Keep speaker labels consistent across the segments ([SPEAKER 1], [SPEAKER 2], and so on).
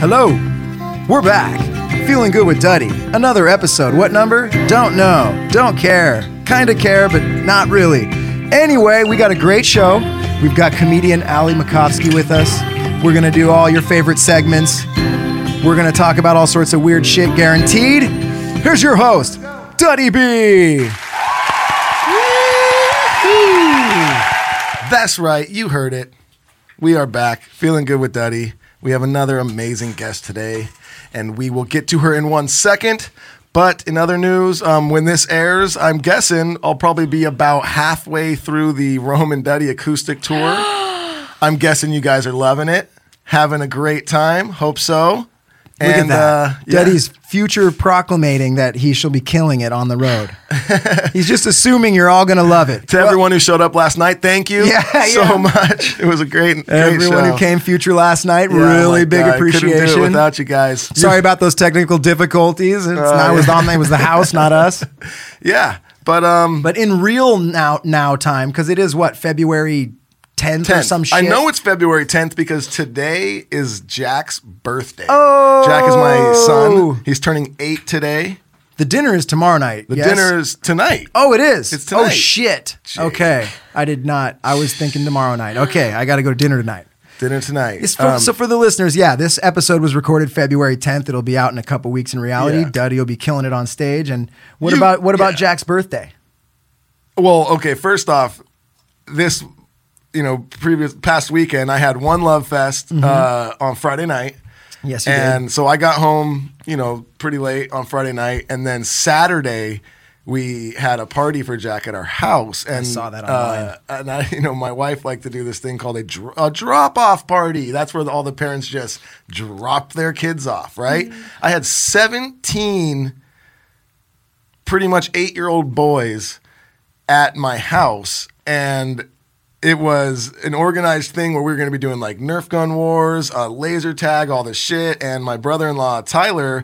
[SPEAKER 1] Hello, we're back. Feeling good with Duddy. Another episode. What number? Don't know. Don't care. Kinda care, but not really. Anyway, we got a great show. We've got comedian Ali Makovsky with us. We're gonna do all your favorite segments. We're gonna talk about all sorts of weird shit, guaranteed. Here's your host, Duddy B.
[SPEAKER 2] That's right. You heard it. We are back. Feeling good with Duddy. We have another amazing guest today, and we will get to her in one second. But in other news, um, when this airs, I'm guessing I'll probably be about halfway through the Roman Duddy acoustic tour. I'm guessing you guys are loving it, having a great time. Hope so. uh,
[SPEAKER 1] Look at that. Duddy's future proclamating that he shall be killing it on the road. He's just assuming you're all gonna love it.
[SPEAKER 2] to everyone who showed up last night, thank you
[SPEAKER 1] Yeah,
[SPEAKER 2] so
[SPEAKER 1] yeah.
[SPEAKER 2] much. It was a great, great
[SPEAKER 1] Everyone
[SPEAKER 2] show.
[SPEAKER 1] who came future last night,
[SPEAKER 2] Yeah,
[SPEAKER 1] really
[SPEAKER 2] my
[SPEAKER 1] big
[SPEAKER 2] God, Couldn't do it
[SPEAKER 1] appreciation.
[SPEAKER 2] without you Uh, guys.
[SPEAKER 1] Sorry about those technical difficulties. It's not, it was on it was the house, not us.
[SPEAKER 2] Yeah, but um,
[SPEAKER 1] But in real now now time, because it is what February 10th, or
[SPEAKER 2] 10th.
[SPEAKER 1] some shit.
[SPEAKER 2] I know it's February 10th because today is Jack's birthday. Oh, Jack is my son. He's turning eight today.
[SPEAKER 1] the dinner is tomorrow night.
[SPEAKER 2] The
[SPEAKER 1] yes?
[SPEAKER 2] dinner is tonight.
[SPEAKER 1] Oh, it is.
[SPEAKER 2] It's
[SPEAKER 1] Oh
[SPEAKER 2] tonight.
[SPEAKER 1] shit.
[SPEAKER 2] Jeez.
[SPEAKER 1] Okay, I did not. I was thinking tomorrow night. Okay, I got to go to dinner tonight.
[SPEAKER 2] dinner tonight.
[SPEAKER 1] It's for,
[SPEAKER 2] Um,
[SPEAKER 1] so for the listeners, yeah, this episode was recorded February 10th. It'll be out in a couple weeks. In reality,
[SPEAKER 2] Yeah.
[SPEAKER 1] Duddy will be killing it on stage. And what
[SPEAKER 2] You-
[SPEAKER 1] about what about
[SPEAKER 2] yeah.
[SPEAKER 1] Jack's birthday?
[SPEAKER 2] Well, okay, first off, this you know, previous past weekend I had one love fest
[SPEAKER 1] Mm-hmm.
[SPEAKER 2] uh, on Friday night.
[SPEAKER 1] Yes, you did.
[SPEAKER 2] And so I got home, you know, pretty late on Friday night and then Saturday we had a party for Jack at our house and
[SPEAKER 1] saw that online.
[SPEAKER 2] uh, and I, you know, my wife liked to do this thing called a, dr- a drop-off party. That's where all the parents just drop their kids off, right?
[SPEAKER 1] Mm-hmm.
[SPEAKER 2] I had 17 pretty much eight year old boys at my house. And it was an organized thing where we were going to be doing like Nerf gun wars, uh, laser tag, all this shit. And my brother in law, Tyler,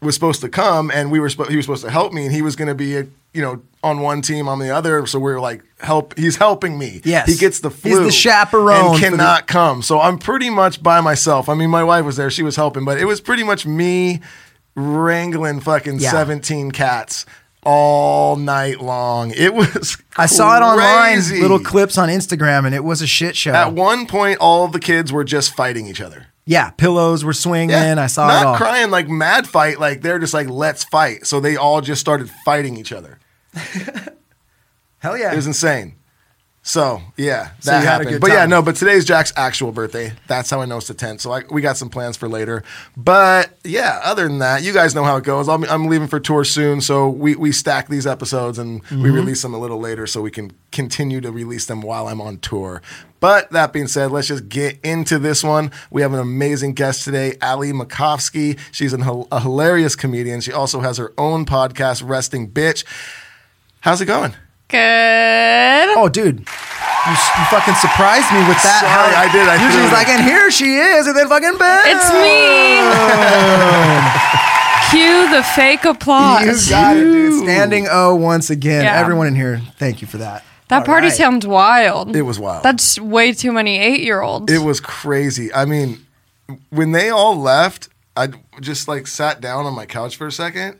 [SPEAKER 2] was supposed to come and we were supposed he was supposed to help me and he was going to be uh, you know on one team on the other so we are like help he's helping me
[SPEAKER 1] Yes.
[SPEAKER 2] he gets the
[SPEAKER 1] He's the
[SPEAKER 2] flu
[SPEAKER 1] chaperone
[SPEAKER 2] and
[SPEAKER 1] for the-
[SPEAKER 2] cannot not come. So I'm pretty much by myself. I mean, my wife was there; she was helping, but it was pretty much me wrangling fucking
[SPEAKER 1] Yeah.
[SPEAKER 2] 17 cats all night long. It was.
[SPEAKER 1] I saw it online,
[SPEAKER 2] crazy.
[SPEAKER 1] little clips on Instagram, and it was a shit show.
[SPEAKER 2] At one point, all the kids were just fighting each other.
[SPEAKER 1] yeah, pillows were swinging. I saw
[SPEAKER 2] not
[SPEAKER 1] it all.
[SPEAKER 2] crying like mad fight. Like they're just like let's fight. So they all just started fighting each other.
[SPEAKER 1] Hell yeah!
[SPEAKER 2] It was insane. So yeah, that
[SPEAKER 1] So you had a
[SPEAKER 2] happened.
[SPEAKER 1] good
[SPEAKER 2] but yeah,
[SPEAKER 1] time.
[SPEAKER 2] no. But today's Jack's actual birthday. That's how I know it's the tenth. So I, we got some plans for later. But yeah, other than that, you guys know how it goes. I'm, I'm leaving for tour soon, so we we stack these episodes and we
[SPEAKER 1] Mm-hmm.
[SPEAKER 2] release them a little later, so we can continue to release them while I'm on tour. But that being said, let's just get into this one. We have an amazing guest today, Ali Makovsky. She's an, hil- a hilarious comedian. She also has her own podcast, Resting Bitch. How's it going?
[SPEAKER 3] Good.
[SPEAKER 1] oh, dude, you, s- you fucking surprised me with that.
[SPEAKER 2] Sorry, I did, I
[SPEAKER 1] Usually
[SPEAKER 2] threw
[SPEAKER 1] it's
[SPEAKER 2] it.
[SPEAKER 1] like, and here she is, and then fucking bam.
[SPEAKER 3] It's me. Cue the fake
[SPEAKER 1] You
[SPEAKER 3] applause.
[SPEAKER 1] got it, dude. Standing O once again.
[SPEAKER 3] Yeah.
[SPEAKER 1] Everyone in here, thank you for that.
[SPEAKER 3] that party
[SPEAKER 1] right.
[SPEAKER 3] sounds wild.
[SPEAKER 2] It was wild.
[SPEAKER 3] That's way too many eight-year-olds.
[SPEAKER 2] It was crazy. I mean, when they all left, I just like sat down on my couch for a second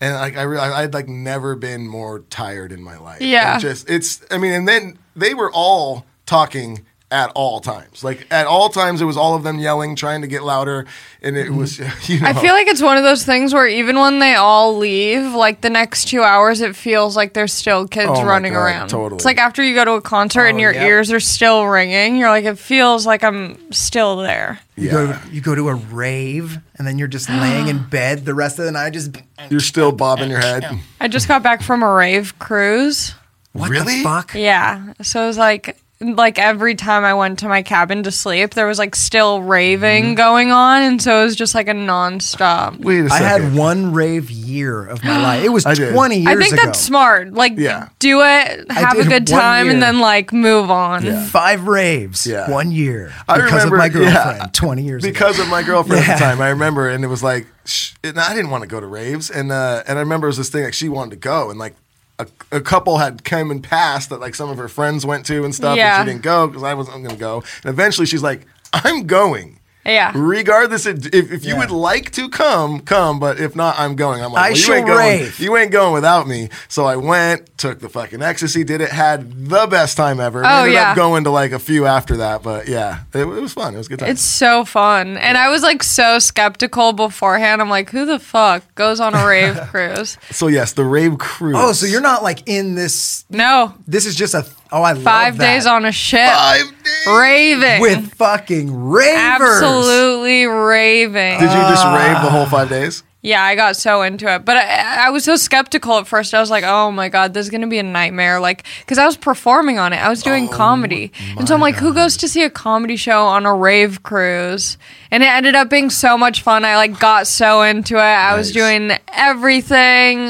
[SPEAKER 2] and like I realized I'd like never been more tired in my life.
[SPEAKER 3] Yeah.
[SPEAKER 2] It just it's I mean, and then they were all talking at all times. Like at all times, it was all of them yelling, trying to get louder, and it was you know.
[SPEAKER 3] Mm-hmm. I feel like it's one of those things where even when they all leave, like the next two hours, it feels like there's still kids
[SPEAKER 2] Oh my
[SPEAKER 3] running
[SPEAKER 2] God,
[SPEAKER 3] around.
[SPEAKER 2] totally.
[SPEAKER 3] It's like after you go to a concert and your
[SPEAKER 4] yeah.
[SPEAKER 3] ears are still ringing, you're like, it feels like I'm still there.
[SPEAKER 1] You go to, you go to a rave and then you're just laying in bed the rest of the night just
[SPEAKER 2] you're still bobbing your head.
[SPEAKER 3] I just got back from a rave cruise.
[SPEAKER 1] what
[SPEAKER 2] Really?
[SPEAKER 1] the fuck?
[SPEAKER 3] Yeah. So it was like like every time I went to my cabin to sleep, there was like still raving
[SPEAKER 1] Mm-hmm.
[SPEAKER 3] going on and so it was just like a nonstop.
[SPEAKER 2] Wait a
[SPEAKER 1] I
[SPEAKER 2] second.
[SPEAKER 1] had one rave year of my life. It was
[SPEAKER 2] I did.
[SPEAKER 1] 20 years
[SPEAKER 3] I think
[SPEAKER 1] ago.
[SPEAKER 3] that's smart. Like
[SPEAKER 2] Yeah.
[SPEAKER 3] do it, have a
[SPEAKER 1] did
[SPEAKER 3] good
[SPEAKER 1] one
[SPEAKER 3] time
[SPEAKER 1] year.
[SPEAKER 3] and then like move on.
[SPEAKER 1] Five raves,
[SPEAKER 2] Yeah.
[SPEAKER 1] one year
[SPEAKER 2] I
[SPEAKER 1] because
[SPEAKER 2] remember,
[SPEAKER 1] of my
[SPEAKER 2] yeah.
[SPEAKER 1] girlfriend 20 years ago.
[SPEAKER 2] because of my girlfriend at the
[SPEAKER 1] Yeah.
[SPEAKER 2] time. I remember, and it was like, sh- and I didn't want to go to raves, and uh, and I remember it was this thing like she wanted to go, and like a, a couple had come and passed that like some of her friends went to and stuff,
[SPEAKER 3] Yeah.
[SPEAKER 2] and she didn't go because I wasn't going to go, and eventually she's like, I'm going.
[SPEAKER 3] Yeah.
[SPEAKER 2] Regardless, of, if, if you would like to come, come. But if not, I'm going. I'm like,
[SPEAKER 1] I
[SPEAKER 2] well, you
[SPEAKER 1] shall
[SPEAKER 2] ain't going.
[SPEAKER 1] rave.
[SPEAKER 2] You ain't going without me. So I went, took the fucking ecstasy, did it, had the best time ever.
[SPEAKER 3] Oh,
[SPEAKER 2] Ended
[SPEAKER 3] yeah.
[SPEAKER 2] up going to like a few after that, but yeah, it, it was fun. It was a good time.
[SPEAKER 3] It's so fun. And I was like so skeptical beforehand. I'm like, who the fuck goes on a rave cruise?
[SPEAKER 2] So yes, the rave cruise.
[SPEAKER 1] Oh, so you're not like in this.
[SPEAKER 3] No.
[SPEAKER 1] This is just a. Oh, I love
[SPEAKER 3] Five
[SPEAKER 1] that.
[SPEAKER 3] days on a ship.
[SPEAKER 2] Five days.
[SPEAKER 3] Raving.
[SPEAKER 1] with fucking ravers.
[SPEAKER 3] Absolutely raving.
[SPEAKER 2] Did you just rave the whole five days?
[SPEAKER 3] Yeah, I got so into it. But I, I was so skeptical at first. I was like, oh my God, this is going to be a nightmare. Like, because I was performing on it, I was doing comedy. And so I'm like, who goes to see a comedy show on a rave cruise? And it ended up being so much fun. I like got so into it. I was doing everything.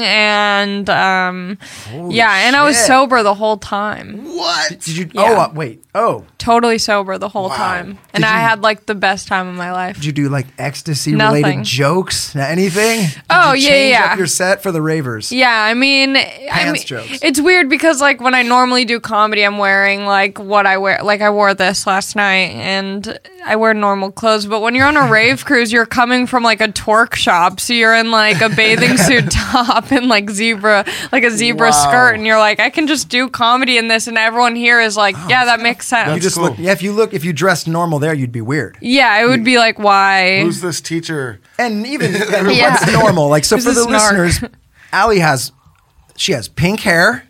[SPEAKER 3] And um, yeah, and I was
[SPEAKER 1] shit.
[SPEAKER 3] sober the whole time.
[SPEAKER 2] What?
[SPEAKER 1] Did you?
[SPEAKER 3] Yeah.
[SPEAKER 1] Oh, uh, wait. Oh,
[SPEAKER 3] Totally sober the whole time. And I had like the best time of my life.
[SPEAKER 1] did you do like ecstasy
[SPEAKER 3] Nothing.
[SPEAKER 1] related jokes? Anything? Did
[SPEAKER 3] Oh,
[SPEAKER 1] you
[SPEAKER 3] yeah,
[SPEAKER 1] change
[SPEAKER 3] yeah.
[SPEAKER 1] Up your set for the ravers.
[SPEAKER 3] Yeah, I mean, I mean,
[SPEAKER 1] Pants jokes.
[SPEAKER 3] it's weird because like when I normally do comedy, I'm wearing like what I wear. Like I wore this last night, and I wear normal clothes. But when you're on a rave cruise, you're coming from like a twerk shop, so you're in like a bathing suit top and like zebra, like a zebra
[SPEAKER 2] Wow.
[SPEAKER 3] skirt, and you're like, I can just do comedy in this, and everyone here is like, yeah, that makes sense.
[SPEAKER 1] You Oh, just
[SPEAKER 2] cool.
[SPEAKER 1] look. Yeah, if you look, if you dressed normal there, you'd be weird.
[SPEAKER 3] yeah, it would be like, why?
[SPEAKER 2] Who's this teacher?
[SPEAKER 1] And even I mean,
[SPEAKER 3] Yeah.
[SPEAKER 1] what's normal? Like so
[SPEAKER 3] Who's
[SPEAKER 1] for
[SPEAKER 3] this
[SPEAKER 1] the
[SPEAKER 3] narc?
[SPEAKER 1] listeners, Allie has she has pink hair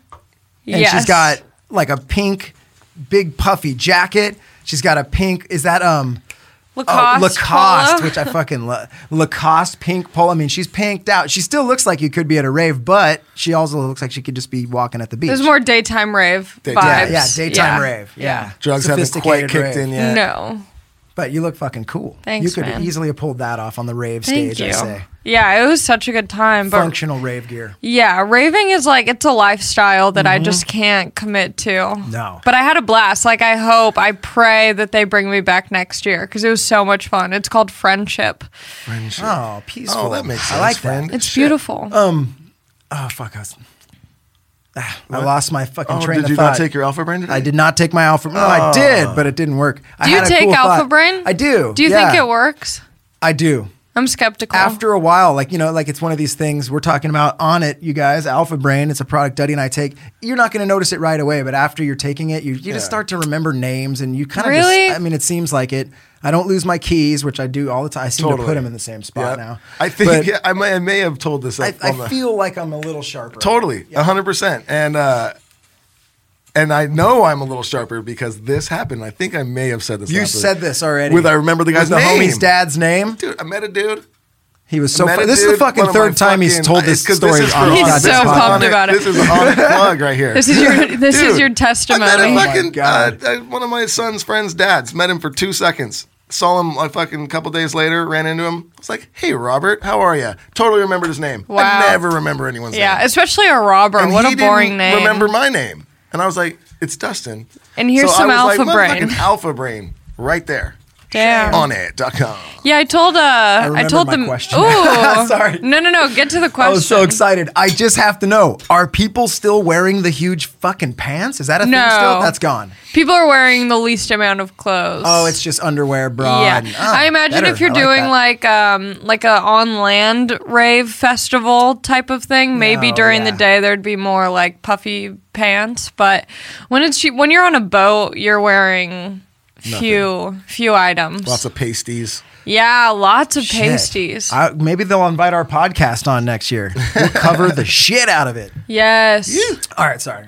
[SPEAKER 1] and she's
[SPEAKER 3] Yes.
[SPEAKER 1] got uh, like a pink big puffy jacket. She's got a pink is that um oh,
[SPEAKER 3] Lacoste.
[SPEAKER 1] Lacoste
[SPEAKER 3] polo?
[SPEAKER 1] which I fucking love. Lacoste pink polo. I mean, she's pinked out. She still looks like you could be at a rave, but she also looks like she could just be walking at the beach.
[SPEAKER 3] There's more daytime rave
[SPEAKER 2] Daytime.
[SPEAKER 1] yeah,
[SPEAKER 3] vibes.
[SPEAKER 1] yeah, daytime
[SPEAKER 3] Yeah.
[SPEAKER 1] rave. Yeah.
[SPEAKER 2] Drugs haven't quite
[SPEAKER 1] Sophisticated
[SPEAKER 2] kicked
[SPEAKER 1] rave.
[SPEAKER 2] in yet.
[SPEAKER 3] No.
[SPEAKER 1] But you look fucking cool.
[SPEAKER 3] Thanks,
[SPEAKER 1] you could
[SPEAKER 3] man.
[SPEAKER 1] easily have pulled that off on the rave
[SPEAKER 3] Thank
[SPEAKER 1] stage, I
[SPEAKER 3] you.
[SPEAKER 1] say.
[SPEAKER 3] Yeah, it was such a good time. But
[SPEAKER 1] Functional rave gear.
[SPEAKER 3] Yeah, raving is like it's a lifestyle that I just can't commit to.
[SPEAKER 1] Mm-hmm. No.
[SPEAKER 3] But I had a blast. Like I hope, I pray that they bring me back next year because it was so much fun. It's called friendship.
[SPEAKER 1] Oh, peaceful.
[SPEAKER 2] Oh, that makes sense.
[SPEAKER 1] I like
[SPEAKER 2] friend.
[SPEAKER 1] that.
[SPEAKER 3] It's beautiful.
[SPEAKER 1] Oh fuck, I was. Ah, I lost my fucking
[SPEAKER 2] Oh,
[SPEAKER 1] train
[SPEAKER 2] did
[SPEAKER 1] of
[SPEAKER 2] you
[SPEAKER 1] thought.
[SPEAKER 2] not take your alpha brain today? Oh.
[SPEAKER 1] I did not take my alpha. No, I did, but it didn't work. I
[SPEAKER 3] do you
[SPEAKER 1] had a
[SPEAKER 3] take
[SPEAKER 1] cool
[SPEAKER 3] Alpha
[SPEAKER 1] thought.
[SPEAKER 3] Brain?
[SPEAKER 1] I do.
[SPEAKER 3] Do you
[SPEAKER 1] yeah.
[SPEAKER 3] think it works?
[SPEAKER 1] I do.
[SPEAKER 3] I'm skeptical.
[SPEAKER 1] After a while, like you know, like it's one of these things we're talking about on it, you guys. Alpha Brain, it's a product Duddy and I take. You're not going to notice it right away, but after you're taking it, you, you just start to remember names, and you kind of
[SPEAKER 3] Really?
[SPEAKER 1] Just, I mean, it seems like it. I don't lose my keys, which I do all the time. I seem to
[SPEAKER 2] Totally.
[SPEAKER 1] put them in the same
[SPEAKER 2] Yeah.
[SPEAKER 1] spot now.
[SPEAKER 2] I think
[SPEAKER 1] But
[SPEAKER 2] yeah, I, may, I may have told this.
[SPEAKER 1] I,
[SPEAKER 2] up on
[SPEAKER 1] I
[SPEAKER 2] the-
[SPEAKER 1] feel like I'm a little sharper.
[SPEAKER 2] totally, hundred percent, and uh, and I know I'm a little sharper because this happened. I think I may have said this.
[SPEAKER 1] You
[SPEAKER 2] last week.
[SPEAKER 1] said this already.
[SPEAKER 2] With I remember the guy's
[SPEAKER 1] With the
[SPEAKER 2] name.
[SPEAKER 1] homie's dad's name.
[SPEAKER 2] Dude, I met a dude.
[SPEAKER 1] He was so.
[SPEAKER 2] Met
[SPEAKER 1] Fu-
[SPEAKER 2] a
[SPEAKER 1] this is the
[SPEAKER 2] dude,
[SPEAKER 1] fucking
[SPEAKER 2] one of my
[SPEAKER 1] third time he's
[SPEAKER 2] fucking-
[SPEAKER 1] told this
[SPEAKER 2] it's 'cause
[SPEAKER 1] story.
[SPEAKER 2] is
[SPEAKER 1] on
[SPEAKER 2] for
[SPEAKER 1] this
[SPEAKER 3] He's
[SPEAKER 2] us. This
[SPEAKER 3] so
[SPEAKER 2] is
[SPEAKER 1] podcast.
[SPEAKER 2] on
[SPEAKER 3] pumped about it.
[SPEAKER 2] This is on plug right here.
[SPEAKER 3] this is your this
[SPEAKER 2] Dude,
[SPEAKER 3] is your testimony.
[SPEAKER 2] I met a
[SPEAKER 1] Oh my
[SPEAKER 2] fucking uh,
[SPEAKER 1] God.
[SPEAKER 2] uh, one of my son's friends' dads. Met him for two seconds. Saw him a fucking couple days later. Ran into him. I was like, "Hey, Robert, how are you?" Totally remembered his name.
[SPEAKER 3] Wow.
[SPEAKER 2] I never remember anyone's
[SPEAKER 3] yeah,
[SPEAKER 2] name.
[SPEAKER 3] especially a robber.
[SPEAKER 2] And
[SPEAKER 3] what
[SPEAKER 2] he
[SPEAKER 3] a boring
[SPEAKER 2] didn't
[SPEAKER 3] name.
[SPEAKER 2] Remember my name? And I was like, "It's Dustin."
[SPEAKER 3] And here's
[SPEAKER 2] So I
[SPEAKER 3] some
[SPEAKER 2] was like,
[SPEAKER 3] alpha brain.
[SPEAKER 2] "Motherfucking Alpha brain, right there.
[SPEAKER 3] Damn.
[SPEAKER 2] on it.com.
[SPEAKER 3] Yeah, I told uh, I,
[SPEAKER 1] remembered
[SPEAKER 3] told
[SPEAKER 1] my
[SPEAKER 3] them.
[SPEAKER 1] question.
[SPEAKER 3] Ooh,
[SPEAKER 1] Sorry.
[SPEAKER 3] No, no, no. Get to the
[SPEAKER 1] I
[SPEAKER 3] question.
[SPEAKER 1] was so excited. I just have to know: Are people still wearing the huge fucking pants? Is that a
[SPEAKER 3] No.
[SPEAKER 1] thing still? That's gone.
[SPEAKER 3] People are wearing the least amount of clothes.
[SPEAKER 1] Oh, it's just underwear, bra.
[SPEAKER 3] yeah.
[SPEAKER 1] and- oh,
[SPEAKER 3] I imagine
[SPEAKER 1] better.
[SPEAKER 3] if you're
[SPEAKER 1] I
[SPEAKER 3] doing
[SPEAKER 1] that.
[SPEAKER 3] like, um like a on land rave festival type of thing, maybe
[SPEAKER 1] No,
[SPEAKER 3] during
[SPEAKER 1] Oh, yeah.
[SPEAKER 3] the day there'd be more like puffy pants. But when it's when you're on a boat, you're wearing few few items.
[SPEAKER 2] Lots of pasties.
[SPEAKER 3] yeah, lots of
[SPEAKER 1] Shit.
[SPEAKER 3] pasties.
[SPEAKER 1] I- maybe they'll invite our podcast on next year. We'll cover the shit out of it.
[SPEAKER 3] yes.
[SPEAKER 1] All right, sorry.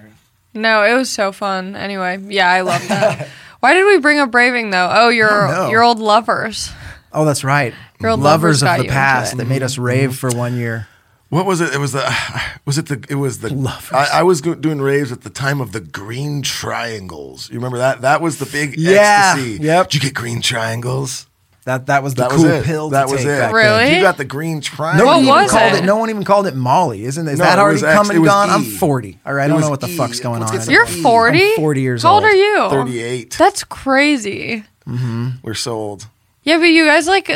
[SPEAKER 3] No, it was so fun. Anyway, yeah, I love that. Why did we bring up braving though? Oh, your
[SPEAKER 1] know.
[SPEAKER 3] your old lovers.
[SPEAKER 1] Oh, that's right.
[SPEAKER 3] Your old
[SPEAKER 1] lovers
[SPEAKER 3] lovers got
[SPEAKER 1] of
[SPEAKER 3] you
[SPEAKER 1] the
[SPEAKER 3] Mm-hmm. into
[SPEAKER 1] past
[SPEAKER 3] it.
[SPEAKER 1] that made us rave for one year.
[SPEAKER 2] What was it? It was the. Was it the? It was the.
[SPEAKER 1] Lovers.
[SPEAKER 2] I, I was go- doing raves at the time of the green triangles. You remember that? That was the big
[SPEAKER 1] Yeah.
[SPEAKER 2] ecstasy.
[SPEAKER 1] Yep.
[SPEAKER 2] Did you get green triangles?
[SPEAKER 1] That that was the
[SPEAKER 2] That
[SPEAKER 1] cool
[SPEAKER 2] was it.
[SPEAKER 1] pill. To
[SPEAKER 2] that was
[SPEAKER 1] take
[SPEAKER 2] it.
[SPEAKER 1] back
[SPEAKER 3] Really?
[SPEAKER 1] then.
[SPEAKER 2] You got the green
[SPEAKER 1] No
[SPEAKER 2] triangle.
[SPEAKER 3] What
[SPEAKER 1] one even
[SPEAKER 3] Oh, was
[SPEAKER 1] called
[SPEAKER 3] it?
[SPEAKER 1] it? No one even called it Molly, isn't it? Is
[SPEAKER 2] No,
[SPEAKER 1] that
[SPEAKER 2] it
[SPEAKER 1] already
[SPEAKER 2] was X-
[SPEAKER 1] come
[SPEAKER 2] it
[SPEAKER 1] and
[SPEAKER 2] was
[SPEAKER 1] gone?
[SPEAKER 2] E.
[SPEAKER 1] I'm 40. All right, I don't
[SPEAKER 2] It
[SPEAKER 1] know
[SPEAKER 2] was
[SPEAKER 1] what the
[SPEAKER 2] E.
[SPEAKER 1] fuck's going
[SPEAKER 2] Let's
[SPEAKER 1] on.
[SPEAKER 2] get
[SPEAKER 1] at
[SPEAKER 2] some
[SPEAKER 3] You're
[SPEAKER 1] that
[SPEAKER 2] E.
[SPEAKER 1] point.
[SPEAKER 3] 40?
[SPEAKER 1] I'm 40 years
[SPEAKER 3] How old
[SPEAKER 1] old.
[SPEAKER 3] are you?
[SPEAKER 2] 38.
[SPEAKER 3] That's crazy.
[SPEAKER 2] We're so old.
[SPEAKER 3] Yeah, but you guys like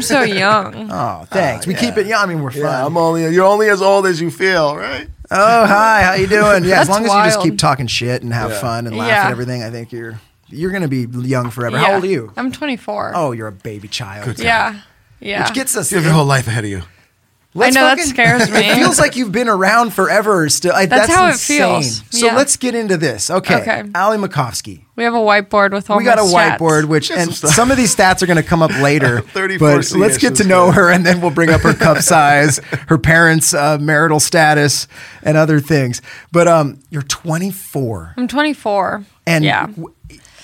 [SPEAKER 3] so young.
[SPEAKER 1] Oh, thanks. we keep it. Yeah, I mean we're fun.
[SPEAKER 2] Ah, Yeah, I'm only. You're only as old as you feel, right?
[SPEAKER 1] oh, hi. How you doing? Yeah, as
[SPEAKER 3] That's
[SPEAKER 1] long as you just
[SPEAKER 3] wild.
[SPEAKER 1] keep talking shit and have
[SPEAKER 2] Yeah.
[SPEAKER 1] fun and laugh
[SPEAKER 3] Yeah.
[SPEAKER 1] at everything, I think you're you're gonna be young forever.
[SPEAKER 3] Yeah.
[SPEAKER 1] How old are you?
[SPEAKER 3] I'm 24.
[SPEAKER 1] Oh, you're a baby child.
[SPEAKER 3] yeah, yeah.
[SPEAKER 1] Which gets us.
[SPEAKER 2] You have your whole life ahead of you.
[SPEAKER 3] I
[SPEAKER 1] let's
[SPEAKER 3] know that
[SPEAKER 1] fucking-
[SPEAKER 3] scares me.
[SPEAKER 1] It feels like you've been around forever. Still, I,
[SPEAKER 3] That's
[SPEAKER 1] that's,
[SPEAKER 3] how it
[SPEAKER 1] insane.
[SPEAKER 3] feels.
[SPEAKER 1] So
[SPEAKER 3] Yeah.
[SPEAKER 1] let's get into this. Okay,
[SPEAKER 3] Okay.
[SPEAKER 1] Ali Makovsky.
[SPEAKER 3] we have a whiteboard with all.
[SPEAKER 1] we got a
[SPEAKER 3] my stats.
[SPEAKER 1] whiteboard, which and
[SPEAKER 2] some
[SPEAKER 1] some,
[SPEAKER 2] stuff.
[SPEAKER 1] of these stats are going to come up later.
[SPEAKER 2] 34
[SPEAKER 1] but let's get to know
[SPEAKER 2] CSs,
[SPEAKER 1] her, and then we'll bring up her cup size, her parents' uh, marital status, and other things. But um, you're 24,
[SPEAKER 3] I'm 24.
[SPEAKER 1] and
[SPEAKER 3] yeah,
[SPEAKER 1] w-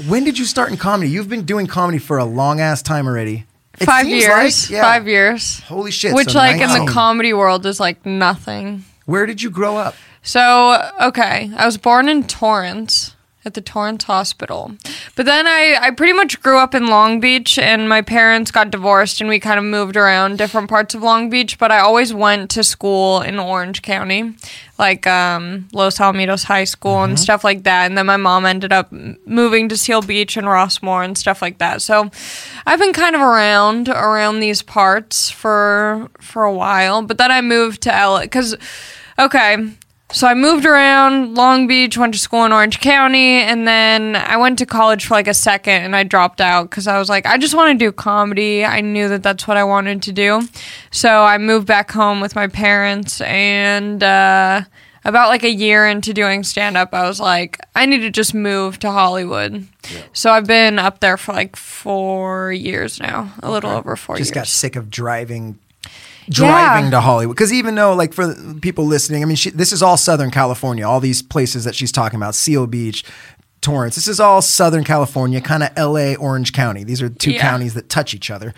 [SPEAKER 1] when did you start in comedy? You've been doing comedy for a long ass time already. It
[SPEAKER 3] five
[SPEAKER 1] seems
[SPEAKER 3] years.
[SPEAKER 1] like- yeah.
[SPEAKER 3] Five years.
[SPEAKER 1] Holy shit!
[SPEAKER 3] Which,
[SPEAKER 1] so
[SPEAKER 3] like, in
[SPEAKER 1] 19.
[SPEAKER 3] the comedy world, is like nothing.
[SPEAKER 1] Where did you grow up?
[SPEAKER 3] So, okay, I was born in Torrance at the Torrance Hospital. But then I, I pretty much grew up in Long Beach, and my parents got divorced, and we kind of moved around different parts of Long Beach. But I always went to school in Orange County, like um, Los Alamitos High School and stuff like that. And then my mom ended up m- moving to Seal Beach and Rossmore and stuff like that. So I've been kind of around around these parts for for a while. But then I moved to LA because. Okay, so I moved around Long Beach, went to school in Orange County, and then I went to college for like a second and I dropped out because I was like, I just want to do comedy. I knew that that's what I wanted to do. So I moved back home with my parents, and uh, about like a year into doing stand up, I was like, I need to just move to Hollywood. So I've been up there for like four years now, a little over four
[SPEAKER 1] just
[SPEAKER 3] years.
[SPEAKER 1] got sick of driving driving to Hollywood because even though like for the people listening I mean she, this is all Southern California all these places that she's talking about Seal Beach Torrance this is all Southern California kind of LA Orange County these are two
[SPEAKER 3] Yeah.
[SPEAKER 1] counties that touch each other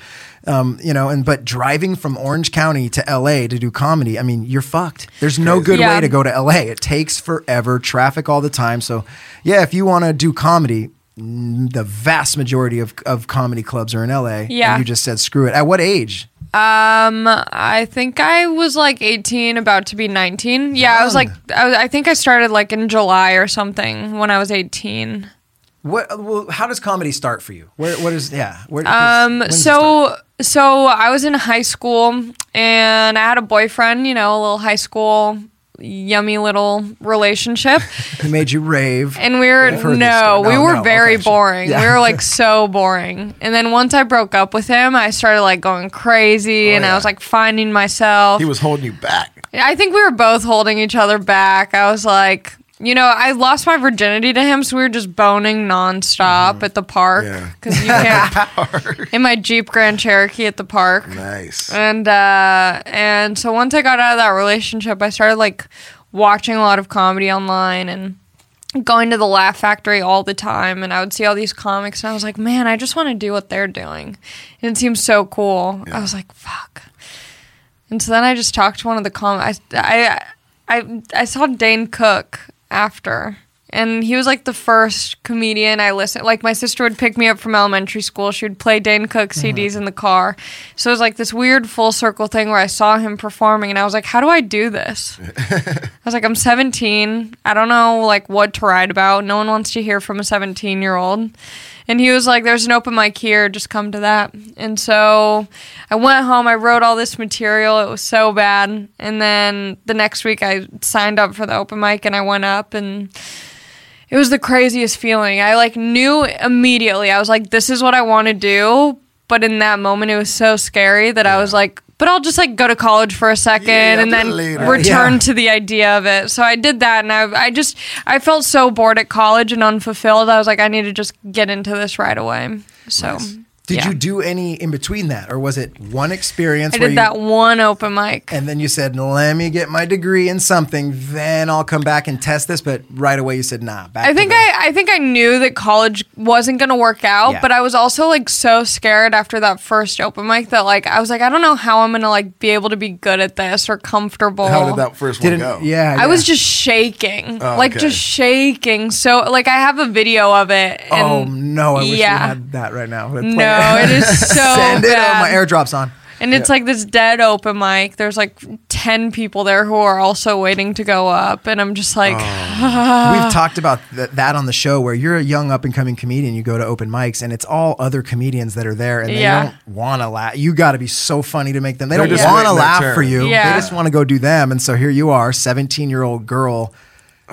[SPEAKER 1] um, you know and but driving from Orange County to LA to do comedy I mean you're fucked there's no good
[SPEAKER 3] Yeah.
[SPEAKER 1] way to go to LA it takes forever traffic all the time so yeah if you want to do comedy n- the vast majority of, of comedy clubs are in LA
[SPEAKER 3] Yeah.
[SPEAKER 1] and you just said screw it at what age
[SPEAKER 3] I think I was like 18, about to be 19. Yeah, I was like, I, was- I think I started like in July or something when I was 18.
[SPEAKER 1] What? Well, how does comedy start for you? Where? What is? Yeah. Where? when
[SPEAKER 3] Um,
[SPEAKER 1] does it start?
[SPEAKER 3] so, so I was in high school and I had a boyfriend, you know, a little high school, yummy little relationship.
[SPEAKER 1] he made you rave.
[SPEAKER 3] And we were
[SPEAKER 1] I've heard this
[SPEAKER 3] no,
[SPEAKER 1] story.
[SPEAKER 3] we
[SPEAKER 1] No,
[SPEAKER 3] were
[SPEAKER 1] no,
[SPEAKER 3] very
[SPEAKER 1] okay, sure.
[SPEAKER 3] boring.
[SPEAKER 1] Yeah.
[SPEAKER 3] We were like so boring. And then once I broke up with him, I started like going
[SPEAKER 1] Oh,
[SPEAKER 3] crazy, and I
[SPEAKER 2] yeah.
[SPEAKER 3] was like finding myself.
[SPEAKER 2] He was holding you back.
[SPEAKER 3] I think we were both holding each other back. I was like, you know, I lost my virginity to him, so we were just boning nonstop at the park
[SPEAKER 2] Yeah.
[SPEAKER 3] because you can't. in my Jeep Grand Cherokee at the park,
[SPEAKER 2] Nice.
[SPEAKER 3] and uh, and so once I got out of that relationship, I started like watching a lot of comedy online and going to the Laugh Factory all the time, and I would see all these comics, and I was like, man, I just want to do what they're doing, and it seems so cool. I was like, fuck. And so then I just talked to one of the com. I I I, I saw Dane Cook after. And he was like the first comedian I listened. Like my sister would pick me up from elementary school. She would play Dane Cook CDs in the car. So it was like this weird full circle thing where I saw him performing, and I was like, "How do I do this?" I was like, "I'm 17. I don't know like what to write about. No one wants to hear from a 17 year old." And he was like, "There's an open mic here. Just come to that." And so I went home. I wrote all this material. It was so bad. And then the next week, I signed up for the open mic and I went up and it was the craziest feeling. I like knew immediately. I was like, this is what I want to do. But in that moment, it was so scary that I was like, but I'll just like go to college for a second
[SPEAKER 2] Yeah,
[SPEAKER 3] and then
[SPEAKER 2] later.
[SPEAKER 3] return
[SPEAKER 1] Yeah.
[SPEAKER 3] to the idea of it. So I did that and I, I just, I felt so bored at college and unfulfilled. I was like, I need to just get into this right away. So
[SPEAKER 1] Did
[SPEAKER 3] yeah.
[SPEAKER 1] you do any in between that, or was it one experience?
[SPEAKER 3] I
[SPEAKER 1] where you,
[SPEAKER 3] did that one open mic.
[SPEAKER 1] and then you said, "Let me get my degree in something, then I'll come back and test this." But right away, you said, "Nah." Back
[SPEAKER 3] I
[SPEAKER 1] to
[SPEAKER 3] think
[SPEAKER 1] the-
[SPEAKER 3] I, I think I knew that college wasn't gonna work out,
[SPEAKER 1] Yeah.
[SPEAKER 3] but I was also like so scared after that first open mic that like I was like, I don't know how I'm gonna like be able to be good at this or comfortable.
[SPEAKER 2] How did that first one
[SPEAKER 1] didn't.
[SPEAKER 2] go?
[SPEAKER 1] Yeah,
[SPEAKER 3] I was
[SPEAKER 1] yeah. Oh,
[SPEAKER 3] just shaking, like
[SPEAKER 2] okay.
[SPEAKER 3] just shaking. So like I have a video of it. And
[SPEAKER 1] Oh no! I wish
[SPEAKER 3] yeah.
[SPEAKER 1] we had that right now. Let's play
[SPEAKER 3] No, it is so
[SPEAKER 1] Send it. Oh,
[SPEAKER 3] bad.
[SPEAKER 1] my airdrops on.
[SPEAKER 3] And it's like this dead open mic. There's like 10 people there who are also waiting to go up. And I'm just like,
[SPEAKER 1] Oh.
[SPEAKER 3] Uh.
[SPEAKER 1] We've talked about th- that on the show where you're a young up and coming comedian, you go to open mics, and it's all other comedians that are there, and they
[SPEAKER 3] Yeah.
[SPEAKER 1] don't want to laugh. You got to be so funny to make them. They
[SPEAKER 2] They're
[SPEAKER 1] don't
[SPEAKER 2] just
[SPEAKER 1] want to
[SPEAKER 2] waiting their
[SPEAKER 1] laugh
[SPEAKER 2] turn.
[SPEAKER 1] for you.
[SPEAKER 3] Yeah.
[SPEAKER 1] They just want to go do them. And so here you are, 17 year old girl,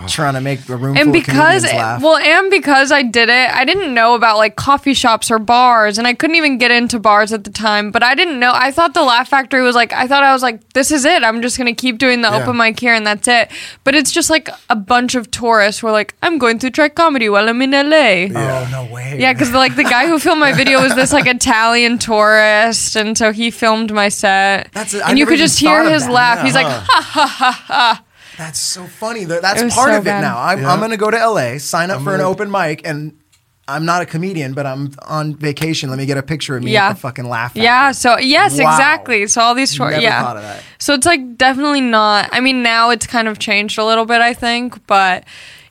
[SPEAKER 1] trying to make a room
[SPEAKER 3] and
[SPEAKER 1] full
[SPEAKER 3] because
[SPEAKER 1] of comedians laugh.
[SPEAKER 3] well and because i did it i didn't know about like coffee shops or bars and i couldn't even get into bars at the time but i didn't know i thought the laugh factory was like i thought i was like this is it i'm just gonna keep doing the
[SPEAKER 2] Yeah.
[SPEAKER 3] open mic here and that's it but it's just like a bunch of tourists who are like i'm going to try comedy while i'm in la yeah.
[SPEAKER 1] oh no way.
[SPEAKER 3] because like the guy who filmed my video was this like Italian tourist, and so he filmed my set,
[SPEAKER 1] That's a- I
[SPEAKER 3] and you
[SPEAKER 1] never
[SPEAKER 3] could
[SPEAKER 1] even
[SPEAKER 3] just hear
[SPEAKER 1] thought of
[SPEAKER 3] his
[SPEAKER 1] that.
[SPEAKER 3] laugh.
[SPEAKER 1] Yeah,
[SPEAKER 3] He's like,
[SPEAKER 1] huh. That's so funny. Th- That's
[SPEAKER 3] It was
[SPEAKER 1] part
[SPEAKER 3] so
[SPEAKER 1] of it
[SPEAKER 3] bad.
[SPEAKER 1] now. I'm,
[SPEAKER 2] Yeah.
[SPEAKER 1] I'm going to go to LA, sign up
[SPEAKER 2] I'm
[SPEAKER 1] for an
[SPEAKER 2] gonna-
[SPEAKER 1] open mic, and I'm not a comedian, but I'm on vacation. Let me get a picture of me
[SPEAKER 3] Yeah.
[SPEAKER 1] at the fucking laugh.
[SPEAKER 3] Yeah. So yes,
[SPEAKER 1] Wow.
[SPEAKER 3] exactly. So all these stories.
[SPEAKER 1] Never
[SPEAKER 3] yeah.
[SPEAKER 1] thought of that.
[SPEAKER 3] So it's like definitely not. I mean, now it's kind of changed a little bit, I think. But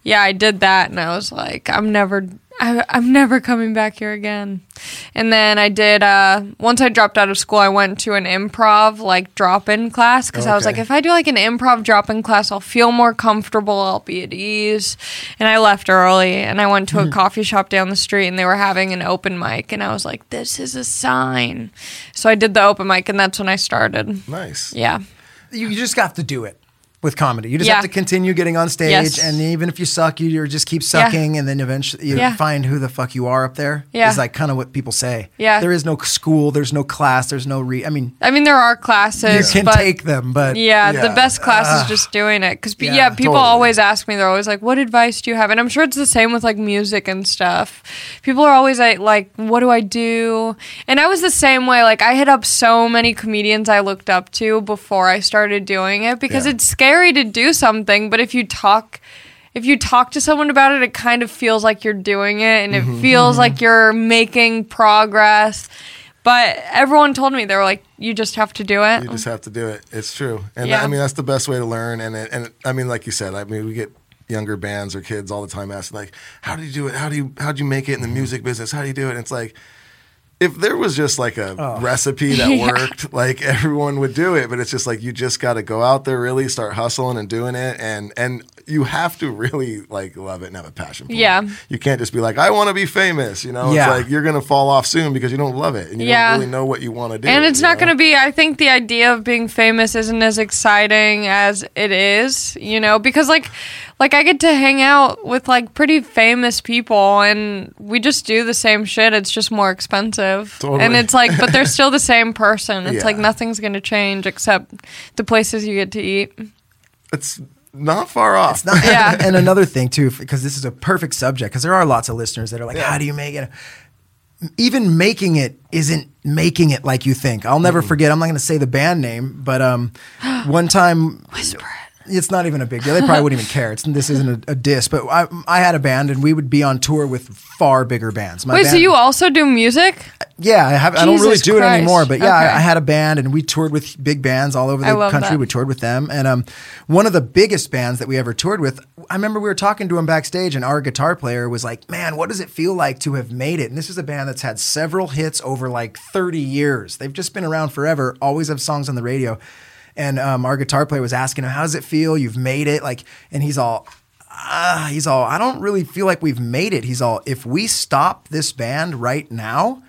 [SPEAKER 3] yeah, I did that, and I was like, I'm never. I, I'm never coming back here again. And then I did, uh, once I dropped out of school, I went to an improv, like drop in class, because I was
[SPEAKER 1] Okay.
[SPEAKER 3] like, if I do like an improv drop in class, I'll feel more comfortable, I'll be at ease. And I left early and I went to a coffee shop down the street and they were having an open mic. And I was like, this is a sign. So I did the open mic and that's when I started.
[SPEAKER 2] Nice.
[SPEAKER 3] Yeah.
[SPEAKER 1] you you just have to do it with comedy. You just
[SPEAKER 3] Yeah.
[SPEAKER 1] have to continue getting on stage,
[SPEAKER 3] Yes.
[SPEAKER 1] and even if you suck, you you're just keep sucking, and then eventually you
[SPEAKER 3] Yeah.
[SPEAKER 1] find who the fuck you are up there.
[SPEAKER 3] Yeah.
[SPEAKER 1] is like kind of what people say.
[SPEAKER 3] Yeah.
[SPEAKER 1] there is no school, there's no class, there's no re. I mean,
[SPEAKER 3] I mean, there are
[SPEAKER 1] you
[SPEAKER 3] classes.
[SPEAKER 1] can
[SPEAKER 3] but
[SPEAKER 1] take them, but
[SPEAKER 3] Yeah, the
[SPEAKER 2] Yeah. Ah.
[SPEAKER 3] best class is just doing it. Because, yeah,
[SPEAKER 1] Yeah,
[SPEAKER 3] people
[SPEAKER 2] totally.
[SPEAKER 3] always ask me, they're always like, what advice do you have? And I'm sure it's the same with like music and stuff. People are always like, like, what do I do? And I was the same way. Like, I hit up so many comedians I looked up to before I started doing it because
[SPEAKER 2] Yeah.
[SPEAKER 3] it's scary to do something. But if you talk, if you talk to someone about it, it kind of feels like you're doing it and it
[SPEAKER 2] Mm-hmm.
[SPEAKER 3] feels like you're making progress. But everyone told me, they were like, you just have to do it.
[SPEAKER 2] You just have to do it. It's true, and
[SPEAKER 3] Yeah.
[SPEAKER 2] I mean that's the best way to learn. And it, and it, I mean, like you said, I mean we get younger bands or kids all the time asking like, "How do you do it? How do you how do you make it in the music business? How do you do it?" And it's like, if there was just like a recipe that worked, like everyone would do it. But it's just like you just got to go out there, really start hustling and doing it, and and you have to really like love it and have a passion. For
[SPEAKER 3] Yeah.
[SPEAKER 2] it. you can't just be like, "I want to be famous." You know,
[SPEAKER 1] Yeah.
[SPEAKER 2] it's like you're gonna fall off soon because you don't love it and you
[SPEAKER 3] Yeah.
[SPEAKER 2] don't really know what you want to do.
[SPEAKER 3] And it's
[SPEAKER 2] you
[SPEAKER 3] not
[SPEAKER 2] know?
[SPEAKER 3] going to be, I think the idea of being famous isn't as exciting as it is, you know, because like, like I get to hang out with like pretty famous people and we just do the same shit. It's just more expensive.
[SPEAKER 2] Totally.
[SPEAKER 3] And it's like, but they're still the same person. It's
[SPEAKER 2] Yeah.
[SPEAKER 3] like nothing's going to change except the places you get to eat.
[SPEAKER 2] It's not far off.
[SPEAKER 1] It's not,
[SPEAKER 3] Yeah.
[SPEAKER 2] uh,
[SPEAKER 1] and another thing too, because this is a perfect subject, because there are lots of listeners that are like, "How do you make it?" Even making it isn't making it like you think. I'll never forget. I'm not going to say the band name, but um, one time, It's not even a big deal. They probably wouldn't even care. It's this isn't a, a diss, but I, I had a band and we would be on tour with far bigger bands. My
[SPEAKER 3] Wait, so
[SPEAKER 1] band-
[SPEAKER 3] you also do music?
[SPEAKER 1] yeah, I, have, I don't really
[SPEAKER 3] Jesus
[SPEAKER 1] do it
[SPEAKER 3] Christ.
[SPEAKER 1] anymore. But yeah,
[SPEAKER 3] Okay.
[SPEAKER 1] I, I had a band and we toured with big bands all over
[SPEAKER 3] I
[SPEAKER 1] the
[SPEAKER 3] love
[SPEAKER 1] country.
[SPEAKER 3] that.
[SPEAKER 1] We toured with them. And um, one of the biggest bands that we ever toured with, I remember we were talking to him backstage and our guitar player was like, man, what does it feel like to have made it? And this is a band that's had several hits over like 30 years. They've just been around forever, always have songs on the radio. And um, our guitar player was asking him, how does it feel? You've made it. Like, and he's all, ah, he's all, I don't really feel like we've made it. He's all, if we stop this band right now,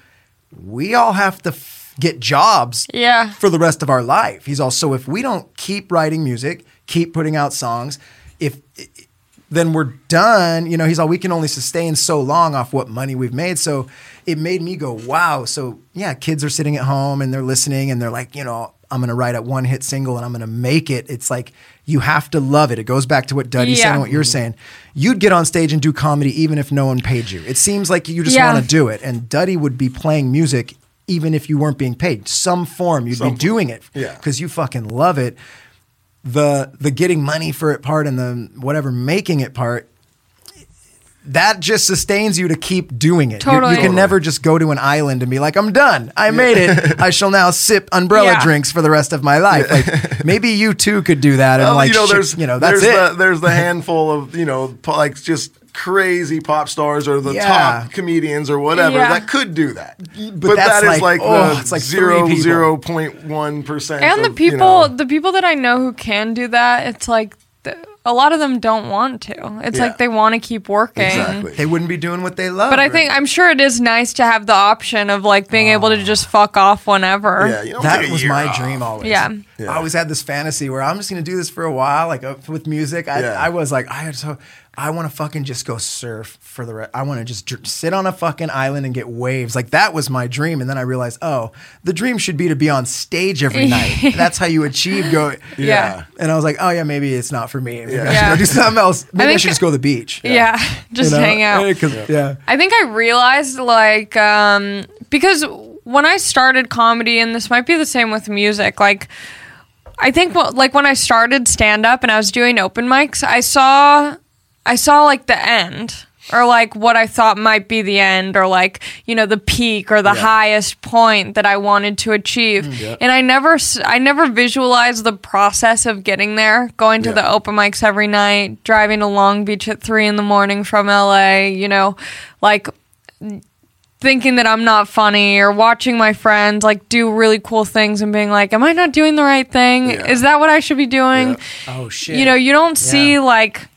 [SPEAKER 1] we all have to f- get jobs
[SPEAKER 3] Yeah.
[SPEAKER 1] for the rest of our life. He's all, so if we don't keep writing music, keep putting out songs, if then we're done. You know, he's all, we can only sustain so long off what money we've made. So it made me go, wow. So yeah, kids are sitting at home and they're listening and they're like, you know, I'm going to write a one hit single and I'm going to make it. It's like, you have to love it. It goes back to what Duddy said
[SPEAKER 3] Yeah.
[SPEAKER 1] and what you're saying. You'd get on stage and do comedy even if no one paid you. It seems like you just
[SPEAKER 3] Yeah.
[SPEAKER 1] want to do it. And Duddy would be playing music even if you weren't being paid. Some form, you'd be doing it
[SPEAKER 2] Yeah.
[SPEAKER 1] because you fucking love it the the getting money for it part and the whatever making it part that just sustains you to keep doing it. You- You,
[SPEAKER 3] Totally.
[SPEAKER 1] can never just go to an island and be like, "I'm done. I made it. I shall now sip umbrella
[SPEAKER 3] Yeah.
[SPEAKER 1] drinks for the rest of my life." Like maybe you too could do that and
[SPEAKER 2] Well,
[SPEAKER 1] like,
[SPEAKER 2] you know,
[SPEAKER 1] shit,
[SPEAKER 2] there's
[SPEAKER 1] you know, that's
[SPEAKER 2] there's
[SPEAKER 1] it.
[SPEAKER 2] The, there's the handful of you know, po- like just crazy pop stars or the
[SPEAKER 1] Yeah.
[SPEAKER 2] top comedians or whatever
[SPEAKER 3] Yeah.
[SPEAKER 2] that could do that. But,
[SPEAKER 1] that's
[SPEAKER 2] that is
[SPEAKER 1] like,
[SPEAKER 2] like,
[SPEAKER 1] oh,
[SPEAKER 2] the
[SPEAKER 1] it's like three
[SPEAKER 2] zero
[SPEAKER 1] people.
[SPEAKER 2] zero point one percent.
[SPEAKER 3] and the
[SPEAKER 2] of,
[SPEAKER 3] people
[SPEAKER 2] you know,
[SPEAKER 3] the people that i know who can do that it's like th- a lot of them don't want to it's
[SPEAKER 2] Yeah.
[SPEAKER 3] like they want to keep working
[SPEAKER 2] exactly.
[SPEAKER 1] they wouldn't be doing what they love.
[SPEAKER 3] but i think i'm sure it is nice to have the option of like being able to just fuck off whenever
[SPEAKER 2] yeah, you don't
[SPEAKER 1] that
[SPEAKER 2] take a
[SPEAKER 1] was
[SPEAKER 2] year
[SPEAKER 1] my
[SPEAKER 2] off.
[SPEAKER 1] dream always.
[SPEAKER 3] Yeah.
[SPEAKER 2] Yeah.
[SPEAKER 1] I always had this fantasy where I'm just going to do this for a while, like uh, with music. I,
[SPEAKER 2] Yeah.
[SPEAKER 1] I was like, I so I want to fucking just go surf for the rest. I want to just dr- sit on a fucking island and get waves. Like that was my dream. And then I realized, oh, the dream should be to be on stage every night. That's how you achieve go.
[SPEAKER 3] yeah
[SPEAKER 1] And I was like, oh yeah, maybe it's not for me. Maybe I should
[SPEAKER 3] Yeah.
[SPEAKER 1] go do something else. Maybe I,
[SPEAKER 3] think-
[SPEAKER 1] should just go to the beach.
[SPEAKER 3] yeah, just
[SPEAKER 1] You know?
[SPEAKER 3] hang out
[SPEAKER 1] Eh, 'cause- yeah.
[SPEAKER 3] I think I realized like um because when I started comedy and this might be the same with music like I think wh- like when I started stand up and I was doing open mics I saw I saw like the end or like what I thought might be the end or like you know the peak or the highest point that I wanted to achieve and I never s- I never visualized the process of getting there going to the open mics every night driving to Long Beach at 3 in the morning from LA you know like thinking that I'm not funny or watching my friends like do really cool things and being like, Am I not doing the right thing?
[SPEAKER 2] Yeah.
[SPEAKER 3] Is that what I should be doing?
[SPEAKER 1] Oh shit.
[SPEAKER 3] You know, you don't see
[SPEAKER 1] Yeah.
[SPEAKER 3] like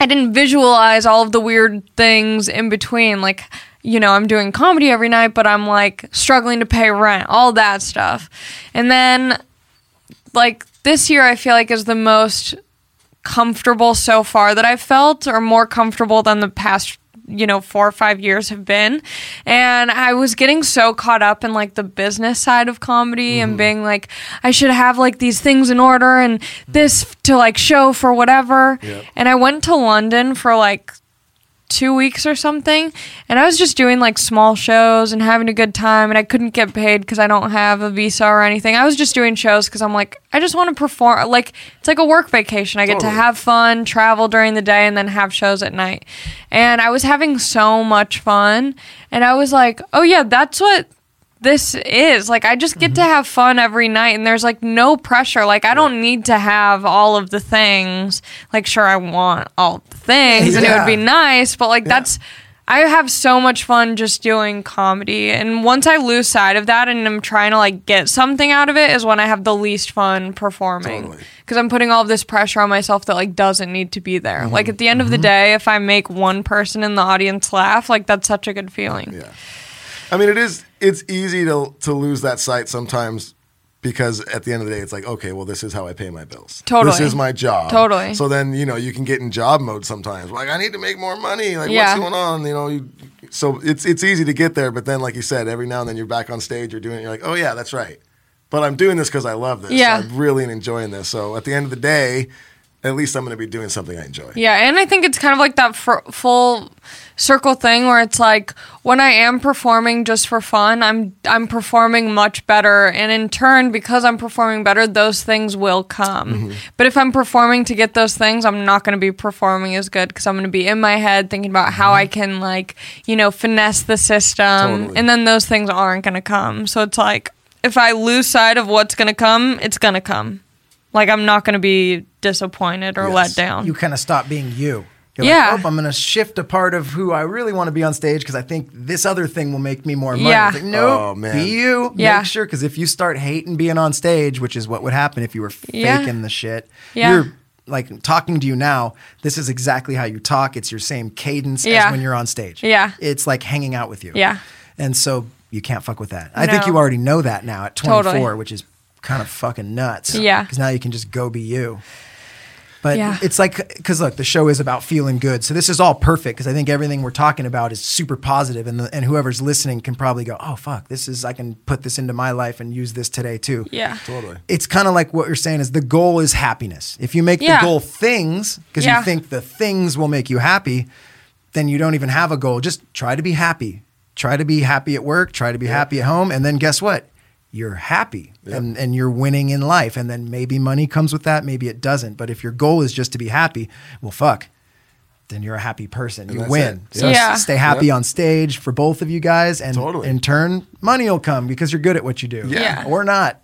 [SPEAKER 3] I didn't visualize all of the weird things in between. Like, you know, I'm doing comedy every night, but I'm like struggling to pay rent, all that stuff. And then like this year I feel like is the most comfortable so far that I've felt, or more comfortable than the past, you know, four or five years have been. And I was getting so caught up in like the business side of comedy and being like, I should have like these things in order and this f- to like show for whatever. And I went to London for like two weeks or something and i was just doing like small shows and having a good time and i couldn't get paid because i don't have a visa or anything i was just doing shows because i'm like i just want to perform like it's like a work vacation i get to have fun travel during the day and then have shows at night and i was having so much fun and i was like oh yeah that's what this is like i just get
[SPEAKER 1] Mm-hmm.
[SPEAKER 3] to have fun every night and there's like no pressure like i don't need to have all of the things like sure i want all the things and it would be
[SPEAKER 1] Yeah.
[SPEAKER 3] nice but like that's i have so much fun just doing comedy and once i lose sight of that and i'm trying to like get something out of it is when i have the least fun performing because i'm putting all of this pressure on myself that like doesn't need to be there
[SPEAKER 1] Mm-hmm.
[SPEAKER 3] like at the end of the day if i make one person in the audience laugh like that's such a good feeling
[SPEAKER 2] Yeah. I mean, it is. It's easy to to lose that sight sometimes because at the end of the day, it's like, okay, well, this is how I pay my bills. This
[SPEAKER 3] Totally.
[SPEAKER 2] is my job.
[SPEAKER 3] Totally.
[SPEAKER 2] So then you know you can get in job mode sometimes. Like I need to make more money. Like
[SPEAKER 3] Yeah.
[SPEAKER 2] what's going on? You know. You, so it's it's easy to get there, but then like you said, every now and then you're back on stage, you're doing, it, you're like, oh yeah, that's right. But I'm doing this because I love this.
[SPEAKER 3] Yeah.
[SPEAKER 2] I'm really enjoying this. So at the end of the day, at least I'm going to be doing something I enjoy.
[SPEAKER 3] Yeah, and I think it's kind of like that fr- full circle thing where it's like when I am performing just for fun, I'm I'm performing much better, and in turn, because I'm performing better, those things will come. But if I'm performing to get those things, I'm not going to be performing as good because I'm going to be in my head thinking about how I can like you know finesse the system,
[SPEAKER 2] Totally.
[SPEAKER 3] and then those things aren't going to come. So it's like if I lose sight of what's going to come, it's going to come. Like I'm not going to be disappointed or let down.
[SPEAKER 1] you kind of stop being you. You're like,
[SPEAKER 3] Yeah.
[SPEAKER 1] "Oh, I'm going to shift a part of who I really want to be on stage because I think this other thing will make me more money.
[SPEAKER 3] Yeah.
[SPEAKER 1] It's like, no,
[SPEAKER 2] Oh, man.
[SPEAKER 1] be you.
[SPEAKER 3] Yeah.
[SPEAKER 1] Make sure because if you start hating being on stage, which is what would happen if you were faking
[SPEAKER 3] Yeah.
[SPEAKER 1] the shit,
[SPEAKER 3] Yeah.
[SPEAKER 1] you're like talking to you now, this is exactly how you talk. It's your same cadence
[SPEAKER 3] Yeah.
[SPEAKER 1] as when you're on stage.
[SPEAKER 3] Yeah.
[SPEAKER 1] It's like hanging out with you.
[SPEAKER 3] Yeah.
[SPEAKER 1] And so you can't fuck with that. I think
[SPEAKER 3] No.
[SPEAKER 1] you already know that now at 24,
[SPEAKER 3] Totally.
[SPEAKER 1] which is kind of fucking nuts.
[SPEAKER 3] Yeah.
[SPEAKER 1] Because now you can just go be you. But
[SPEAKER 3] Yeah.
[SPEAKER 1] it's like, because look, the show is about feeling good. So this is all perfect because I think everything we're talking about is super positive, and, the, and whoever's listening can probably go, oh, fuck, this is, I can put this into my life and use this today too
[SPEAKER 3] Yeah.
[SPEAKER 2] Totally.
[SPEAKER 1] it's kind of like what you're saying is the goal is happiness. If you make
[SPEAKER 3] Yeah.
[SPEAKER 1] the goal things because
[SPEAKER 3] Yeah.
[SPEAKER 1] you think the things will make you happy, then you don't even have a goal. Just try to be happy. Try to be happy at work, try to be happy at home, and then guess what? You're happy and, and you're winning in life. And then maybe money comes with that, maybe it doesn't. But if your goal is just to be happy, well, fuck, then you're a happy person. you
[SPEAKER 2] that's
[SPEAKER 1] win.
[SPEAKER 2] it.
[SPEAKER 1] So
[SPEAKER 3] Yeah.
[SPEAKER 1] s- stay happy on stage for both of you guys. And
[SPEAKER 2] Totally.
[SPEAKER 1] in turn, money will come because you're good at what you do.
[SPEAKER 3] Yeah.
[SPEAKER 1] Or not.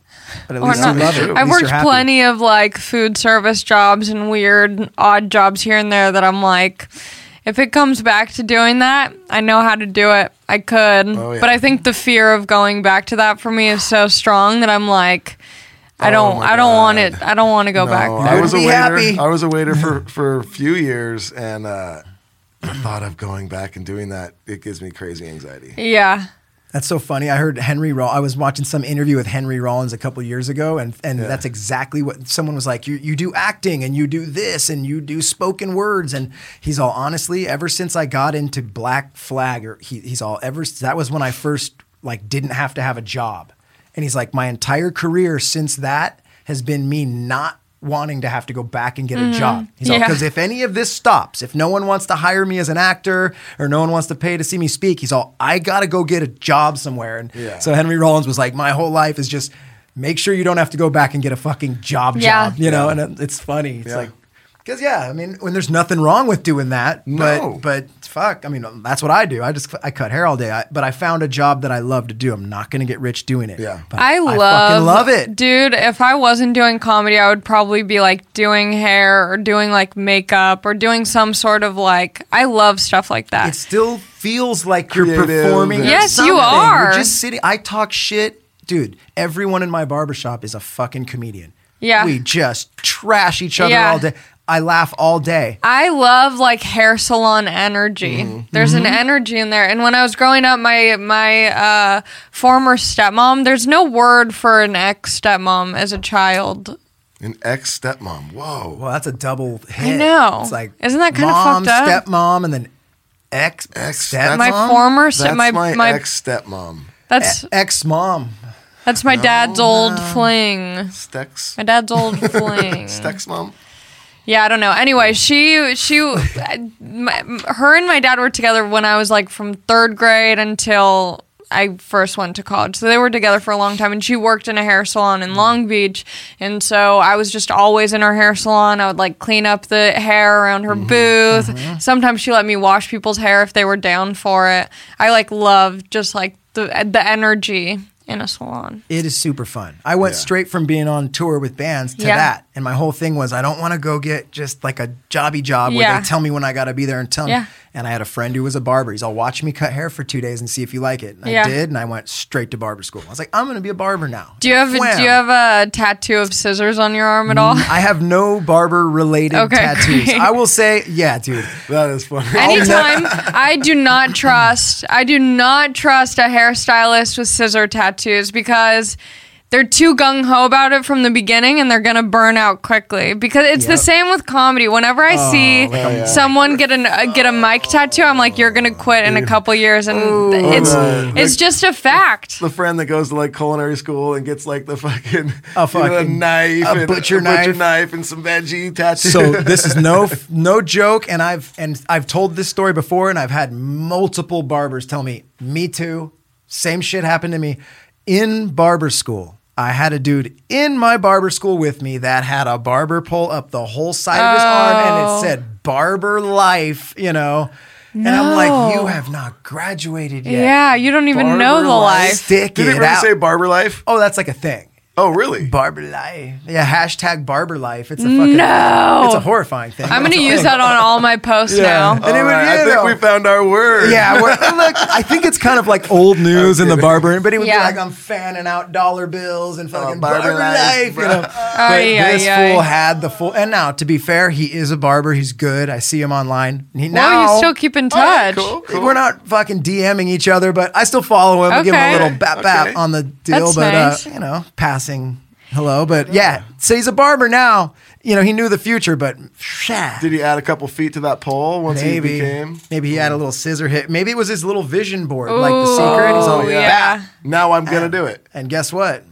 [SPEAKER 1] But at
[SPEAKER 3] Or
[SPEAKER 1] least
[SPEAKER 3] not.
[SPEAKER 1] you love it. At
[SPEAKER 3] I've
[SPEAKER 1] least
[SPEAKER 3] worked
[SPEAKER 1] you're happy.
[SPEAKER 3] plenty of like food service jobs and weird, odd jobs here and there that I'm like, if it comes back to doing that, I know how to do it. I could.
[SPEAKER 2] Oh, yeah.
[SPEAKER 3] But I think the fear of going back to that for me is so strong that I'm like, I
[SPEAKER 2] Oh
[SPEAKER 3] don't,
[SPEAKER 2] my
[SPEAKER 3] I don't want
[SPEAKER 2] God.
[SPEAKER 3] it. I don't want to go back.
[SPEAKER 2] No,
[SPEAKER 1] Good
[SPEAKER 2] I was
[SPEAKER 1] to
[SPEAKER 2] a
[SPEAKER 1] be
[SPEAKER 2] waiter.
[SPEAKER 1] happy.
[SPEAKER 2] I was a waiter for for a few years, and uh, the thought of going back and doing that it gives me crazy anxiety.
[SPEAKER 3] Yeah.
[SPEAKER 1] That's so funny. I heard Henry Roll. I was watching some interview with Henry Rollins a couple years ago, and and that's exactly what someone was like. You you do acting, and you do this, and you do spoken words, and he's all honestly. Ever since I got into Black Flag, or he, he's all ever. That was when I first like didn't have to have a job, and he's like my entire career since that has been me not wanting to have to go back and get a job. He's all
[SPEAKER 3] Yeah.
[SPEAKER 1] because if any of this stops, if no one wants to hire me as an actor or no one wants to pay to see me speak, he's all, I gotta go get a job somewhere. And
[SPEAKER 2] Yeah.
[SPEAKER 1] so Henry Rollins was like, my whole life is just make sure you don't have to go back and get a fucking job
[SPEAKER 3] Yeah.
[SPEAKER 1] job, you know? And it- it's funny. It's
[SPEAKER 2] Yeah.
[SPEAKER 1] like, because yeah, I mean, when there's nothing wrong with doing that,
[SPEAKER 2] No.
[SPEAKER 1] but but fuck, I mean, that's what I do. I just I cut hair all day, I, but I found a job that I love to do. I'm not gonna get rich doing it.
[SPEAKER 2] Yeah.
[SPEAKER 1] but
[SPEAKER 3] I love,
[SPEAKER 1] fucking love it.
[SPEAKER 3] dude. If I wasn't doing comedy, I would probably be like doing hair or doing like makeup or doing some sort of like. I love stuff like that.
[SPEAKER 1] it still feels like you're
[SPEAKER 2] Creative
[SPEAKER 1] performing.
[SPEAKER 2] and-
[SPEAKER 3] Yes, you
[SPEAKER 1] something.
[SPEAKER 3] are.
[SPEAKER 1] You're just sitting. I talk shit, dude. Everyone in my barbershop is a fucking comedian.
[SPEAKER 3] Yeah.
[SPEAKER 1] we just trash each other
[SPEAKER 3] Yeah.
[SPEAKER 1] all day. I laugh all day.
[SPEAKER 3] I love like hair salon energy.
[SPEAKER 1] Mm-hmm.
[SPEAKER 3] There's an energy in there. And when I was growing up, my my uh, former stepmom. There's no word for an ex stepmom as a child.
[SPEAKER 2] An ex stepmom. Whoa.
[SPEAKER 1] Well, that's a double hit.
[SPEAKER 3] know.
[SPEAKER 1] It's like
[SPEAKER 3] Isn't that kinda
[SPEAKER 1] mom,
[SPEAKER 3] fucked up?
[SPEAKER 1] Stepmom and then ex
[SPEAKER 2] Ex-
[SPEAKER 1] stepmom.
[SPEAKER 3] My former
[SPEAKER 2] That's
[SPEAKER 3] step, my
[SPEAKER 2] my,
[SPEAKER 3] my
[SPEAKER 2] ex stepmom.
[SPEAKER 3] that's
[SPEAKER 1] ex mom.
[SPEAKER 3] that's my dad's old fling.
[SPEAKER 2] Stex.
[SPEAKER 3] My dad's old fling.
[SPEAKER 2] Stex mom.
[SPEAKER 3] Yeah, I don't know. Anyway, she she, I- my, her and my dad were together when I was like from third grade until I first went to college. So they were together for a long time, and she worked in a hair salon in Long Beach, and so I was just always in her hair salon. I would like clean up the hair around her booth. Sometimes she let me wash people's hair if they were down for it. I like love just like the the energy in a salon.
[SPEAKER 1] It is super fun. I went
[SPEAKER 2] Yeah.
[SPEAKER 1] straight from being on tour with bands to
[SPEAKER 3] Yeah.
[SPEAKER 1] that. And my whole thing was I don't want to go get just like a jobby job where
[SPEAKER 3] Yeah.
[SPEAKER 1] they tell me when I got to be there and tell
[SPEAKER 3] Yeah.
[SPEAKER 1] me. And I had a friend who was a barber. He's all, watch me cut hair for two days and see if you like it. And I
[SPEAKER 3] Yeah.
[SPEAKER 1] did. And I went straight to barber school. I was like, I'm going to be a barber now.
[SPEAKER 3] Do you have
[SPEAKER 1] Wham.
[SPEAKER 3] do you have a tattoo of scissors on your arm at all?
[SPEAKER 1] I have no barber related
[SPEAKER 3] Okay,
[SPEAKER 1] tattoos.
[SPEAKER 3] great.
[SPEAKER 1] I will say, yeah, dude.
[SPEAKER 2] That is funny.
[SPEAKER 1] Oh,
[SPEAKER 3] Anytime I do not trust, I do not trust a hairstylist with scissor tattoos because they're too gung ho about it from the beginning and they're gonna burn out quickly. Because it's the same with comedy. Whenever
[SPEAKER 1] Oh,
[SPEAKER 3] I see someone get an uh, get a mic tattoo, I'm like, you're gonna quit in a couple years, and it's it's just a fact.
[SPEAKER 2] the friend that goes to like culinary school and gets like the fucking,
[SPEAKER 1] A
[SPEAKER 2] you know, a
[SPEAKER 1] fucking-
[SPEAKER 2] knife,
[SPEAKER 1] a
[SPEAKER 2] and butcher
[SPEAKER 1] butcher knife.
[SPEAKER 2] knife, and some veggie tattoo.
[SPEAKER 1] so this is no no joke and i've and i've told this story before and i've had multiple barbers tell me me too same shit happened to me in barber school i had a dude in my barber school with me that had a barber pole up the whole side of his arm and it
[SPEAKER 3] Oh.
[SPEAKER 1] said barber life you know and i'm like you have not graduated yet
[SPEAKER 3] Yeah, you don't even know the
[SPEAKER 1] Barber
[SPEAKER 3] life.
[SPEAKER 1] stick
[SPEAKER 2] Did
[SPEAKER 1] it
[SPEAKER 2] it really
[SPEAKER 1] out.
[SPEAKER 2] say barber life?
[SPEAKER 1] oh that's like a thing
[SPEAKER 2] Oh, really?
[SPEAKER 1] Barber life. Yeah, hashtag barber life. It's a fucking.
[SPEAKER 3] No.
[SPEAKER 1] It's a horrifying thing. Uh,
[SPEAKER 3] I'm gonna use that on all my posts now.
[SPEAKER 1] And it
[SPEAKER 2] All
[SPEAKER 1] would-
[SPEAKER 2] right,
[SPEAKER 1] you
[SPEAKER 2] I think
[SPEAKER 1] know.
[SPEAKER 2] we found our word.
[SPEAKER 1] Yeah, we're, look, I think it's kind of like old news in the barber, but it would
[SPEAKER 3] Yeah.
[SPEAKER 1] be like I'm fanning out dollar bills and fucking Oh, barber,
[SPEAKER 2] barber
[SPEAKER 1] life, Oh,
[SPEAKER 2] life,
[SPEAKER 1] you
[SPEAKER 2] bruh.
[SPEAKER 1] know. but
[SPEAKER 3] Ay, ay,
[SPEAKER 1] this
[SPEAKER 3] ay.
[SPEAKER 1] fool had the full. And now, to be fair, he is a barber. He's good. I see him online. And He, now
[SPEAKER 3] Now you still keep in touch.
[SPEAKER 2] Cool, cool.
[SPEAKER 1] We're not fucking DMing each other, but I still follow him. I give him a
[SPEAKER 3] Okay.
[SPEAKER 1] little bap bap
[SPEAKER 2] Okay.
[SPEAKER 1] on the deal,
[SPEAKER 3] That's
[SPEAKER 1] but
[SPEAKER 3] nice.
[SPEAKER 1] uh, you know, passing hello. But yeah, so he's a barber now. You know, he knew the future, but shit.
[SPEAKER 2] Did he add a couple feet to that pole once he
[SPEAKER 1] Maybe,
[SPEAKER 2] became?
[SPEAKER 1] maybe he
[SPEAKER 2] Mm.
[SPEAKER 1] had a little scissor hit. Maybe it was his little vision board, like the secret. Oh, He's all
[SPEAKER 3] Ooh,
[SPEAKER 1] like,
[SPEAKER 3] Oh, yeah.
[SPEAKER 1] "Bah."
[SPEAKER 2] Now I'm gonna do it.
[SPEAKER 1] And guess what?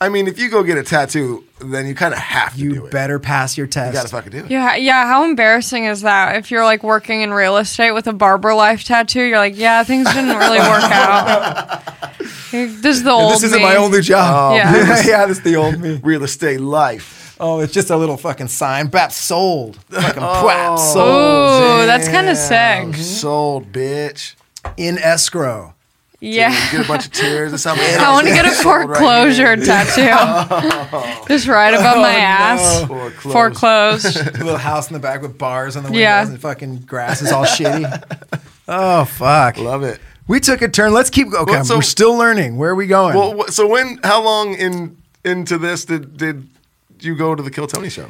[SPEAKER 2] I mean, if you go get a tattoo, then you kind of have to do
[SPEAKER 1] You
[SPEAKER 2] it.
[SPEAKER 1] better pass your test.
[SPEAKER 2] You gotta fucking do it.
[SPEAKER 3] Yeah, yeah. How embarrassing is that? If you're like working in real estate with a barber life tattoo, you're like, yeah, things didn't really work out. This is the old.
[SPEAKER 1] this isn't
[SPEAKER 3] me.
[SPEAKER 1] my only
[SPEAKER 2] Oh.
[SPEAKER 1] job.
[SPEAKER 3] Yeah.
[SPEAKER 1] yeah, this is the old me.
[SPEAKER 2] Real estate life.
[SPEAKER 1] Oh, it's just a little fucking sign. Bap sold. Fucking
[SPEAKER 2] Oh.
[SPEAKER 1] prap sold.
[SPEAKER 3] Ooh, that's kind of
[SPEAKER 2] Damn,
[SPEAKER 3] sick.
[SPEAKER 2] Sold, bitch.
[SPEAKER 1] In escrow.
[SPEAKER 3] Yeah.
[SPEAKER 2] You get a bunch of tears or something.
[SPEAKER 3] I want to get a
[SPEAKER 2] Sold right
[SPEAKER 3] foreclosure
[SPEAKER 2] here.
[SPEAKER 3] tattoo. Just right above my ass.
[SPEAKER 2] Foreclosed.
[SPEAKER 3] Foreclosed.
[SPEAKER 1] A little house in the back with bars on the windows
[SPEAKER 3] Yeah.
[SPEAKER 1] and fucking grass is all shitty. Oh, fuck.
[SPEAKER 2] Love it.
[SPEAKER 1] We took a turn. Let's keep Okay,
[SPEAKER 2] Well, so-
[SPEAKER 1] we're still learning. Where are we going?
[SPEAKER 2] Well, wh- so when? How long in into this did did you go to the Kill Tony show?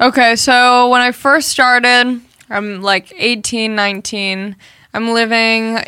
[SPEAKER 3] Okay, so when I first started, I'm like 18, 19. I'm living,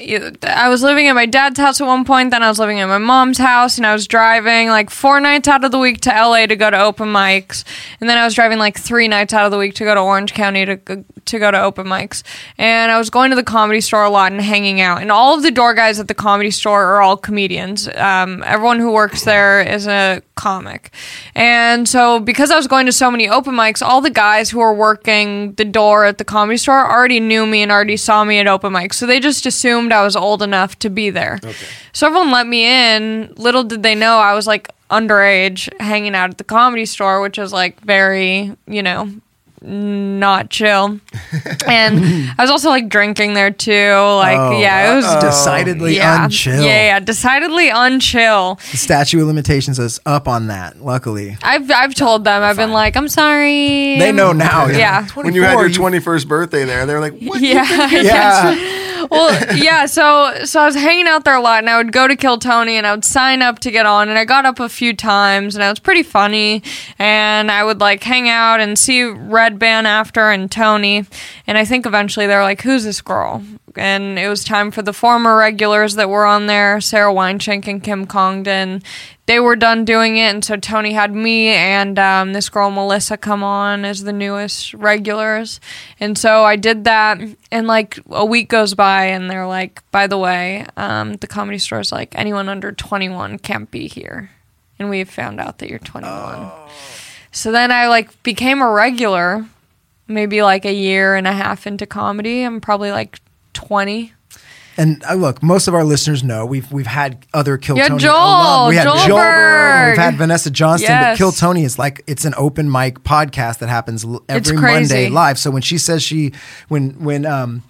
[SPEAKER 3] I was living at my dad's house at one point, then I was living at my mom's house, and I was driving like four nights out of the week to LA to go to open mics. And then I was driving like three nights out of the week to go to Orange County to, to go to open mics. And I was going to the comedy store a lot and hanging out. And all of the door guys at the comedy store are all comedians. Um, everyone who works there is a comic. And so because I was going to so many open mics, all the guys who were working the door at the comedy store already knew me and already saw me at open mics. So they just assumed I was old enough to be there. So everyone let me in. Little did they know I was like underage hanging out at the comedy store, which is like very, you know, not chill. and I was also like drinking there too. Like, yeah, it was
[SPEAKER 1] Decidedly
[SPEAKER 3] Oh, yeah.
[SPEAKER 1] unchill.
[SPEAKER 3] Yeah, yeah, decidedly unchill.
[SPEAKER 1] The statute of limitations is up on that, luckily.
[SPEAKER 3] I've I've told them. I've been like, I'm sorry.
[SPEAKER 1] They know now.
[SPEAKER 3] Yeah.
[SPEAKER 2] When you had
[SPEAKER 1] 24,
[SPEAKER 2] your twenty first birthday there, they're like, "What?
[SPEAKER 3] Yeah,
[SPEAKER 1] Yeah.
[SPEAKER 3] well, yeah. So, so I was hanging out there a lot, and I would go to Kill Tony, and I would sign up to get on, and I got up a few times, and I was pretty funny, and I would like hang out and see Red Band after and Tony, and I think eventually they're like, "Who's this girl?" And it was time for the former regulars that were on there, Sarah Weinschenk and Kim Congdon. They were done doing it, and so Tony had me and um, this girl Melissa come on as the newest regulars, and so I did that. And like a week goes by, and they're like, "By the way, um, the comedy store is like anyone under 21 can't be here," and we found out that you're 21. So then I like became a regular, maybe like a year and a half into comedy. I'm probably like 20.
[SPEAKER 1] And uh, look, most of our listeners know we've we've had other Kill
[SPEAKER 3] Yeah,
[SPEAKER 1] Tony.
[SPEAKER 3] Joel,
[SPEAKER 1] alum. we had
[SPEAKER 3] Joel
[SPEAKER 1] Joel,
[SPEAKER 3] Berg.
[SPEAKER 1] we've had Vanessa Johnston. But
[SPEAKER 3] Yes.
[SPEAKER 1] Kill Tony is like it's an open mic podcast that happens l-
[SPEAKER 3] It's
[SPEAKER 1] every
[SPEAKER 3] crazy.
[SPEAKER 1] Monday live. So when she says she, when when um.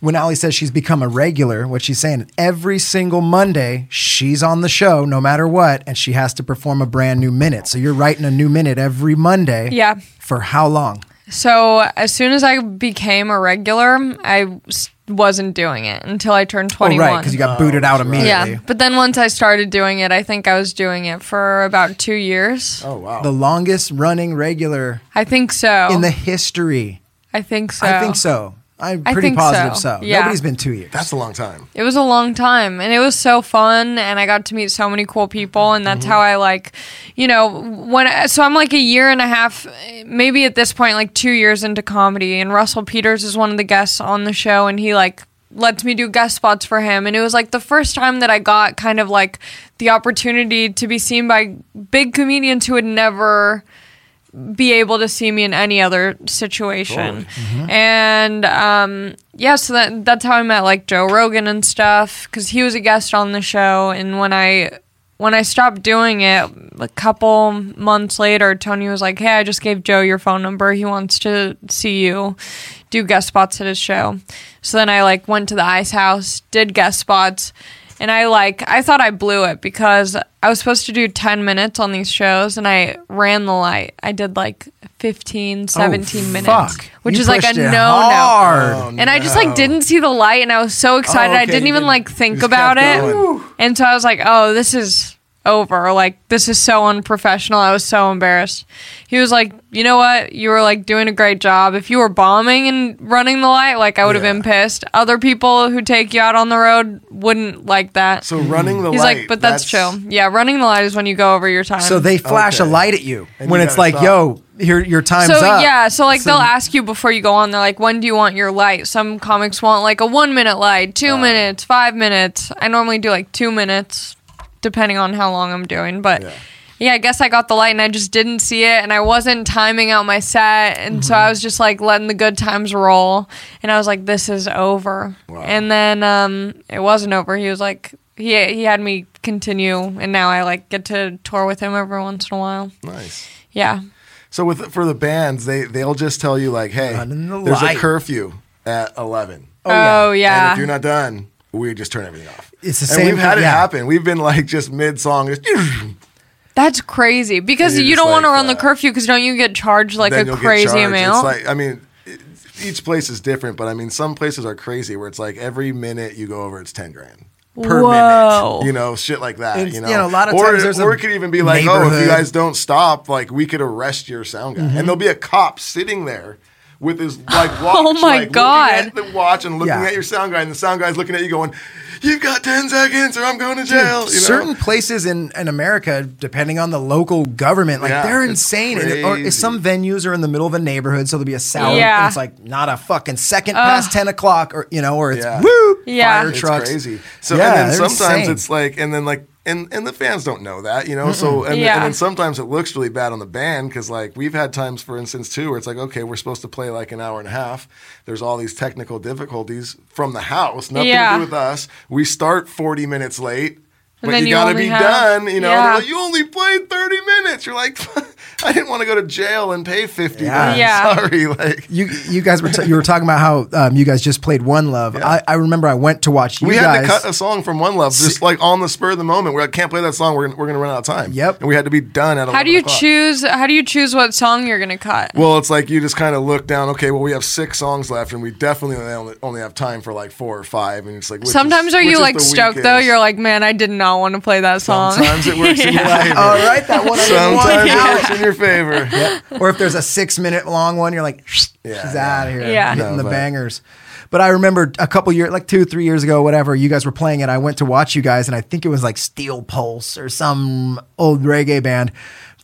[SPEAKER 1] When Ali says she's become a regular, what she's saying every single Monday she's on the show, no matter what, and she has to perform a brand new minute. So you're writing a new minute every Monday.
[SPEAKER 3] Yeah.
[SPEAKER 1] For how long?
[SPEAKER 3] So as soon as I became a regular, I s- wasn't doing it until I turned
[SPEAKER 1] Oh,
[SPEAKER 3] 21.
[SPEAKER 1] right, because you got booted out immediately.
[SPEAKER 3] yeah, but then once I started doing it, I think I was doing it for about two years.
[SPEAKER 2] Oh wow."
[SPEAKER 1] The longest running regular
[SPEAKER 3] I think so.
[SPEAKER 1] in the history
[SPEAKER 3] I think so.
[SPEAKER 1] I think so. I'm
[SPEAKER 3] I
[SPEAKER 1] pretty
[SPEAKER 3] think
[SPEAKER 1] positive so.
[SPEAKER 3] so. Yeah.
[SPEAKER 1] Nobody's been two years.
[SPEAKER 2] that's a long time.
[SPEAKER 3] It was a long time and it was so fun and I got to meet so many cool people and that's how I like, you know, when I- so I'm like a year and a half maybe at this point like 2 years into comedy and Russell Peters is one of the guests on the show and he like lets me do guest spots for him and it was like the first time that I got kind of like the opportunity to be seen by big comedians who would never be able to see me in any other situation. And um, yeah, so that, that's how I met like Joe Rogan and stuff because he was a guest on the show. And when I when I stopped doing it a couple months later, Tony was like, "Hey, I just gave Joe your phone number. He wants to see you do guest spots at his show." So then I like went to the Ice House, did guest spots. and I like I thought I blew it because I was supposed to do 10 minutes on these shows and I ran the light. I did like 15, 17 minutes,
[SPEAKER 1] Oh, fuck.
[SPEAKER 3] which
[SPEAKER 1] You
[SPEAKER 3] is like a
[SPEAKER 1] pushed it
[SPEAKER 3] no
[SPEAKER 1] hard.
[SPEAKER 3] no. And I just like didn't see the light and I was so excited.
[SPEAKER 2] Oh,
[SPEAKER 3] I
[SPEAKER 2] okay,
[SPEAKER 3] didn't
[SPEAKER 2] you
[SPEAKER 3] even
[SPEAKER 2] didn't-
[SPEAKER 3] like
[SPEAKER 2] you
[SPEAKER 3] think
[SPEAKER 2] just
[SPEAKER 3] about
[SPEAKER 2] kept
[SPEAKER 3] it.
[SPEAKER 2] going.
[SPEAKER 3] And so I was like, "Oh, this is over. Like this is so unprofessional. I was so embarrassed." He was like, "You know what? You were like doing a great job. If you were bombing and running the light, like I would have
[SPEAKER 2] Yeah.
[SPEAKER 3] been pissed. Other people who take you out on the road wouldn't like that."
[SPEAKER 2] So running the
[SPEAKER 3] He's
[SPEAKER 2] light.
[SPEAKER 3] like, but that's, chill. Yeah, running the light is when you go over your time.
[SPEAKER 1] So they flash a
[SPEAKER 2] Okay.
[SPEAKER 1] light at you
[SPEAKER 2] And
[SPEAKER 1] when
[SPEAKER 2] you
[SPEAKER 1] it's
[SPEAKER 2] gotta
[SPEAKER 1] like,
[SPEAKER 2] stop.
[SPEAKER 1] yo, your your time's
[SPEAKER 3] so
[SPEAKER 1] up.
[SPEAKER 3] yeah, so like they'll ask you before you go on. They're like, when do you want your light? Some comics want like a one minute light, two minutes, five minutes. I normally do like two minutes, depending on how long I'm doing. But yeah. I guess I got the light and I just didn't see it, and I wasn't timing out my set, and so I was just like letting the good times roll, and I was like, this is over. And then um, it wasn't over. He was like. He, he had me continue and now I like get to tour with him every once in a while.
[SPEAKER 2] Nice.
[SPEAKER 3] Yeah.
[SPEAKER 2] So with for the bands, they they'll just tell you like, hey,
[SPEAKER 1] Running the
[SPEAKER 2] there's
[SPEAKER 1] light.
[SPEAKER 2] a curfew at eleven.
[SPEAKER 3] Oh yeah.
[SPEAKER 2] And if you're not done, we just turn everything off.
[SPEAKER 1] It's the
[SPEAKER 2] and
[SPEAKER 1] same
[SPEAKER 2] We've had
[SPEAKER 1] thing-
[SPEAKER 2] it
[SPEAKER 1] yeah.
[SPEAKER 2] happen. We've been like just mid song, just
[SPEAKER 3] That's crazy because
[SPEAKER 2] And you're
[SPEAKER 3] you
[SPEAKER 2] just
[SPEAKER 3] don't want to
[SPEAKER 2] like,
[SPEAKER 3] run the
[SPEAKER 2] uh,
[SPEAKER 3] curfew because don't you get charged like
[SPEAKER 2] then
[SPEAKER 3] a
[SPEAKER 2] you'll get
[SPEAKER 3] crazy
[SPEAKER 2] charged.
[SPEAKER 3] amount?
[SPEAKER 2] It's like I mean, it- each place is different, but I mean, some places are crazy where it's like every minute you go over, it's ten grand. Per
[SPEAKER 3] Whoa.
[SPEAKER 2] minute, you know, shit like that.
[SPEAKER 1] Oh. It's-
[SPEAKER 2] You know?
[SPEAKER 1] you know, a lot of
[SPEAKER 2] or,
[SPEAKER 1] times there's a
[SPEAKER 2] or it could even be like, oh, if
[SPEAKER 1] neighborhood- Mm-hmm.
[SPEAKER 2] you guys don't stop, like we could arrest your sound guy, and there'll be a cop sitting there with his like watch,
[SPEAKER 3] Oh my
[SPEAKER 2] like,
[SPEAKER 3] God.
[SPEAKER 2] looking at the watch and looking
[SPEAKER 1] Yeah.
[SPEAKER 2] at your sound guy, and the sound guy's looking at you going, "You've got ten seconds, or I'm going to jail." you know?
[SPEAKER 1] Certain places in, in America, depending on the local government, like
[SPEAKER 2] Yeah,
[SPEAKER 1] they're
[SPEAKER 2] it's
[SPEAKER 1] insane. And, or
[SPEAKER 2] crazy.
[SPEAKER 1] if some venues are in the middle of a neighborhood, so there'll be a sound.
[SPEAKER 3] Yeah.
[SPEAKER 1] And it's like not a fucking second past ten o'clock, or you know, or it's
[SPEAKER 2] Yeah.
[SPEAKER 1] whoop
[SPEAKER 3] Yeah.
[SPEAKER 1] fire
[SPEAKER 3] It's
[SPEAKER 1] trucks.
[SPEAKER 2] It's crazy. So
[SPEAKER 1] Yeah,
[SPEAKER 2] and then
[SPEAKER 1] they're
[SPEAKER 2] sometimes
[SPEAKER 1] insane.
[SPEAKER 2] it's like, and then like, and and the fans don't know that, you know. So and,
[SPEAKER 3] Yeah.
[SPEAKER 2] and then sometimes it looks really bad on the band because like we've had times, for instance, too, where it's like, okay, we're supposed to play like an hour and a half. There's all these technical difficulties from the house, nothing
[SPEAKER 3] Yeah.
[SPEAKER 2] to do with us. We start 40 minutes late. But
[SPEAKER 3] then
[SPEAKER 2] you,
[SPEAKER 3] you
[SPEAKER 2] gotta
[SPEAKER 3] only
[SPEAKER 2] be
[SPEAKER 3] have-
[SPEAKER 2] done, you know.
[SPEAKER 3] Yeah.
[SPEAKER 2] They're like, you only played thirty minutes. You're like, I didn't want to go to jail and pay fifty.
[SPEAKER 1] Yeah.
[SPEAKER 2] bucks.
[SPEAKER 3] Yeah.
[SPEAKER 2] sorry. Like,
[SPEAKER 1] You you guys were t- you were talking about how um, you guys just played One Love. I, I remember I went to watch you
[SPEAKER 2] we
[SPEAKER 1] guys.
[SPEAKER 2] had to cut a song from One Love just like on the spur of the moment. We're like, can't play that song. We're, we're going to run out of time.
[SPEAKER 1] Yep.
[SPEAKER 2] And we had to be done at
[SPEAKER 3] how do
[SPEAKER 2] 11
[SPEAKER 3] you
[SPEAKER 2] o'clock.
[SPEAKER 3] choose? How do you choose what song you're gonna cut?
[SPEAKER 2] Well, it's like you just kind of look down. Okay, well, we have six songs left, and we definitely only, only have time for like four or five. And it's like which is-
[SPEAKER 3] Sometimes are
[SPEAKER 2] which
[SPEAKER 3] you
[SPEAKER 2] is
[SPEAKER 3] like
[SPEAKER 2] the
[SPEAKER 3] stoked though?
[SPEAKER 2] weakest?
[SPEAKER 3] You're like, "Oh." man, I did not want to play that song.
[SPEAKER 2] sometimes it works in your favor.
[SPEAKER 1] All right, Oh, that one. I didn't want.
[SPEAKER 2] Sometimes it works in your favor.
[SPEAKER 1] or if there's a six minute long one, you're like,
[SPEAKER 2] Yeah,
[SPEAKER 1] she's
[SPEAKER 2] yeah.
[SPEAKER 1] out of here.
[SPEAKER 3] Yeah.
[SPEAKER 1] Hitting
[SPEAKER 2] No,
[SPEAKER 1] the
[SPEAKER 2] but-
[SPEAKER 1] bangers. But I remember a couple years, like two, three years ago, whatever, you guys were playing it. I went to watch you guys, and I think it was like Steel Pulse or some old reggae band.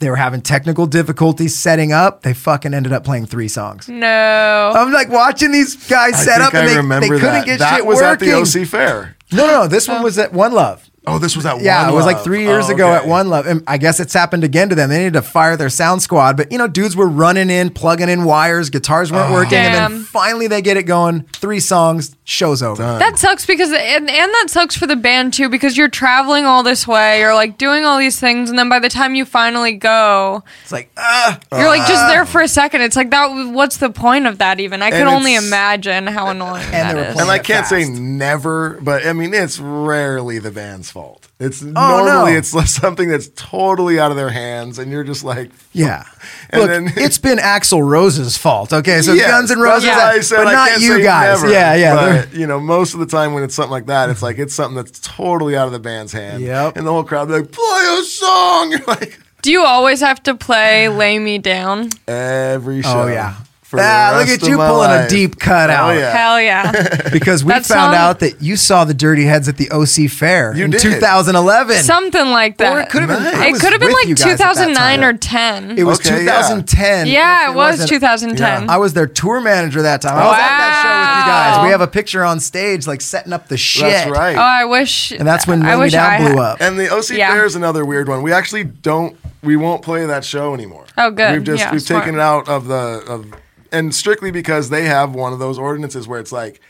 [SPEAKER 1] They were having technical difficulties setting up. They fucking ended up playing three songs.
[SPEAKER 3] no.
[SPEAKER 2] Oh,
[SPEAKER 1] I'm like watching these guys
[SPEAKER 2] I
[SPEAKER 1] set
[SPEAKER 2] think
[SPEAKER 1] up, and
[SPEAKER 2] I
[SPEAKER 1] they,
[SPEAKER 2] remember
[SPEAKER 1] they couldn't
[SPEAKER 2] that.
[SPEAKER 1] get
[SPEAKER 2] that
[SPEAKER 1] shit
[SPEAKER 2] was
[SPEAKER 1] working.
[SPEAKER 2] at the OC Fair.
[SPEAKER 1] No, no, no. This one was at One Love.
[SPEAKER 2] Oh, this was at
[SPEAKER 1] Yeah,
[SPEAKER 2] One
[SPEAKER 1] it was like
[SPEAKER 2] Love.
[SPEAKER 1] three years
[SPEAKER 2] Oh,
[SPEAKER 1] ago at
[SPEAKER 2] okay.
[SPEAKER 1] One Love. And I guess it's happened again to them. They needed to fire their sound squad, but you know, dudes were running in, plugging in wires, guitars
[SPEAKER 2] Oh.
[SPEAKER 1] weren't working, and
[SPEAKER 3] Damn.
[SPEAKER 1] then finally they get it going. Three songs, show's over.
[SPEAKER 3] That sucks because and, and that sucks for the band too because you're traveling all this way, you're like doing all these things, and then by the time you finally go,
[SPEAKER 1] It's like, ah,
[SPEAKER 3] you're like just
[SPEAKER 2] Uh.
[SPEAKER 3] there for a second. It's like that. What's the point of that even? I can only
[SPEAKER 2] it's-
[SPEAKER 3] imagine how annoying
[SPEAKER 1] And they
[SPEAKER 3] that
[SPEAKER 1] were
[SPEAKER 3] is.
[SPEAKER 1] playing
[SPEAKER 2] And I
[SPEAKER 1] it
[SPEAKER 2] can't say
[SPEAKER 1] fast.
[SPEAKER 2] never, but I mean it's rarely the band's fault. It's
[SPEAKER 1] Oh, no.
[SPEAKER 2] normally it's like something that's totally out of their hands, and you're just like,
[SPEAKER 1] yeah.
[SPEAKER 2] And
[SPEAKER 1] Look,
[SPEAKER 2] then-
[SPEAKER 1] it's been Axl Rose's fault. Okay, so
[SPEAKER 2] Yes,
[SPEAKER 1] Guns and
[SPEAKER 2] that's
[SPEAKER 1] Roses,
[SPEAKER 2] what
[SPEAKER 3] yeah,
[SPEAKER 2] I said,
[SPEAKER 1] but
[SPEAKER 2] I
[SPEAKER 1] not
[SPEAKER 2] can't
[SPEAKER 1] you
[SPEAKER 2] say
[SPEAKER 1] guys.
[SPEAKER 2] never,
[SPEAKER 1] yeah, yeah. they're-
[SPEAKER 2] But, you know, most of the time when it's something like that, it's like it's something that's totally out of the band's hand.
[SPEAKER 1] Yep.
[SPEAKER 2] And the whole crowd like, play a song. You're like
[SPEAKER 3] Do you always have to play "Lay Me Down"?
[SPEAKER 2] every show.
[SPEAKER 1] Oh yeah.
[SPEAKER 2] uh, For the
[SPEAKER 1] Ah, look
[SPEAKER 2] rest
[SPEAKER 1] at
[SPEAKER 2] of
[SPEAKER 1] you
[SPEAKER 2] my
[SPEAKER 1] pulling a
[SPEAKER 2] life.
[SPEAKER 1] deep cut
[SPEAKER 2] Oh,
[SPEAKER 1] out.
[SPEAKER 2] yeah.
[SPEAKER 3] Hell yeah.
[SPEAKER 1] Because we
[SPEAKER 3] That
[SPEAKER 1] found
[SPEAKER 3] song-
[SPEAKER 1] out that you saw the Dirty Heads at the OC Fair
[SPEAKER 2] You
[SPEAKER 1] in
[SPEAKER 2] did.
[SPEAKER 1] 2011.
[SPEAKER 3] Something like that.
[SPEAKER 1] Or it could have been.
[SPEAKER 2] Nice.
[SPEAKER 1] I
[SPEAKER 3] It
[SPEAKER 1] was
[SPEAKER 3] could have been
[SPEAKER 1] with you
[SPEAKER 3] like
[SPEAKER 1] guys at that
[SPEAKER 3] 2009
[SPEAKER 1] time.
[SPEAKER 3] or 10.
[SPEAKER 1] It was
[SPEAKER 2] Okay, yeah.
[SPEAKER 1] 2010.
[SPEAKER 3] yeah,
[SPEAKER 1] If
[SPEAKER 3] it was
[SPEAKER 1] wasn't-
[SPEAKER 3] 2010.
[SPEAKER 1] I was their tour manager that time. I was at that show with you guys.
[SPEAKER 3] Wow.
[SPEAKER 1] We have a picture on stage, like setting up the shit.
[SPEAKER 2] That's right.
[SPEAKER 3] oh, I wish.
[SPEAKER 1] And that's when
[SPEAKER 3] I
[SPEAKER 1] Lay Me
[SPEAKER 3] wish I
[SPEAKER 1] Down blew
[SPEAKER 3] had-
[SPEAKER 1] up.
[SPEAKER 2] And the OC
[SPEAKER 3] Yeah.
[SPEAKER 2] Fair is another weird one. We actually don't, we won't play that show anymore.
[SPEAKER 3] Oh, good.
[SPEAKER 2] We've just
[SPEAKER 3] Yeah,
[SPEAKER 2] we've
[SPEAKER 3] smart.
[SPEAKER 2] taken it out of the of, and strictly because they have one of those ordinances where it's like,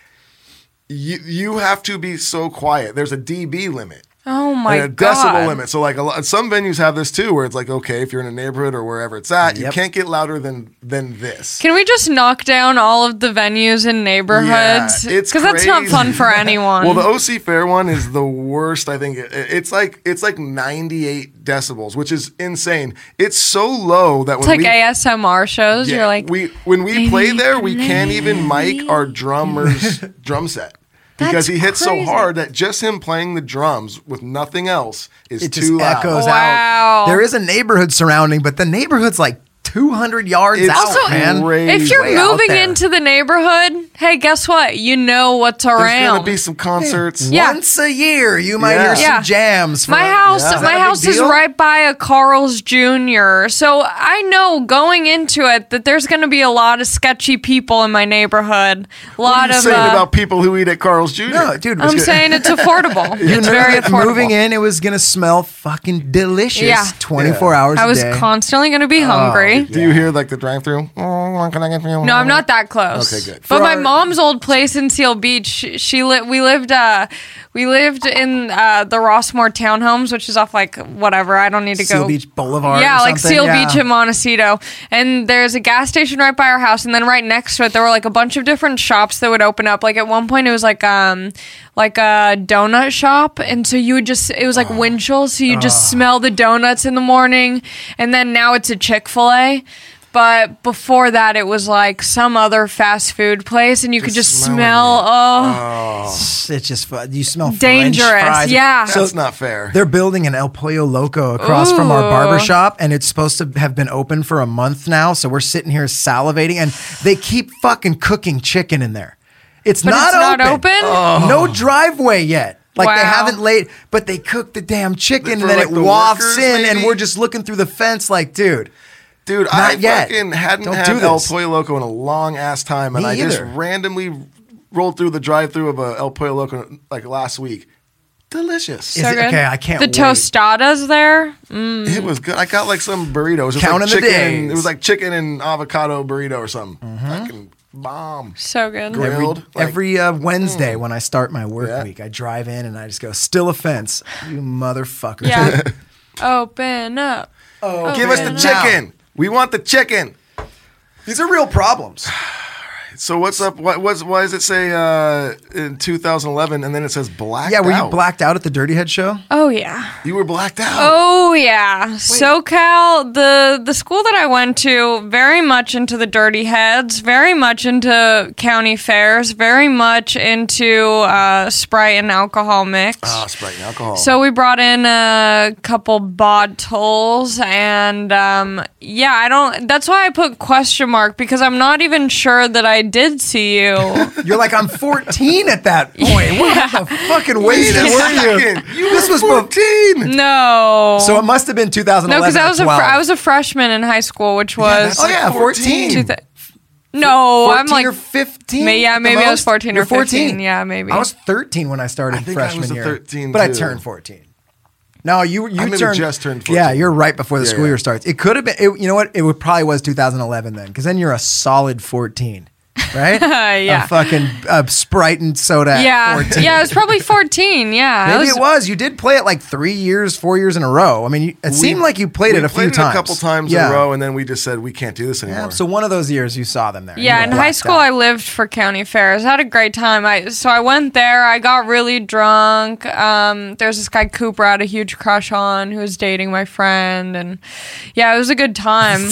[SPEAKER 2] you you have to be so quiet. There's a dB limit.
[SPEAKER 3] Oh my
[SPEAKER 2] and a
[SPEAKER 3] god.
[SPEAKER 2] decibel limit. So like a lot, some venues have this too, where it's like okay, if you're in a neighborhood or wherever it's at, you
[SPEAKER 1] Yep.
[SPEAKER 2] can't get louder than than this.
[SPEAKER 3] Can we just knock down all of the venues and neighborhoods?
[SPEAKER 2] Yeah, it's
[SPEAKER 3] that's not
[SPEAKER 2] crazy.
[SPEAKER 3] fun for anyone.
[SPEAKER 2] Well, the OC Fair one is the worst. I think It- it's like it's like 98 decibels, which is insane. It's so low that when
[SPEAKER 3] it's like
[SPEAKER 2] we,
[SPEAKER 3] ASMR shows.
[SPEAKER 2] yeah,
[SPEAKER 3] You're like,
[SPEAKER 2] we when we play
[SPEAKER 3] "Baby,
[SPEAKER 2] there, we
[SPEAKER 3] come
[SPEAKER 2] can't
[SPEAKER 3] here,
[SPEAKER 2] even mic
[SPEAKER 3] baby."
[SPEAKER 2] our drummer's drum set. Because
[SPEAKER 3] That's
[SPEAKER 2] he hits
[SPEAKER 3] crazy.
[SPEAKER 2] so hard that just him playing the drums with nothing else is
[SPEAKER 1] It
[SPEAKER 2] too
[SPEAKER 1] just
[SPEAKER 2] loud.
[SPEAKER 1] echoes
[SPEAKER 3] Wow.
[SPEAKER 1] out. There is a neighborhood surrounding, but the neighborhood's like 200 yards
[SPEAKER 2] It's
[SPEAKER 1] out,
[SPEAKER 3] Also,
[SPEAKER 1] man.
[SPEAKER 2] crazy.
[SPEAKER 3] if you're
[SPEAKER 1] way out
[SPEAKER 3] moving
[SPEAKER 1] there.
[SPEAKER 3] into the neighborhood, hey, guess what? You know what's
[SPEAKER 2] There's
[SPEAKER 3] around.
[SPEAKER 2] gonna be some concerts.
[SPEAKER 3] Yeah.
[SPEAKER 1] Once a year, you might
[SPEAKER 2] Yeah.
[SPEAKER 1] hear some
[SPEAKER 3] Yeah.
[SPEAKER 1] jams. From
[SPEAKER 3] my house,
[SPEAKER 1] Is that a
[SPEAKER 3] my
[SPEAKER 1] big
[SPEAKER 3] house is
[SPEAKER 1] deal?
[SPEAKER 3] right by a Carl's Jr. So I know going into it that there's going to be a lot of sketchy people in my neighborhood. A lot
[SPEAKER 2] What are you
[SPEAKER 3] of.
[SPEAKER 2] saying
[SPEAKER 3] uh,
[SPEAKER 2] about people who eat at Carl's Jr.?
[SPEAKER 1] No, dude.
[SPEAKER 3] I'm saying it's affordable. it's very affordable.
[SPEAKER 1] moving in, it was gonna smell fucking delicious.
[SPEAKER 3] Yeah.
[SPEAKER 1] 24 hours
[SPEAKER 3] I was
[SPEAKER 1] a day. Oh,
[SPEAKER 3] constantly going to be hungry.
[SPEAKER 2] Do you hear like the drive-through? Oh, can I get you?
[SPEAKER 3] No, I'm not that close.
[SPEAKER 2] Okay, good.
[SPEAKER 3] But
[SPEAKER 1] For
[SPEAKER 3] my
[SPEAKER 1] our-
[SPEAKER 3] mom's old place in Seal Beach, she, she li- we lived uh we lived in uh the Rossmore townhomes, which is off like whatever. I don't need to
[SPEAKER 1] Seal
[SPEAKER 3] go.
[SPEAKER 1] Beach Boulevard.
[SPEAKER 3] yeah,
[SPEAKER 1] or
[SPEAKER 3] like
[SPEAKER 1] something.
[SPEAKER 3] Seal
[SPEAKER 1] Yeah.
[SPEAKER 3] Beach and Montecito. And there's a gas station right by our house and then right next to it there were like a bunch of different shops that would open up. Like at one point it was like um like a donut shop and so you would just it was like
[SPEAKER 1] Ah.
[SPEAKER 3] Winchell, so you just smell the donuts in the morning and then now it's a Chick-fil-A. But before that it was like some other fast food place and you could
[SPEAKER 2] Just
[SPEAKER 3] just
[SPEAKER 2] smelling
[SPEAKER 3] smell
[SPEAKER 2] it.
[SPEAKER 3] oh,
[SPEAKER 1] It's just fu- you smell French
[SPEAKER 3] dangerous.
[SPEAKER 1] fries.
[SPEAKER 3] Yeah.
[SPEAKER 2] That's not fair.
[SPEAKER 1] They're building an El Pollo Loco across from our
[SPEAKER 3] Ooh.
[SPEAKER 1] barber shop, and it's supposed to have been open for a month now. So we're sitting here salivating, and they keep fucking cooking chicken in there. It's,
[SPEAKER 3] But
[SPEAKER 1] not,
[SPEAKER 3] it's not
[SPEAKER 1] open.
[SPEAKER 3] open?
[SPEAKER 2] Oh.
[SPEAKER 1] No driveway yet. Like they
[SPEAKER 3] Wow.
[SPEAKER 1] haven't laid, but they cook the damn
[SPEAKER 2] For,
[SPEAKER 1] chicken, and then
[SPEAKER 2] like,
[SPEAKER 1] it
[SPEAKER 2] the
[SPEAKER 1] wafts
[SPEAKER 2] workers,
[SPEAKER 1] in, and
[SPEAKER 2] maybe?
[SPEAKER 1] we're just looking through the fence, like, dude.
[SPEAKER 2] Dude,
[SPEAKER 1] Not
[SPEAKER 2] I
[SPEAKER 1] yet.
[SPEAKER 2] fucking hadn't
[SPEAKER 1] Don't do
[SPEAKER 2] had El
[SPEAKER 1] this.
[SPEAKER 2] Pollo Loco in a long ass time, and
[SPEAKER 1] Me
[SPEAKER 2] I just
[SPEAKER 1] either.
[SPEAKER 2] randomly rolled through the drive-through of a El Pollo Loco like last week. Delicious.
[SPEAKER 1] Is
[SPEAKER 3] so
[SPEAKER 1] it-
[SPEAKER 3] good.
[SPEAKER 1] okay, I can't
[SPEAKER 3] The
[SPEAKER 1] wait.
[SPEAKER 3] tostadas there.
[SPEAKER 2] it was good. I got like some burritos. It was
[SPEAKER 1] Counting
[SPEAKER 2] like
[SPEAKER 1] the
[SPEAKER 2] chicken
[SPEAKER 1] days. Mm-hmm.
[SPEAKER 2] And, it was like chicken and avocado burrito or something. Fucking bomb.
[SPEAKER 3] So good.
[SPEAKER 2] Great.
[SPEAKER 1] Every,
[SPEAKER 2] Grilled, like-
[SPEAKER 1] every uh,
[SPEAKER 3] Mm.
[SPEAKER 1] Wednesday when I start my work
[SPEAKER 2] Yeah.
[SPEAKER 1] week, I drive in and I just go, still a fence, you motherfucker.
[SPEAKER 3] Yeah. Open up.
[SPEAKER 1] Oh,
[SPEAKER 2] Give us the
[SPEAKER 1] man.
[SPEAKER 2] chicken. We want the chicken.
[SPEAKER 1] These are real problems.
[SPEAKER 2] So what's up? What, what's, why does it say uh, in 2011 and then it says blacked
[SPEAKER 1] Yeah, were you
[SPEAKER 2] out?
[SPEAKER 1] blacked out at the Dirty Head show?
[SPEAKER 3] Oh yeah.
[SPEAKER 2] You were blacked out.
[SPEAKER 3] Oh yeah. SoCal, the the school that I went to, very much into the dirty heads, very much into county fairs, very much into uh, Sprite and alcohol mix.
[SPEAKER 2] Ah, Sprite and alcohol.
[SPEAKER 3] So we brought in a couple bottles, and um, yeah, I don't. That's why I put question mark because I'm not even sure that I did see you.
[SPEAKER 1] You're like, I'm 14 at that point. What the fucking
[SPEAKER 2] Wait
[SPEAKER 1] wait
[SPEAKER 2] a
[SPEAKER 1] were you?
[SPEAKER 2] second. You
[SPEAKER 1] This
[SPEAKER 2] were
[SPEAKER 1] was bef-
[SPEAKER 2] 14.
[SPEAKER 3] no.
[SPEAKER 1] So it must have been 2011.
[SPEAKER 3] no, because I
[SPEAKER 1] or
[SPEAKER 3] was a fr-
[SPEAKER 1] 12.
[SPEAKER 3] I was a freshman in high school, which was
[SPEAKER 1] Oh, yeah, 14.
[SPEAKER 3] two thou- no,
[SPEAKER 1] 14
[SPEAKER 3] I'm like
[SPEAKER 1] or 15.
[SPEAKER 3] May- yeah,
[SPEAKER 1] at the
[SPEAKER 3] maybe I was
[SPEAKER 1] most?
[SPEAKER 3] 14 or
[SPEAKER 1] You're 14.
[SPEAKER 3] 15. Yeah, maybe.
[SPEAKER 1] I was 13 when I started
[SPEAKER 2] I think I was
[SPEAKER 1] freshman
[SPEAKER 2] a
[SPEAKER 1] year.
[SPEAKER 2] 13
[SPEAKER 1] but I
[SPEAKER 2] too.
[SPEAKER 1] turned 14. No, you you
[SPEAKER 2] maybe
[SPEAKER 1] turned
[SPEAKER 2] just turned
[SPEAKER 1] Yeah,
[SPEAKER 2] 14.
[SPEAKER 1] you're right before the
[SPEAKER 2] Yeah,
[SPEAKER 1] school
[SPEAKER 2] yeah.
[SPEAKER 1] year starts. It could have been. It, you know what? It would, probably was 2011 then, because then you're a solid 14, right?
[SPEAKER 3] Yeah.
[SPEAKER 1] A fucking a Sprite and soda. at
[SPEAKER 3] yeah,
[SPEAKER 1] 14.
[SPEAKER 3] yeah, I was probably 14. Yeah, I
[SPEAKER 1] Maybe
[SPEAKER 3] was,
[SPEAKER 1] it was. You did play it like three years, four years in a row. I mean, you, it seemed like you played
[SPEAKER 2] we
[SPEAKER 1] it a
[SPEAKER 2] played
[SPEAKER 1] few times.
[SPEAKER 2] a couple times
[SPEAKER 1] yeah.
[SPEAKER 2] in a row, and then we just said we can't do this anymore.
[SPEAKER 1] Yeah, so one of those years you saw them there.
[SPEAKER 3] Yeah,
[SPEAKER 1] You
[SPEAKER 3] in
[SPEAKER 1] blacked
[SPEAKER 3] high school
[SPEAKER 1] out.
[SPEAKER 3] I lived for county fairs. I had a great time. I so I went there. I got really drunk. Um, there's this guy Cooper I had a huge crush on who was dating my friend, and yeah, it was a good time.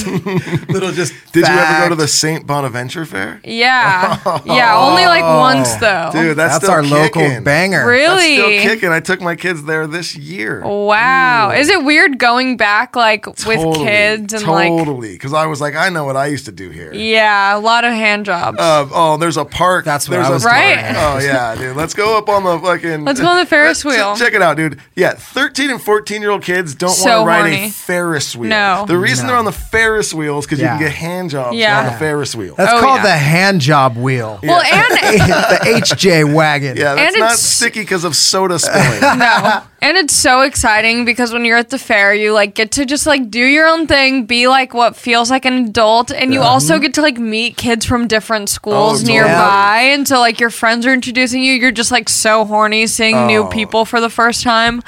[SPEAKER 1] little just.
[SPEAKER 2] Did you ever go to the Saint Bonaventure Fair?
[SPEAKER 3] yeah, yeah, only like once though.
[SPEAKER 2] Dude, that's,
[SPEAKER 1] That's,
[SPEAKER 2] still
[SPEAKER 1] our local
[SPEAKER 2] kicking.
[SPEAKER 1] banger.
[SPEAKER 2] That's
[SPEAKER 3] really? Oh,
[SPEAKER 2] still kicking. I took my kids there this year.
[SPEAKER 3] Wow, is it weird going back like with
[SPEAKER 2] Totally,
[SPEAKER 3] kids and like
[SPEAKER 2] totally, because I was like, I know what I used to do here.
[SPEAKER 3] yeah, a lot of hand jobs.
[SPEAKER 2] Uh, oh, there's a park.
[SPEAKER 1] That's what
[SPEAKER 2] there's
[SPEAKER 1] I
[SPEAKER 2] a
[SPEAKER 1] was
[SPEAKER 2] park.
[SPEAKER 3] Right? doing.
[SPEAKER 2] Oh yeah, dude. Let's go up on the fucking.
[SPEAKER 3] Let's go on the Ferris wheel.
[SPEAKER 2] Check it out, dude. Yeah, 13 and 14 year old kids don't want
[SPEAKER 3] So
[SPEAKER 2] to ride
[SPEAKER 3] horny.
[SPEAKER 2] a Ferris wheel.
[SPEAKER 3] No.
[SPEAKER 2] The reason
[SPEAKER 1] No.
[SPEAKER 2] they're on the Ferris wheeel is because
[SPEAKER 1] Yeah.
[SPEAKER 2] you can get hand jobs
[SPEAKER 3] Yeah.
[SPEAKER 2] on the Ferris wheel.
[SPEAKER 1] That's
[SPEAKER 3] Oh,
[SPEAKER 1] called
[SPEAKER 3] yeah.
[SPEAKER 1] the hand hand job wheel.
[SPEAKER 3] Well, and
[SPEAKER 1] the HJ wagon.
[SPEAKER 2] Yeah, that's
[SPEAKER 3] And
[SPEAKER 2] not
[SPEAKER 3] it's-
[SPEAKER 2] sticky because of soda spilling.
[SPEAKER 3] no, and it's so exciting because when you're at the fair, you like get to just like do your own thing, be like what feels like an adult, and you also get to like meet kids from different schools
[SPEAKER 2] Oh, totally.
[SPEAKER 3] nearby, and so like your friends are introducing you. You're just like so horny seeing new people for the first time.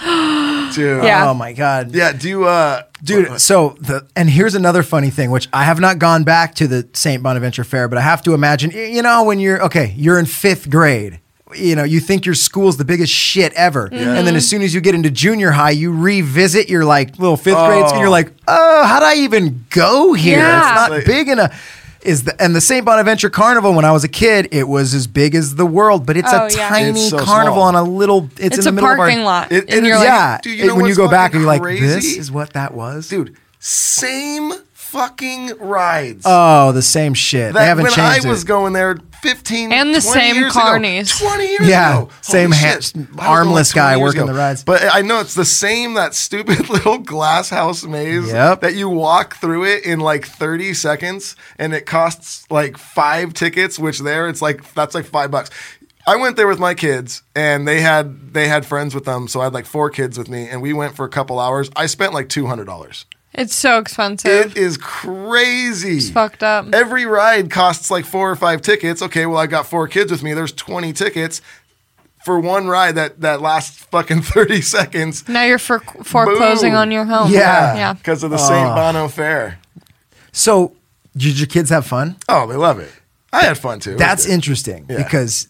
[SPEAKER 2] Dude.
[SPEAKER 3] Yeah.
[SPEAKER 1] Oh my god.
[SPEAKER 2] Yeah, do you, uh
[SPEAKER 1] Dude, so the and here's another funny thing, which I have not gone back to the St. Bonaventure Fair, but I have to imagine, y- you know, when you're okay, you're in fifth grade. You know, you think your school's the biggest shit ever. And then as soon as you get into junior high, you revisit your like little fifth grades and you're like, oh, how'd I even go here?
[SPEAKER 2] uh,
[SPEAKER 3] Yeah.
[SPEAKER 1] It's not big enough. Is the and the St. Bonaventure Carnival when I was a kid, it was as big as the world, but it's
[SPEAKER 3] Oh,
[SPEAKER 1] a
[SPEAKER 3] yeah.
[SPEAKER 1] tiny
[SPEAKER 2] It's so
[SPEAKER 1] carnival
[SPEAKER 2] small.
[SPEAKER 1] on a little it's,
[SPEAKER 3] It's,
[SPEAKER 1] in
[SPEAKER 3] a
[SPEAKER 1] the middle
[SPEAKER 3] parking
[SPEAKER 1] of our,
[SPEAKER 3] lot.
[SPEAKER 2] It- it
[SPEAKER 3] and you're
[SPEAKER 2] is-
[SPEAKER 3] like,
[SPEAKER 1] yeah.
[SPEAKER 2] "Dude, you know
[SPEAKER 1] when you
[SPEAKER 2] what's
[SPEAKER 1] go back,
[SPEAKER 2] fucking
[SPEAKER 1] you're like, this
[SPEAKER 2] crazy?"
[SPEAKER 1] is what that was.
[SPEAKER 2] dude, same fucking rides.
[SPEAKER 1] Oh, the same shit. they
[SPEAKER 2] that
[SPEAKER 1] haven't
[SPEAKER 2] when
[SPEAKER 1] changed
[SPEAKER 2] I was
[SPEAKER 1] it.
[SPEAKER 2] going there 15
[SPEAKER 3] And
[SPEAKER 2] 20
[SPEAKER 3] the same
[SPEAKER 2] years ago.
[SPEAKER 3] carnies.
[SPEAKER 2] 20 years
[SPEAKER 1] Yeah,
[SPEAKER 2] ago.
[SPEAKER 1] same
[SPEAKER 2] Holy shit.
[SPEAKER 1] ha-
[SPEAKER 2] I was going
[SPEAKER 1] armless
[SPEAKER 2] 20
[SPEAKER 1] guy
[SPEAKER 2] years
[SPEAKER 1] working
[SPEAKER 2] ago.
[SPEAKER 1] the rides.
[SPEAKER 2] But I know it's the same that stupid little glass house maze
[SPEAKER 1] Yep.
[SPEAKER 2] that you walk through it in like 30 seconds and it costs like 5 tickets which there it's like that's like 5 bucks. I went there with my kids and they had they had friends with them so I had like 4 kids with me and we went for a couple hours. I spent like $200.
[SPEAKER 3] it's so expensive.
[SPEAKER 2] It is crazy. It's
[SPEAKER 3] fucked up.
[SPEAKER 2] Every ride costs like four or five tickets. Okay, well I got four kids with me. There's 20 tickets for one ride that that lasts fucking 30 seconds.
[SPEAKER 3] now you're for- foreclosing
[SPEAKER 2] Boom.
[SPEAKER 3] on your home.
[SPEAKER 1] Yeah.
[SPEAKER 3] yeah.
[SPEAKER 2] Because of the St. Bono Fair.
[SPEAKER 1] so, did your kids have fun?
[SPEAKER 2] Oh, they love it. I had fun too. It was
[SPEAKER 1] That's
[SPEAKER 2] good.
[SPEAKER 1] interesting
[SPEAKER 2] Yeah.
[SPEAKER 1] because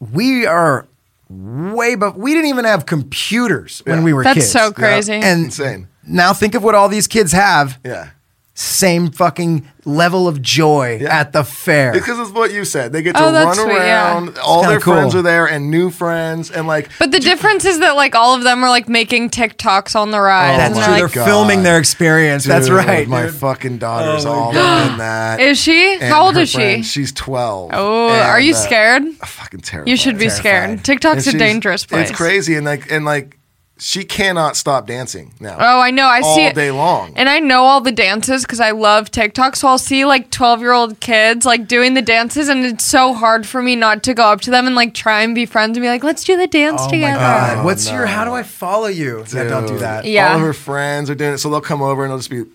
[SPEAKER 1] we are way but we didn't even have computers when
[SPEAKER 2] Yeah.
[SPEAKER 1] we were
[SPEAKER 3] That's
[SPEAKER 1] kids.
[SPEAKER 3] so crazy.
[SPEAKER 1] And
[SPEAKER 2] insane.
[SPEAKER 1] now think of what all these kids have.
[SPEAKER 2] Yeah.
[SPEAKER 1] Same fucking level of joy
[SPEAKER 2] Yeah.
[SPEAKER 1] at the fair.
[SPEAKER 2] Because it's what you said. They get to
[SPEAKER 3] Oh,
[SPEAKER 2] run
[SPEAKER 3] that's sweet, yeah.
[SPEAKER 2] around. All
[SPEAKER 1] kinda
[SPEAKER 2] their friends
[SPEAKER 1] cool.
[SPEAKER 2] are there and new friends and like
[SPEAKER 3] But the difference is that like all of them are like making TikToks on the ride.
[SPEAKER 1] That's
[SPEAKER 3] and
[SPEAKER 1] true.
[SPEAKER 3] they're
[SPEAKER 1] They're
[SPEAKER 3] like,
[SPEAKER 2] Oh God.
[SPEAKER 1] filming their experience. That's
[SPEAKER 2] dude,
[SPEAKER 1] right.
[SPEAKER 2] My
[SPEAKER 1] dude. Oh
[SPEAKER 2] fucking daughter's all up in that.
[SPEAKER 3] is she?
[SPEAKER 2] and
[SPEAKER 3] How old
[SPEAKER 2] her
[SPEAKER 3] is she?
[SPEAKER 2] friend, She's 12.
[SPEAKER 3] oh,
[SPEAKER 2] And,
[SPEAKER 3] are you
[SPEAKER 2] uh,
[SPEAKER 3] scared?
[SPEAKER 2] I'm fucking terrified.
[SPEAKER 3] You should be scared.
[SPEAKER 2] And
[SPEAKER 3] TikTok's a
[SPEAKER 2] she's-
[SPEAKER 3] dangerous place.
[SPEAKER 2] It's crazy, and like and like, she cannot stop dancing now.
[SPEAKER 3] Oh, I know. I
[SPEAKER 2] all
[SPEAKER 3] see it
[SPEAKER 2] day long.
[SPEAKER 3] and I know all the dances because I love TikTok. So I'll see like twelve-year-old kids like doing the dances, and it's so hard for me not to go up to them and like try and be friends and be like, "Let's do the dance
[SPEAKER 1] Oh my
[SPEAKER 3] together."
[SPEAKER 1] god.
[SPEAKER 2] Oh,
[SPEAKER 1] What's
[SPEAKER 2] no.
[SPEAKER 1] your how do I follow you? Yeah, don't do
[SPEAKER 2] Dude,
[SPEAKER 1] that.
[SPEAKER 3] Yeah.
[SPEAKER 2] all of her friends are doing it, so they'll come over and they'll just be a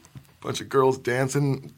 [SPEAKER 2] bunch of girls dancing.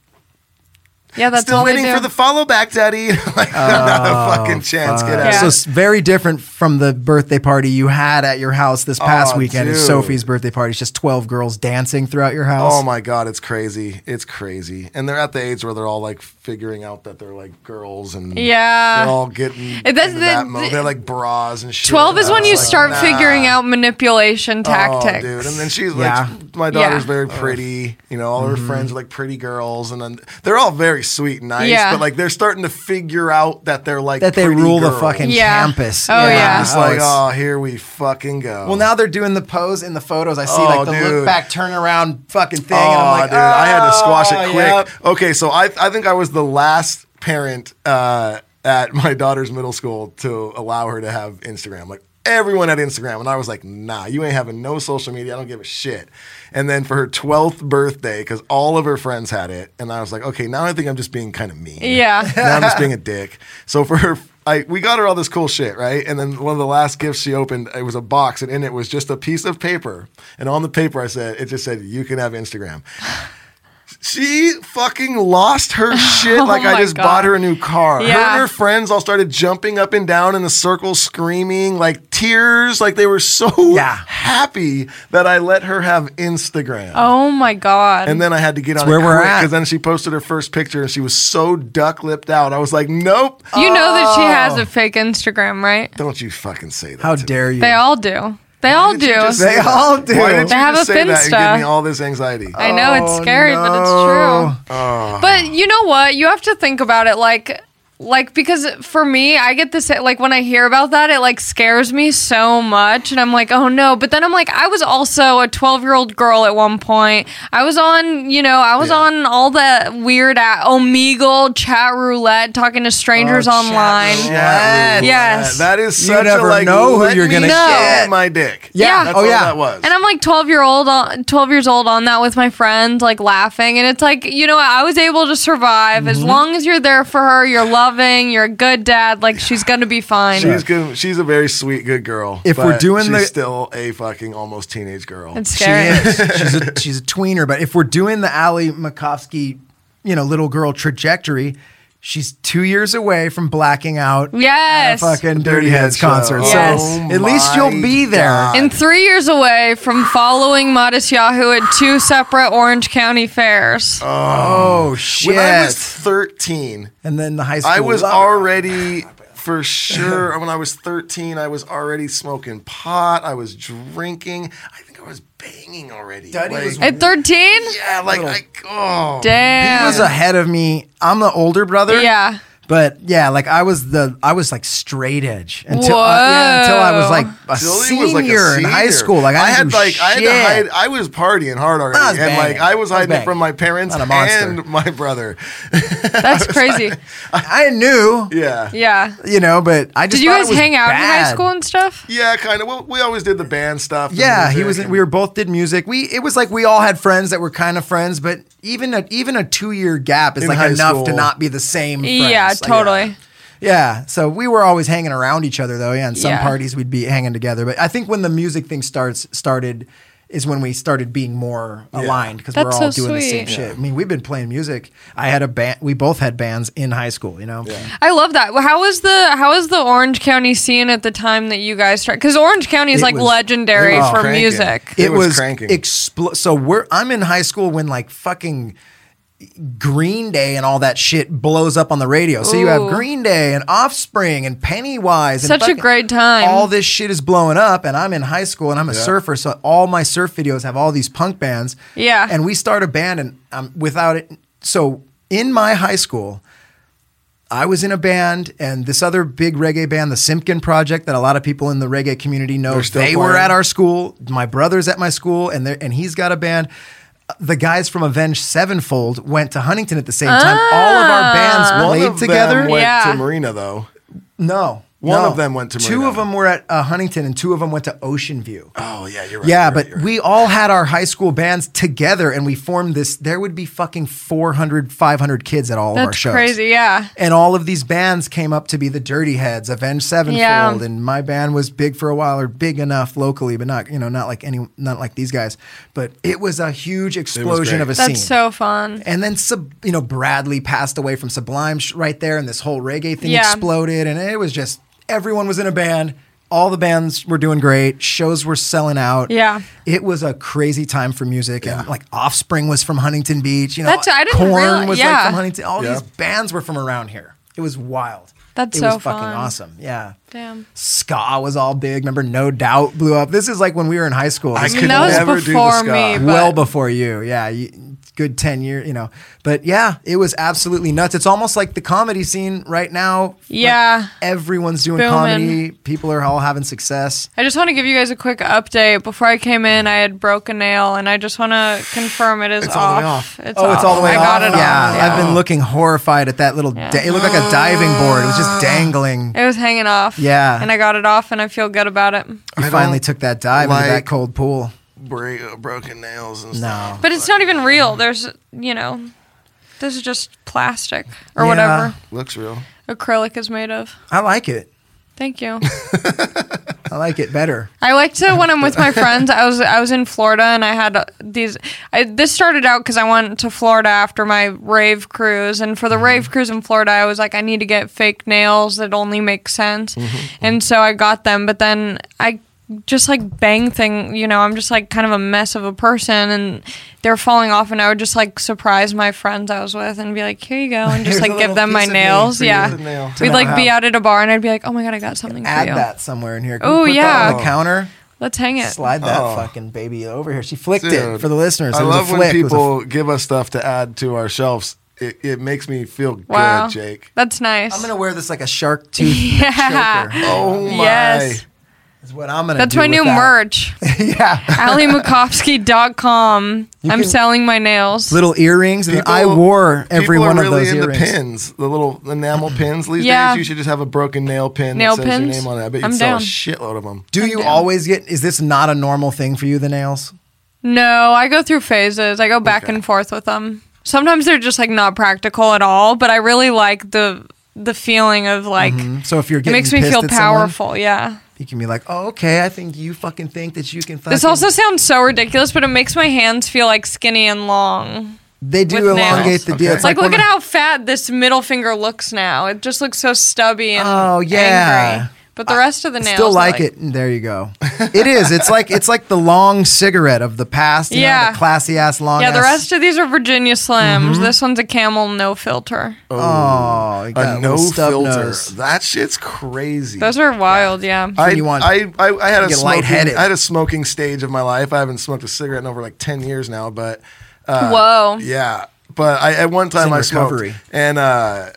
[SPEAKER 3] Yeah, that's
[SPEAKER 2] Still
[SPEAKER 3] all they
[SPEAKER 2] waiting
[SPEAKER 3] do.
[SPEAKER 2] for the follow back, Daddy. like,
[SPEAKER 1] Oh,
[SPEAKER 2] not a fucking chance. Get out.
[SPEAKER 3] Yeah.
[SPEAKER 1] So it's very different from the birthday party you had at your house this past
[SPEAKER 2] Oh,
[SPEAKER 1] weekend. It's
[SPEAKER 2] dude.
[SPEAKER 1] Sophie's birthday party. It's just 12 girls dancing throughout your house.
[SPEAKER 2] Oh my god, it's crazy. It's crazy, and they're at the age where they're all like figuring out that they're like girls, and
[SPEAKER 3] Yeah.
[SPEAKER 2] they're all getting
[SPEAKER 3] And that's
[SPEAKER 2] into
[SPEAKER 3] Uh, the-
[SPEAKER 2] that mode.
[SPEAKER 3] the-
[SPEAKER 2] They're like bras and shit.
[SPEAKER 3] 12 is
[SPEAKER 2] And I
[SPEAKER 3] when
[SPEAKER 2] was
[SPEAKER 3] you
[SPEAKER 2] like,
[SPEAKER 3] start
[SPEAKER 2] nah.
[SPEAKER 3] figuring out manipulation tactics.
[SPEAKER 2] Oh, dude. And then she's
[SPEAKER 1] Yeah. Mm-hmm.
[SPEAKER 2] like, my daughter's
[SPEAKER 3] Yeah.
[SPEAKER 2] very pretty. You know, all her friends are like pretty girls, and then they're all very sweet and nice.
[SPEAKER 3] Yeah.
[SPEAKER 2] But like, they're starting to figure out that they're like
[SPEAKER 1] that they
[SPEAKER 2] pretty
[SPEAKER 1] rule the
[SPEAKER 2] girls.
[SPEAKER 1] fucking
[SPEAKER 3] Yeah.
[SPEAKER 1] campus.
[SPEAKER 3] Oh,
[SPEAKER 2] And I'm
[SPEAKER 3] yeah.
[SPEAKER 2] Just like,
[SPEAKER 1] it's-
[SPEAKER 2] oh, here we fucking go.
[SPEAKER 1] Well, now they're doing the pose in the photos. I see
[SPEAKER 2] Oh,
[SPEAKER 1] like the look
[SPEAKER 2] dude.
[SPEAKER 1] back, turn around fucking thing.
[SPEAKER 2] Oh,
[SPEAKER 1] and I'm like,
[SPEAKER 2] dude, I had to squash
[SPEAKER 1] "Oh,
[SPEAKER 2] it quick.
[SPEAKER 1] yep."
[SPEAKER 2] Okay, so I I think I was the last parent uh, at my daughter's middle school to allow her to have Instagram. Like everyone had Instagram, and I was like, nah, you ain't having no social media. I don't give a shit. And then for her twelfth birthday, because all of her friends had it, and I was like, okay, now I think I'm just being kind of mean.
[SPEAKER 3] Yeah.
[SPEAKER 2] now I'm just being a dick. So for her, I, we got her all this cool shit, right? And then one of the last gifts she opened, it was a box, and in it was just a piece of paper. And on the paper, I said, it just said, "You can have Instagram." She fucking lost her shit. Like I
[SPEAKER 3] Oh my
[SPEAKER 2] just
[SPEAKER 3] God.
[SPEAKER 2] bought her a new car. Her
[SPEAKER 3] Yeah.
[SPEAKER 2] and her friends all started jumping up and down in a circle, screaming like tears. Like they were so
[SPEAKER 1] Yeah.
[SPEAKER 2] happy that I let her have Instagram.
[SPEAKER 3] Oh my god.
[SPEAKER 2] And then I had to get on
[SPEAKER 1] where
[SPEAKER 2] it
[SPEAKER 1] we're at.
[SPEAKER 2] because then she posted her first picture and she was so duck lipped out. I was like, nope.
[SPEAKER 3] you know that she has
[SPEAKER 2] Oh.
[SPEAKER 3] a fake Instagram, right?
[SPEAKER 2] Don't you fucking say that.
[SPEAKER 1] How
[SPEAKER 2] to me.
[SPEAKER 1] dare you?
[SPEAKER 3] They all do. They all do.
[SPEAKER 2] Did you just
[SPEAKER 1] They
[SPEAKER 2] say that?
[SPEAKER 1] all do.
[SPEAKER 2] Why did
[SPEAKER 3] They
[SPEAKER 2] you
[SPEAKER 3] have
[SPEAKER 2] just
[SPEAKER 3] a
[SPEAKER 2] say that and
[SPEAKER 3] Finsta.
[SPEAKER 2] give me all this anxiety?
[SPEAKER 3] I know it's
[SPEAKER 1] Oh,
[SPEAKER 3] scary, but it's
[SPEAKER 1] no. Ah.
[SPEAKER 3] true. But you know what? You have to think about it like Like because for me, I get this like when I hear about that, it like scares me so much, and I'm like, oh no. But then I'm like, I was also a 12 year old girl at one point. I was on, you know, I was
[SPEAKER 2] Yeah.
[SPEAKER 3] on all the weird at Omegle chat roulette, talking to
[SPEAKER 1] Oh,
[SPEAKER 3] strangers online.
[SPEAKER 2] Yes.
[SPEAKER 3] Yes.
[SPEAKER 2] That is
[SPEAKER 1] You
[SPEAKER 2] such
[SPEAKER 1] never
[SPEAKER 2] a like.
[SPEAKER 1] know who
[SPEAKER 2] let
[SPEAKER 1] you're
[SPEAKER 2] me
[SPEAKER 1] gonna
[SPEAKER 3] No.
[SPEAKER 2] get
[SPEAKER 3] get.
[SPEAKER 2] my dick.
[SPEAKER 3] Yeah.
[SPEAKER 2] That's
[SPEAKER 1] Oh,
[SPEAKER 2] all
[SPEAKER 1] yeah.
[SPEAKER 2] That was.
[SPEAKER 3] And I'm like 12 year old, on, 12 years old on that with my friends, like laughing. And it's like, you know, what? I was able to survive
[SPEAKER 1] Mm-hmm.
[SPEAKER 3] as long as you're there for her. You're loving. You're a good dad. Like she's gonna be fine.
[SPEAKER 2] She's good. She's a very sweet, good girl.
[SPEAKER 1] If we're
[SPEAKER 2] but
[SPEAKER 1] doing
[SPEAKER 2] she's
[SPEAKER 1] the-
[SPEAKER 2] still a fucking almost teenage girl.
[SPEAKER 3] it's
[SPEAKER 1] She
[SPEAKER 3] scary.
[SPEAKER 1] is. she's, a, she's a tweener. But if we're doing the Allie Makovsky, you know, little girl trajectory, she's two years away from blacking out. at a
[SPEAKER 3] Yes.
[SPEAKER 1] fucking Dirty
[SPEAKER 2] Dirty
[SPEAKER 1] Heads
[SPEAKER 2] Heads show.
[SPEAKER 1] concert.
[SPEAKER 3] Yes.
[SPEAKER 1] So
[SPEAKER 2] Oh
[SPEAKER 1] at least
[SPEAKER 2] my
[SPEAKER 1] you'll be there.
[SPEAKER 2] God.
[SPEAKER 3] And three years away from following Modest Yahoo at two separate Orange County fairs.
[SPEAKER 1] Oh shit!
[SPEAKER 2] when I was 13,
[SPEAKER 1] and then the high school.
[SPEAKER 2] I was
[SPEAKER 1] lover.
[SPEAKER 2] already for sure. When I was 13, I was already smoking pot. I was drinking. I think I was banging already.
[SPEAKER 1] Daddy
[SPEAKER 2] like,
[SPEAKER 1] was-
[SPEAKER 3] At 13?
[SPEAKER 2] yeah, like I oh
[SPEAKER 1] He
[SPEAKER 3] Damn.
[SPEAKER 1] was ahead of me. I'm the older brother.
[SPEAKER 3] yeah.
[SPEAKER 1] But yeah, like I was the I was like straight edge until I, yeah, until I was like a,
[SPEAKER 2] Till he
[SPEAKER 1] senior,
[SPEAKER 2] was, like, a
[SPEAKER 1] in high
[SPEAKER 2] senior.
[SPEAKER 1] school. Like I,
[SPEAKER 2] I had
[SPEAKER 1] didn't do
[SPEAKER 2] like I had to hide.
[SPEAKER 1] shit.
[SPEAKER 2] I was partying hard already,
[SPEAKER 1] I was
[SPEAKER 2] and like
[SPEAKER 1] banging.
[SPEAKER 2] I was
[SPEAKER 1] I was
[SPEAKER 2] hiding it from
[SPEAKER 1] banging.
[SPEAKER 2] my parents
[SPEAKER 1] Not a monster.
[SPEAKER 2] and my brother.
[SPEAKER 3] That's crazy.
[SPEAKER 1] I knew,
[SPEAKER 2] Yeah,
[SPEAKER 3] Yeah.
[SPEAKER 1] you know, but I just
[SPEAKER 3] Did you
[SPEAKER 1] thought
[SPEAKER 3] guys
[SPEAKER 1] it was
[SPEAKER 3] hang out in high
[SPEAKER 1] bad.
[SPEAKER 3] school and stuff?
[SPEAKER 2] yeah, kind of. Well, we always did the band stuff. and
[SPEAKER 1] Yeah, he
[SPEAKER 2] music
[SPEAKER 1] was.
[SPEAKER 2] and-
[SPEAKER 1] We were both did music. We it was like we all had friends that were kind of friends, but even a even a two year gap is
[SPEAKER 2] In
[SPEAKER 1] like
[SPEAKER 2] high
[SPEAKER 1] enough to
[SPEAKER 2] school.
[SPEAKER 1] not be the same. Friends.
[SPEAKER 3] Yeah,
[SPEAKER 1] Like,
[SPEAKER 3] totally.
[SPEAKER 1] Yeah, so we were always hanging around each other though. Yeah, and some
[SPEAKER 3] Yeah.
[SPEAKER 1] parties we'd be hanging together. But I think when the music thing starts started is when we started being more aligned because we're
[SPEAKER 3] That's
[SPEAKER 1] all
[SPEAKER 3] so
[SPEAKER 1] doing the same
[SPEAKER 3] sweet.
[SPEAKER 1] shit. I mean, we've been playing music. I had a band. We both had bands in high school. You know.
[SPEAKER 3] I love that. Well, How was the how was the Orange County scene at the time that you guys started? Because Orange County is
[SPEAKER 1] It
[SPEAKER 3] like
[SPEAKER 1] was- Oh,
[SPEAKER 3] legendary
[SPEAKER 2] it was
[SPEAKER 3] for
[SPEAKER 2] cranking.
[SPEAKER 3] music.
[SPEAKER 1] It,
[SPEAKER 2] It was
[SPEAKER 1] was,
[SPEAKER 2] cranking.
[SPEAKER 1] expl- so we're I'm in high school when like fucking Green Day and all that shit blows up on the radio. So you have
[SPEAKER 3] Ooh.
[SPEAKER 1] Green Day and Offspring and Pennywise. And
[SPEAKER 3] Such a
[SPEAKER 1] fucking-
[SPEAKER 3] great time.
[SPEAKER 1] All this shit is blowing up, and I'm in high school and I'm a surfer, so all my surf videos have all these punk bands.
[SPEAKER 3] Yeah.
[SPEAKER 1] and we start a band and um, without it. So in my high school. I was in a band, and this other big reggae band, the Simpkin Project, that a lot of people in the reggae community know. They
[SPEAKER 2] still
[SPEAKER 1] were
[SPEAKER 2] playing.
[SPEAKER 1] at our school. My brother's at my school, and they're- and he's got a band. The guys from Avenged Sevenfold went to Huntington at the same time. All of our bands
[SPEAKER 2] One
[SPEAKER 1] played
[SPEAKER 2] of
[SPEAKER 1] together.
[SPEAKER 2] Them went
[SPEAKER 3] Ah. Yeah.
[SPEAKER 2] to Marina though.
[SPEAKER 1] No,
[SPEAKER 2] One
[SPEAKER 1] no.
[SPEAKER 2] of them went to
[SPEAKER 1] Two
[SPEAKER 2] Marina.
[SPEAKER 1] of them were at uh, Huntington, and two of them went to Ocean View.
[SPEAKER 2] Oh yeah, you're right.
[SPEAKER 1] Yeah,
[SPEAKER 2] you're
[SPEAKER 1] but
[SPEAKER 2] right, you're right.
[SPEAKER 1] we all had our high school bands together and we formed this. There would be fucking 400, 500 kids at all of our
[SPEAKER 3] That's
[SPEAKER 1] shows.
[SPEAKER 3] crazy. Yeah.
[SPEAKER 1] And all of these bands came up to be the Dirty Heads, Avenged Sevenfold,
[SPEAKER 3] Yeah.
[SPEAKER 1] and my band was big for a while, or big enough locally, but not you know not like any not like these guys. But it was a huge explosion
[SPEAKER 2] great.
[SPEAKER 1] of a scene.
[SPEAKER 3] That's so fun.
[SPEAKER 1] and then sub, you know Bradley passed away from Sublime sh- right there, and this whole reggae thing
[SPEAKER 3] Yeah.
[SPEAKER 1] exploded, and it was just everyone was in a band. All the bands were doing great. Shows were selling out.
[SPEAKER 3] Yeah.
[SPEAKER 1] it was a crazy time for music, and like Offspring was from Huntington Beach. You know,
[SPEAKER 3] That's- I didn't
[SPEAKER 1] Korn
[SPEAKER 3] reali-
[SPEAKER 1] was like
[SPEAKER 3] yeah.
[SPEAKER 1] from Huntington. All
[SPEAKER 2] Yeah.
[SPEAKER 1] these bands were from around here. It was wild.
[SPEAKER 3] That's
[SPEAKER 1] it
[SPEAKER 3] so
[SPEAKER 1] was fucking
[SPEAKER 3] fun.
[SPEAKER 1] awesome. Yeah.
[SPEAKER 3] Damn.
[SPEAKER 1] Ska was all big. Remember, No Doubt blew up. This is like when we were in high school.
[SPEAKER 2] I
[SPEAKER 1] This
[SPEAKER 3] I mean,
[SPEAKER 2] could
[SPEAKER 3] that
[SPEAKER 2] never
[SPEAKER 3] was
[SPEAKER 2] do the
[SPEAKER 3] before
[SPEAKER 2] ska.
[SPEAKER 3] me. But
[SPEAKER 1] well before you. Yeah, you, good ten year. You know, but yeah, it was absolutely nuts. It's almost like the comedy scene right now.
[SPEAKER 3] yeah.
[SPEAKER 1] Everyone's doing
[SPEAKER 3] Booming.
[SPEAKER 1] comedy. People are all having success.
[SPEAKER 3] I just want to give you guys a quick update. Before I came in, I had broke a nail, and I just want to confirm it is
[SPEAKER 2] It's all the
[SPEAKER 3] off.
[SPEAKER 2] way
[SPEAKER 3] It's
[SPEAKER 1] oh, it's all the way
[SPEAKER 3] I
[SPEAKER 1] off.
[SPEAKER 3] got it
[SPEAKER 1] yeah,
[SPEAKER 3] off.
[SPEAKER 1] I've been looking horrified at that little. da- it looked like a diving board. It was just dangling.
[SPEAKER 3] It was hanging off.
[SPEAKER 1] Yeah.
[SPEAKER 3] And I got it off, and I feel good about it.
[SPEAKER 1] You
[SPEAKER 2] I
[SPEAKER 1] finally
[SPEAKER 2] don't
[SPEAKER 1] took that dive into that
[SPEAKER 2] like-
[SPEAKER 1] cold pool.
[SPEAKER 2] Bra- uh, broken nails and
[SPEAKER 1] No.
[SPEAKER 2] stuff.
[SPEAKER 3] But it's not even real. There's, you know, this is just plastic or
[SPEAKER 1] Yeah.
[SPEAKER 3] whatever
[SPEAKER 2] Looks real.
[SPEAKER 3] acrylic is made of.
[SPEAKER 1] I like it.
[SPEAKER 3] Thank you.
[SPEAKER 1] I like it better.
[SPEAKER 3] I like to when I'm with my friends. I was I was in Florida and I had uh, these. I, this started out because I went to Florida after my rave cruise, and for
[SPEAKER 1] Mm-hmm.
[SPEAKER 3] the rave cruise in Florida, I was like, I need to get fake nails that only make sense,
[SPEAKER 1] Mm-hmm.
[SPEAKER 3] and so I got them. But then I just like bang thing, you know. I'm just like kind of a mess of a person, and they're falling off, and I would just like surprise my friends I was with and be like, Here you go, and
[SPEAKER 1] Here's
[SPEAKER 3] just
[SPEAKER 1] a
[SPEAKER 3] like
[SPEAKER 1] little
[SPEAKER 3] give them my
[SPEAKER 1] piece of me
[SPEAKER 3] nails.
[SPEAKER 1] for you
[SPEAKER 3] Yeah,
[SPEAKER 2] to nail. To
[SPEAKER 3] we'd
[SPEAKER 1] know
[SPEAKER 3] like be
[SPEAKER 1] how.
[SPEAKER 3] out at a bar, and I'd be like, Oh my god, I got something for
[SPEAKER 1] Add
[SPEAKER 3] you.
[SPEAKER 1] that somewhere in here. Can we
[SPEAKER 3] Oh
[SPEAKER 1] put that on
[SPEAKER 3] yeah,
[SPEAKER 1] the counter.
[SPEAKER 3] let's hang it.
[SPEAKER 1] Slide that fucking baby over here. She flicked it
[SPEAKER 2] Oh. Dude,
[SPEAKER 1] for the listeners.
[SPEAKER 2] I
[SPEAKER 1] It was a
[SPEAKER 2] love when
[SPEAKER 1] flick. It was a
[SPEAKER 2] people give us stuff to add to our shelves. It, it makes me feel good,
[SPEAKER 3] Wow.
[SPEAKER 2] Jake.
[SPEAKER 3] That's nice.
[SPEAKER 1] I'm gonna wear this like a shark tooth
[SPEAKER 3] Yeah.
[SPEAKER 1] choker. Oh my!
[SPEAKER 3] Yes.
[SPEAKER 1] Is what I'm gonna.
[SPEAKER 3] That's
[SPEAKER 1] do
[SPEAKER 3] my
[SPEAKER 1] with
[SPEAKER 3] new
[SPEAKER 1] that.
[SPEAKER 3] merch.
[SPEAKER 1] yeah.
[SPEAKER 3] AllieMukovsky.com.
[SPEAKER 1] You
[SPEAKER 3] I'm
[SPEAKER 1] can-
[SPEAKER 3] selling my nails.
[SPEAKER 1] Little earrings, and I
[SPEAKER 2] People-
[SPEAKER 1] wore every
[SPEAKER 2] people
[SPEAKER 1] one
[SPEAKER 2] are
[SPEAKER 1] of
[SPEAKER 2] really
[SPEAKER 1] those
[SPEAKER 2] into
[SPEAKER 1] earrings.
[SPEAKER 2] pins, the little enamel pins. These
[SPEAKER 3] Yeah.
[SPEAKER 2] days, you should just have a broken nail pin
[SPEAKER 3] Nail
[SPEAKER 2] that says
[SPEAKER 3] pins?
[SPEAKER 2] your name on it. I bet you
[SPEAKER 3] I'm
[SPEAKER 2] sell
[SPEAKER 3] down.
[SPEAKER 2] a shitload of them.
[SPEAKER 1] Do you always get? Is this not a normal thing for you? The nails?
[SPEAKER 3] No, I go through phases. I go back and forth with them. Sometimes they're just like not practical at all, but I really like the the feeling of like
[SPEAKER 1] So if Mm-hmm. you're
[SPEAKER 3] it
[SPEAKER 1] getting
[SPEAKER 3] makes me
[SPEAKER 1] pissed
[SPEAKER 3] feel
[SPEAKER 1] at someone,
[SPEAKER 3] powerful. yeah.
[SPEAKER 1] you can be like, oh, okay, I think you fucking think that you can. Fucking,
[SPEAKER 3] This also sounds so ridiculous, but it makes my hands feel like skinny and long.
[SPEAKER 1] they do
[SPEAKER 3] with nails.
[SPEAKER 1] elongate the deal.
[SPEAKER 2] Okay.
[SPEAKER 1] It's
[SPEAKER 3] Like,
[SPEAKER 1] like,
[SPEAKER 3] look
[SPEAKER 1] when
[SPEAKER 3] at
[SPEAKER 1] I-
[SPEAKER 3] how fat this middle finger looks now. It just looks so stubby and
[SPEAKER 1] Oh, yeah.
[SPEAKER 3] angry. But the rest of the nails
[SPEAKER 1] Still
[SPEAKER 3] are,
[SPEAKER 1] like it. There you go. It is. It's like it's like the long cigarette of the past. You know,
[SPEAKER 3] Yeah.
[SPEAKER 1] the classy ass long.
[SPEAKER 3] Yeah, the
[SPEAKER 1] ass-
[SPEAKER 3] rest of these are Virginia Slims. This one's a Camel no filter.
[SPEAKER 1] Mm-hmm. Oh, you got
[SPEAKER 2] A
[SPEAKER 1] a
[SPEAKER 2] no
[SPEAKER 1] little stub
[SPEAKER 2] filter.
[SPEAKER 1] nose.
[SPEAKER 2] That shit's crazy.
[SPEAKER 3] Those are wild, yeah.
[SPEAKER 2] I,
[SPEAKER 1] you want-
[SPEAKER 2] I, I, I had a
[SPEAKER 1] get
[SPEAKER 2] smoking,
[SPEAKER 1] lightheaded.
[SPEAKER 2] I had a smoking stage of my life. I haven't smoked a cigarette in over like ten years now, but
[SPEAKER 3] Whoa.
[SPEAKER 2] yeah. But I at one time
[SPEAKER 1] in
[SPEAKER 2] I smoked,
[SPEAKER 1] recovery.
[SPEAKER 2] and uh,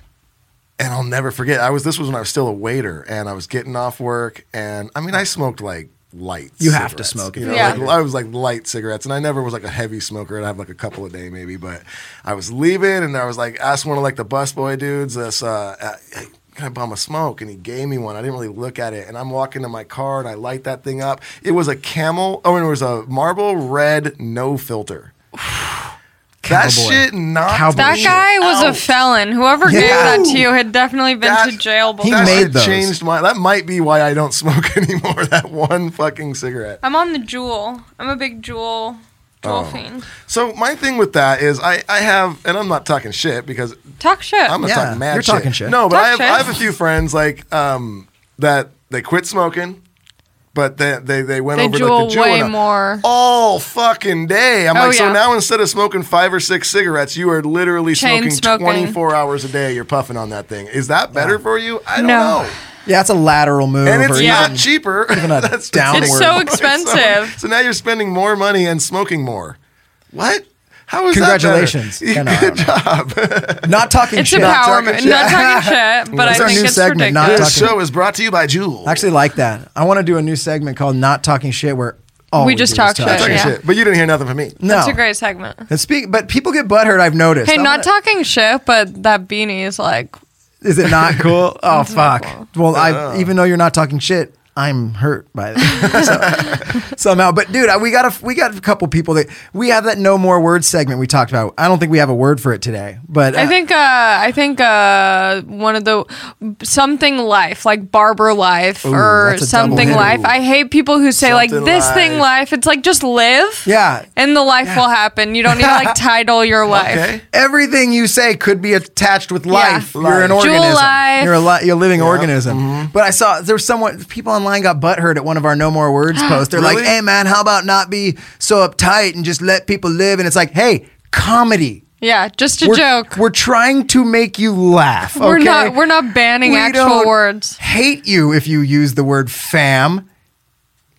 [SPEAKER 2] and I'll never forget. I was this was when I was still a waiter, and I was getting off work, and I mean I smoked like light.
[SPEAKER 1] You have to
[SPEAKER 2] cigarettes,
[SPEAKER 1] smoke if
[SPEAKER 2] You know,
[SPEAKER 3] you're a
[SPEAKER 2] like,
[SPEAKER 3] waiter.
[SPEAKER 2] I was like light cigarettes, and I never was like a heavy smoker. I'd have like a couple a day maybe, but I was leaving, and I was like asked one of like the busboy dudes this. Uh, uh, hey, can I bum a smoke? And he gave me one. I didn't really look at it. And I'm walking to my car and I light that thing up. It was a camel. Oh, and it was a marble red no filter. That
[SPEAKER 1] Cowboy.
[SPEAKER 2] shit knocked
[SPEAKER 1] Cowboy
[SPEAKER 3] That
[SPEAKER 1] shit.
[SPEAKER 3] guy was a felon. Whoever gave
[SPEAKER 1] Yeah.
[SPEAKER 3] that to you had definitely been
[SPEAKER 2] That-
[SPEAKER 3] to jail
[SPEAKER 1] He
[SPEAKER 3] before.
[SPEAKER 2] That
[SPEAKER 1] made
[SPEAKER 2] shit
[SPEAKER 1] those.
[SPEAKER 2] changed my. That might be why I don't smoke anymore. That one fucking cigarette.
[SPEAKER 3] I'm on the jewel. I'm a big jewel jewel fiend.
[SPEAKER 2] So my thing with that is I I have and I'm not talking shit because
[SPEAKER 3] Talk shit.
[SPEAKER 2] I'm not
[SPEAKER 1] Yeah,
[SPEAKER 2] talking mad
[SPEAKER 1] you're
[SPEAKER 2] shit.
[SPEAKER 1] talking shit.
[SPEAKER 2] No, but
[SPEAKER 3] Talk
[SPEAKER 2] I have,
[SPEAKER 3] shit.
[SPEAKER 2] I have a few friends like um that they quit smoking, but they they, they went
[SPEAKER 3] They
[SPEAKER 2] over
[SPEAKER 3] jewel
[SPEAKER 2] like the Jew
[SPEAKER 3] way
[SPEAKER 2] and a-
[SPEAKER 3] more.
[SPEAKER 2] all fucking day. I'm
[SPEAKER 3] Oh,
[SPEAKER 2] like, so
[SPEAKER 3] yeah.
[SPEAKER 2] now instead of smoking five or six cigarettes, you are literally
[SPEAKER 3] Chain
[SPEAKER 2] smoking,
[SPEAKER 3] smoking.
[SPEAKER 2] 24 hours a day. You're puffing on that thing. Is that better for you? I don't
[SPEAKER 3] No.
[SPEAKER 2] know.
[SPEAKER 1] Yeah, it's a lateral move.
[SPEAKER 2] And
[SPEAKER 1] or
[SPEAKER 2] it's
[SPEAKER 1] even-
[SPEAKER 2] not cheaper.
[SPEAKER 1] a
[SPEAKER 2] That's
[SPEAKER 1] downward.
[SPEAKER 3] It's so
[SPEAKER 2] It's so-
[SPEAKER 3] expensive.
[SPEAKER 2] So, now you're spending more money and smoking more. What? How is
[SPEAKER 1] Congratulations.
[SPEAKER 2] that? better?
[SPEAKER 1] You know, I don't know. Not talking
[SPEAKER 3] It's
[SPEAKER 1] shit.
[SPEAKER 3] empowerment.
[SPEAKER 2] shit.
[SPEAKER 3] Not talking shit, but I
[SPEAKER 1] That's our
[SPEAKER 3] think
[SPEAKER 1] new
[SPEAKER 3] it's
[SPEAKER 1] segment, not
[SPEAKER 3] ridiculous.
[SPEAKER 2] This show is brought to you by Juul.
[SPEAKER 1] I actually like that. I want to do a new segment called "Not Talking Shit," where all
[SPEAKER 3] We
[SPEAKER 1] we,
[SPEAKER 3] just
[SPEAKER 1] do is
[SPEAKER 3] talk shit,
[SPEAKER 2] Talking
[SPEAKER 3] yeah.
[SPEAKER 2] shit. But you didn't hear nothing from me.
[SPEAKER 1] No,
[SPEAKER 3] That's a great segment.
[SPEAKER 1] And speak, but people get butthurt. I've noticed.
[SPEAKER 3] Hey,
[SPEAKER 1] I'm
[SPEAKER 3] not
[SPEAKER 1] gonna-
[SPEAKER 3] talking shit, but that beanie is like
[SPEAKER 1] Is it not cool? Oh fuck. Well, I even though you're not talking shit, I'm hurt by this so, somehow. But dude, I, we got a we got a couple people that we have that no more words segment we talked about. I don't think we have a word for it today, but
[SPEAKER 3] I
[SPEAKER 1] uh,
[SPEAKER 3] think uh, I think uh, one of the something life like barber life or
[SPEAKER 1] that's a double
[SPEAKER 3] something
[SPEAKER 1] header.
[SPEAKER 3] life. I hate people who say like
[SPEAKER 2] Something
[SPEAKER 3] this thing
[SPEAKER 2] life.
[SPEAKER 3] life. It's like just live.
[SPEAKER 1] yeah.
[SPEAKER 3] And the life will happen. You don't need to like title your life.
[SPEAKER 2] Okay.
[SPEAKER 1] Everything you say could be attached with life. You're an
[SPEAKER 2] Life. Mm-hmm.
[SPEAKER 1] organism.
[SPEAKER 3] life.
[SPEAKER 1] You're a li- you're a living organism. But I saw there was someone people online got butthurt at one of our no more words posts. They're like,
[SPEAKER 2] Really?
[SPEAKER 1] "Hey man, how about not be so uptight and just let people live?" And it's like, "Hey, comedy.
[SPEAKER 3] Yeah, just a
[SPEAKER 1] we're,
[SPEAKER 3] joke. We're,
[SPEAKER 1] We're trying to make you laugh. Okay?
[SPEAKER 3] not we're not banning
[SPEAKER 1] We
[SPEAKER 3] actual
[SPEAKER 1] don't
[SPEAKER 3] words.
[SPEAKER 1] Hate you if you use the word fam.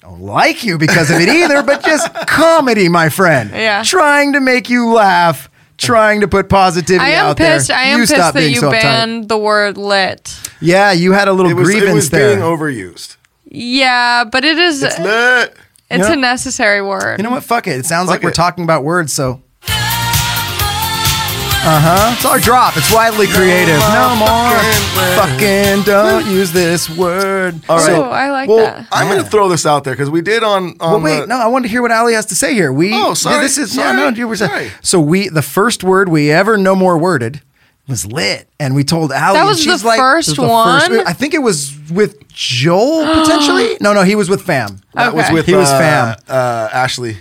[SPEAKER 1] Don't like you because of it either, but just comedy, my friend.
[SPEAKER 3] Yeah.
[SPEAKER 1] Trying to make you laugh. Trying to put positivity
[SPEAKER 3] I am
[SPEAKER 1] out there.
[SPEAKER 3] pissed. I am
[SPEAKER 1] You
[SPEAKER 3] pissed
[SPEAKER 1] stop
[SPEAKER 3] that
[SPEAKER 1] being
[SPEAKER 3] you
[SPEAKER 1] so uptight.
[SPEAKER 3] banned the word lit.
[SPEAKER 1] Yeah, you had a little
[SPEAKER 2] It was,
[SPEAKER 1] grievance
[SPEAKER 2] it was
[SPEAKER 1] there.
[SPEAKER 2] being overused.
[SPEAKER 3] Yeah, but it is it's,
[SPEAKER 2] Look.
[SPEAKER 1] Yeah.
[SPEAKER 3] a necessary word.
[SPEAKER 1] you know what? Fuck it. It sounds
[SPEAKER 2] Fuck
[SPEAKER 1] like we're
[SPEAKER 2] it.
[SPEAKER 1] talking about words, so. Uh huh. It's our drop. It's widely creative. No, more fucking don't use this word. All
[SPEAKER 3] right. Ooh, I like
[SPEAKER 2] well,
[SPEAKER 3] that.
[SPEAKER 2] I'm going to throw this out there because we did on.
[SPEAKER 1] Well,
[SPEAKER 2] on the-
[SPEAKER 1] wait, no, I want to hear what Ali has to say here. We
[SPEAKER 2] Oh, sorry,
[SPEAKER 1] this is
[SPEAKER 2] sorry,
[SPEAKER 1] no, no, you were saying-
[SPEAKER 2] sorry.
[SPEAKER 1] So we the first word we ever no more worded was lit, and we told Ali
[SPEAKER 3] That
[SPEAKER 1] and
[SPEAKER 3] was
[SPEAKER 1] she's
[SPEAKER 3] the
[SPEAKER 1] like,
[SPEAKER 3] first
[SPEAKER 1] this was
[SPEAKER 3] one?
[SPEAKER 1] I think it was with Joel potentially. No, no, he was with Fam.
[SPEAKER 2] That was
[SPEAKER 3] Okay.
[SPEAKER 2] with
[SPEAKER 1] He was
[SPEAKER 2] uh,
[SPEAKER 1] fam.
[SPEAKER 2] Uh, Ashley.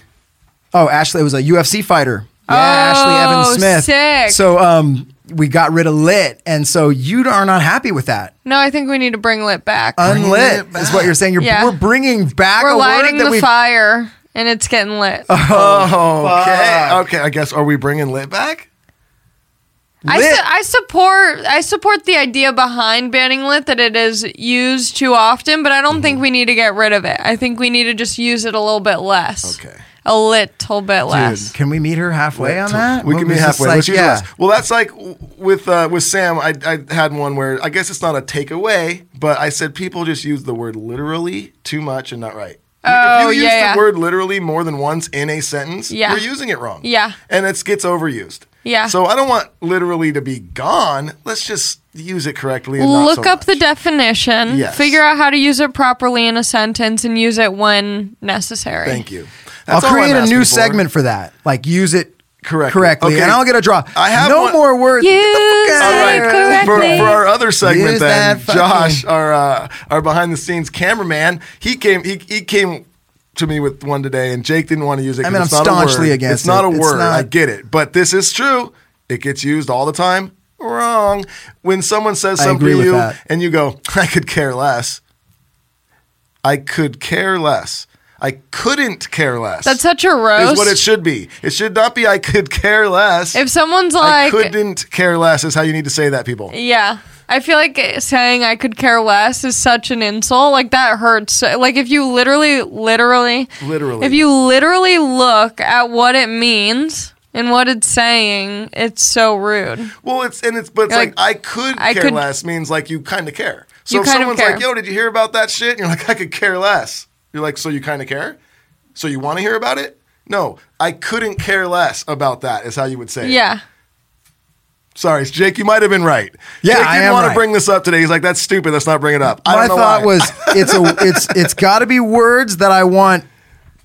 [SPEAKER 1] Oh, Ashley it was a UFC fighter. Yeah, Ashley
[SPEAKER 3] Oh,
[SPEAKER 1] Evans Smith.
[SPEAKER 3] sick.
[SPEAKER 1] So um, we got rid of lit, and so you are not happy with that.
[SPEAKER 3] No, I think we need to bring lit back.
[SPEAKER 1] Unlit is what you're saying. You're
[SPEAKER 3] Yeah.
[SPEAKER 1] we're bringing back
[SPEAKER 3] we're
[SPEAKER 1] a
[SPEAKER 3] lighting
[SPEAKER 1] word that
[SPEAKER 3] the
[SPEAKER 1] we've Uh,
[SPEAKER 3] fire and it's getting lit.
[SPEAKER 2] Oh, okay. Okay, I guess. Are we bringing lit back?
[SPEAKER 3] I,
[SPEAKER 1] lit.
[SPEAKER 3] su- I support I support the idea behind banning lit that it is used too often, but I don't think we need to get rid of it. I think we need to just use it a little bit less.
[SPEAKER 2] Okay.
[SPEAKER 3] a little bit
[SPEAKER 1] Dude,
[SPEAKER 3] less.
[SPEAKER 1] can we meet her halfway on that?
[SPEAKER 2] We
[SPEAKER 1] What
[SPEAKER 2] can be
[SPEAKER 1] was this
[SPEAKER 2] halfway.
[SPEAKER 1] like-
[SPEAKER 2] What's your
[SPEAKER 1] yeah.
[SPEAKER 2] choice? Well, that's like w- with uh, with Sam. I, I had one where I guess it's not a takeaway, but I said people just use the word literally too much and not right.
[SPEAKER 3] Oh,
[SPEAKER 2] if you use
[SPEAKER 3] yeah, yeah.
[SPEAKER 2] the word literally more than once in a sentence,
[SPEAKER 3] Yeah.
[SPEAKER 2] you're using it wrong.
[SPEAKER 3] Yeah.
[SPEAKER 2] and it gets overused.
[SPEAKER 3] Yeah.
[SPEAKER 2] So I don't want literally to be gone. Let's just use it correctly. And not
[SPEAKER 3] Look
[SPEAKER 2] so
[SPEAKER 3] up the
[SPEAKER 2] much.
[SPEAKER 3] definition,
[SPEAKER 2] Yes.
[SPEAKER 3] figure out how to use it properly in a sentence, and use it when necessary.
[SPEAKER 2] Thank you.
[SPEAKER 1] I'll
[SPEAKER 2] That's all I'm
[SPEAKER 1] create a
[SPEAKER 2] asking
[SPEAKER 1] new
[SPEAKER 2] for.
[SPEAKER 1] segment for that. Like use it
[SPEAKER 2] Correctly.
[SPEAKER 1] correctly,
[SPEAKER 2] Okay.
[SPEAKER 1] and I'll get a draw.
[SPEAKER 2] I have
[SPEAKER 1] no
[SPEAKER 2] one-
[SPEAKER 1] more words. Get the
[SPEAKER 3] Use
[SPEAKER 1] fuck
[SPEAKER 2] All
[SPEAKER 1] outta
[SPEAKER 3] it
[SPEAKER 1] here.
[SPEAKER 2] For,
[SPEAKER 3] correctly.
[SPEAKER 2] for our other segment,
[SPEAKER 1] Use
[SPEAKER 2] then
[SPEAKER 1] that fucking-
[SPEAKER 2] Josh, our uh, our behind the scenes cameraman, he came he, he came to me with one today, and Jake didn't want to use it.
[SPEAKER 1] I
[SPEAKER 2] 'cause
[SPEAKER 1] mean,
[SPEAKER 2] it's
[SPEAKER 1] I'm
[SPEAKER 2] not a word.
[SPEAKER 1] staunchly against
[SPEAKER 2] It's not
[SPEAKER 1] it.
[SPEAKER 2] a
[SPEAKER 1] It's
[SPEAKER 2] word. I
[SPEAKER 1] not-
[SPEAKER 2] get it, but this is true. It gets used all the time. Wrong. When someone says
[SPEAKER 1] I
[SPEAKER 2] something
[SPEAKER 1] agree
[SPEAKER 2] to
[SPEAKER 1] with
[SPEAKER 2] you
[SPEAKER 1] that.
[SPEAKER 2] and you go, "I could care less," I could care less. I couldn't care less.
[SPEAKER 3] That's such a
[SPEAKER 2] is
[SPEAKER 3] roast.
[SPEAKER 2] what it should be. It should not be. I could care less.
[SPEAKER 3] if someone's
[SPEAKER 2] I
[SPEAKER 3] like,
[SPEAKER 2] couldn't care less is how you need to say that, people.
[SPEAKER 3] yeah. I feel like saying I could care less is such an insult. Like that hurts. Like if you literally, literally,
[SPEAKER 2] Literally.
[SPEAKER 3] if you literally look at what it means and what it's saying, it's so rude.
[SPEAKER 2] Well, it's and it's but it's
[SPEAKER 3] You're
[SPEAKER 2] like, I could
[SPEAKER 3] I
[SPEAKER 2] care
[SPEAKER 3] could-
[SPEAKER 2] less means like you kind of care. So
[SPEAKER 3] You
[SPEAKER 2] if
[SPEAKER 3] kind of
[SPEAKER 2] someone's
[SPEAKER 3] care.
[SPEAKER 2] like, "Yo, did you hear about that shit?" And you're like, "I could care less." You're like, "So you kind of care? So you want to hear about it?" No, I couldn't care less about that. Is how you would say. it.
[SPEAKER 3] Yeah.
[SPEAKER 2] Sorry, Jake. You might have been right.
[SPEAKER 1] Yeah,
[SPEAKER 2] Jake
[SPEAKER 1] I
[SPEAKER 2] didn't
[SPEAKER 1] am
[SPEAKER 2] wanna
[SPEAKER 1] right.
[SPEAKER 2] bring this up today. He's like, "That's stupid. Let's not bring it up." I
[SPEAKER 1] My
[SPEAKER 2] don't know
[SPEAKER 1] thought
[SPEAKER 2] why.
[SPEAKER 1] was it's a it's it's got to be words that I want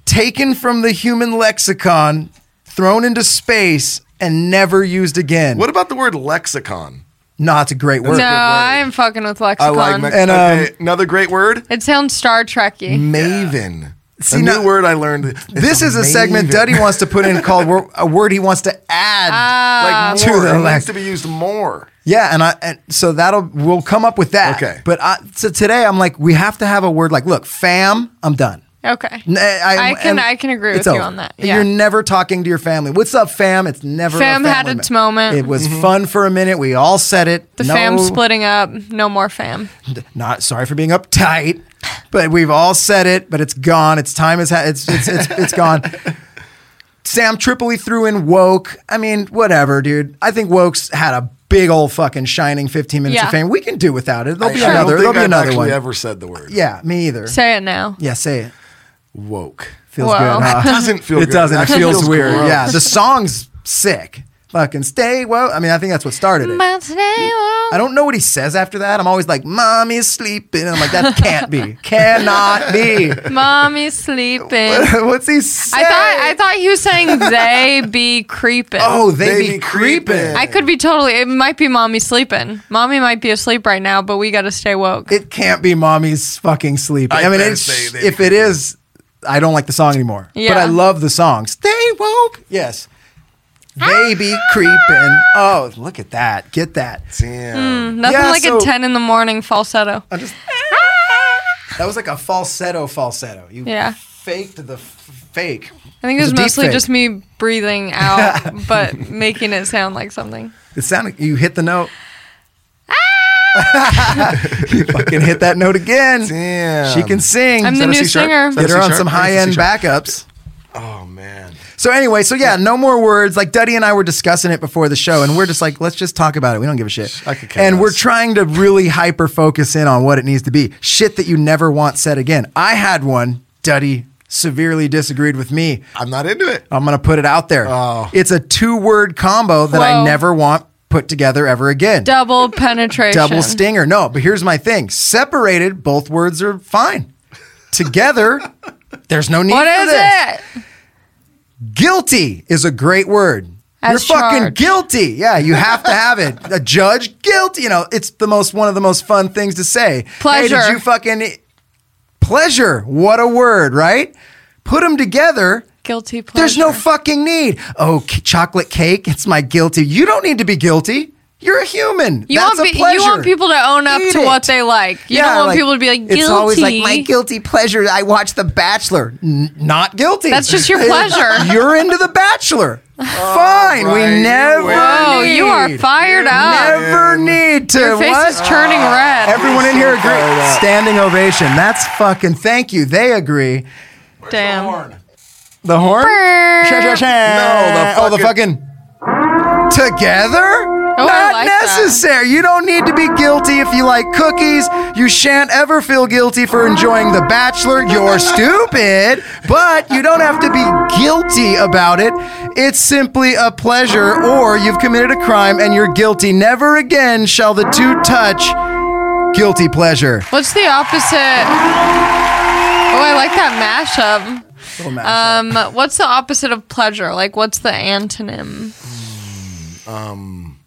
[SPEAKER 1] taken from the human lexicon, thrown into space, and never used again.
[SPEAKER 2] What about the word lexicon?
[SPEAKER 1] No, it's a great word.
[SPEAKER 3] No, I'm fucking with lexicon.
[SPEAKER 2] I like. Mex-
[SPEAKER 1] And,
[SPEAKER 2] okay,
[SPEAKER 1] um,
[SPEAKER 2] another great word.
[SPEAKER 3] it sounds Star Trekky.
[SPEAKER 2] Maven.
[SPEAKER 1] See,
[SPEAKER 2] a new
[SPEAKER 1] now-
[SPEAKER 2] word I learned. It's
[SPEAKER 1] This is a segment
[SPEAKER 2] maven.
[SPEAKER 1] Duddy wants to put in called wor- a word he wants to add.
[SPEAKER 2] like
[SPEAKER 1] to
[SPEAKER 2] more.
[SPEAKER 1] the
[SPEAKER 2] it
[SPEAKER 1] lex-
[SPEAKER 2] needs Ah. to be used more.
[SPEAKER 1] Yeah, and I and so that'll we'll come up with that.
[SPEAKER 2] Okay.
[SPEAKER 1] But I, so today I'm like we have to have a word like look fam. I'm done.
[SPEAKER 3] Okay.
[SPEAKER 1] N- eh, I,
[SPEAKER 3] I can-
[SPEAKER 1] and
[SPEAKER 3] I can agree
[SPEAKER 1] it's
[SPEAKER 3] with
[SPEAKER 1] over.
[SPEAKER 3] you on that. Yeah.
[SPEAKER 1] You're never talking to your family. What's up, fam? It's never. a
[SPEAKER 3] Fam had
[SPEAKER 1] family
[SPEAKER 3] its
[SPEAKER 1] ma-
[SPEAKER 3] moment.
[SPEAKER 1] It was fun for a minute. We all said it.
[SPEAKER 3] The
[SPEAKER 1] No-
[SPEAKER 3] fam splitting up. No more fam.
[SPEAKER 1] Not sorry for being uptight, but we've all said it. But it's gone. It's time is ha- it's it's it's, it's gone. Sam Tripoli threw in woke. I mean, whatever, dude. I think woke's had a big old fucking shining 15 minutes
[SPEAKER 3] Yeah.
[SPEAKER 1] of fame. We can do without it. There'll be
[SPEAKER 2] I
[SPEAKER 1] another.
[SPEAKER 2] don't
[SPEAKER 1] There'll
[SPEAKER 2] think
[SPEAKER 1] be
[SPEAKER 2] I've
[SPEAKER 1] another
[SPEAKER 2] actually
[SPEAKER 1] one.
[SPEAKER 2] ever said the word
[SPEAKER 1] Yeah, me either.
[SPEAKER 3] Say it now.
[SPEAKER 1] yeah, say it.
[SPEAKER 2] woke.
[SPEAKER 1] Feels
[SPEAKER 3] Whoa.
[SPEAKER 1] good. Huh?
[SPEAKER 2] Doesn't feel
[SPEAKER 1] Ah. it
[SPEAKER 2] good.
[SPEAKER 1] doesn't. It
[SPEAKER 2] Actually
[SPEAKER 1] feels,
[SPEAKER 2] feels
[SPEAKER 1] weird.
[SPEAKER 2] gross.
[SPEAKER 1] Yeah, the song's sick. Fucking stay woke. I mean, I think that's what started it.
[SPEAKER 3] But today
[SPEAKER 1] I
[SPEAKER 3] won't-
[SPEAKER 1] don't know what he says after that. I'm always like, "Mommy's sleeping." And I'm like, "That can't be. Cannot be."
[SPEAKER 3] Mommy's sleeping.
[SPEAKER 1] What's he saying?
[SPEAKER 3] I thought I thought he was saying they be creeping.
[SPEAKER 1] Oh, they,
[SPEAKER 2] They
[SPEAKER 1] be,
[SPEAKER 2] be
[SPEAKER 1] creeping.
[SPEAKER 2] creeping.
[SPEAKER 3] I could be totally. It might be mommy sleeping. Mommy might be asleep right now, but we got to stay woke.
[SPEAKER 1] it can't be mommy's fucking sleeping. I,
[SPEAKER 2] I
[SPEAKER 1] mean,
[SPEAKER 2] better
[SPEAKER 1] it's,
[SPEAKER 2] say they
[SPEAKER 1] if it is, I don't like the song anymore. But
[SPEAKER 3] Yeah.
[SPEAKER 1] I love the song. Stay woke. Yes. Baby
[SPEAKER 3] Ah.
[SPEAKER 1] creeping. Oh, look at that. Get that.
[SPEAKER 2] Damn.
[SPEAKER 3] Nothing
[SPEAKER 1] yeah,
[SPEAKER 3] like
[SPEAKER 1] so-
[SPEAKER 3] a ten in the morning falsetto.
[SPEAKER 1] I just. That was like a falsetto, falsetto. You
[SPEAKER 3] Yeah.
[SPEAKER 1] faked the f- fake.
[SPEAKER 3] I think it
[SPEAKER 1] It's
[SPEAKER 3] was
[SPEAKER 1] a deep
[SPEAKER 3] mostly
[SPEAKER 1] fake.
[SPEAKER 3] just me breathing out, but making it sound like something.
[SPEAKER 1] It sounded. You hit the note.
[SPEAKER 3] Ah!
[SPEAKER 1] you fucking hit that note again.
[SPEAKER 2] Damn.
[SPEAKER 1] She can sing.
[SPEAKER 3] I'm the
[SPEAKER 2] that a
[SPEAKER 3] new
[SPEAKER 2] C-sharp?
[SPEAKER 3] singer.
[SPEAKER 2] Is that
[SPEAKER 1] Get
[SPEAKER 2] a
[SPEAKER 1] her on
[SPEAKER 2] C-sharp?
[SPEAKER 1] some
[SPEAKER 2] I think
[SPEAKER 1] high
[SPEAKER 2] it's a
[SPEAKER 1] end
[SPEAKER 2] C-sharp.
[SPEAKER 1] backups.
[SPEAKER 2] Oh man.
[SPEAKER 1] So anyway, so yeah, no more words. Like Duddy and I were discussing it before the show, and we're just like, let's just talk about it. We don't give a shit.
[SPEAKER 2] I could care
[SPEAKER 1] and we're
[SPEAKER 2] less.
[SPEAKER 1] trying to really hyper focus in on what it needs to be. Shit that you never want said again. I had one. Duddy severely disagreed with me.
[SPEAKER 2] I'm not into it.
[SPEAKER 1] I'm gonna put it out there.
[SPEAKER 2] Oh.
[SPEAKER 1] It's a two word combo that I
[SPEAKER 3] Whoa.
[SPEAKER 1] never want put together ever again.
[SPEAKER 3] Double penetration.
[SPEAKER 1] Double stinger. No, but here's my thing. Separated, both words are fine. Together, there's no need
[SPEAKER 3] What
[SPEAKER 1] for
[SPEAKER 3] is
[SPEAKER 1] this.
[SPEAKER 3] it?
[SPEAKER 1] Guilty is a great word.
[SPEAKER 3] As
[SPEAKER 1] You're fucking
[SPEAKER 3] charged.
[SPEAKER 1] guilty. Yeah, you have to have it. A judge guilty. You know, it's the most one of the most fun things to say. Hey, did
[SPEAKER 3] Pleasure.
[SPEAKER 1] you fucking pleasure? What a word, right? Put them together.
[SPEAKER 3] Guilty pleasure.
[SPEAKER 1] There's no fucking need. Oh, c- chocolate cake. It's my guilty. You don't need to be guilty. You're a human.
[SPEAKER 3] You
[SPEAKER 1] That's
[SPEAKER 3] want
[SPEAKER 1] a
[SPEAKER 3] be-
[SPEAKER 1] pleasure.
[SPEAKER 3] you want people to own up
[SPEAKER 1] Eat
[SPEAKER 3] to
[SPEAKER 1] it.
[SPEAKER 3] what they like. You don't want people to be like guilty.
[SPEAKER 1] It's always like my guilty pleasure. I watch The Bachelor. N- not guilty.
[SPEAKER 3] That's just your pleasure. Oh,
[SPEAKER 1] You're into The Bachelor. Fine.
[SPEAKER 2] Brian,
[SPEAKER 1] we
[SPEAKER 2] you
[SPEAKER 1] never.
[SPEAKER 2] win.
[SPEAKER 3] Whoa, you are
[SPEAKER 1] need-
[SPEAKER 3] fired up.
[SPEAKER 1] Never need to.
[SPEAKER 3] Your face
[SPEAKER 1] what?
[SPEAKER 3] is turning red.
[SPEAKER 1] Everyone in here
[SPEAKER 2] Fired
[SPEAKER 1] agrees.
[SPEAKER 2] up.
[SPEAKER 1] Standing ovation. That's fucking. Thank you. They agree.
[SPEAKER 3] Damn.
[SPEAKER 1] The horn? Sha, sha, sha.
[SPEAKER 2] No, the
[SPEAKER 1] Oh, the fucking. Together?
[SPEAKER 3] Oh, I
[SPEAKER 1] Not
[SPEAKER 3] like that.
[SPEAKER 1] necessary. You don't need to be guilty if you like cookies. You shan't ever feel guilty for enjoying The Bachelor. You're stupid, but you don't have to be guilty about it. It's simply a pleasure, or you've committed a crime and you're guilty. Never again shall the two touch guilty pleasure.
[SPEAKER 3] What's the opposite? Oh, I like that mashup.
[SPEAKER 1] Little mashup.
[SPEAKER 3] Um, what's the opposite of pleasure? Like, what's the antonym?
[SPEAKER 2] Hmm, um,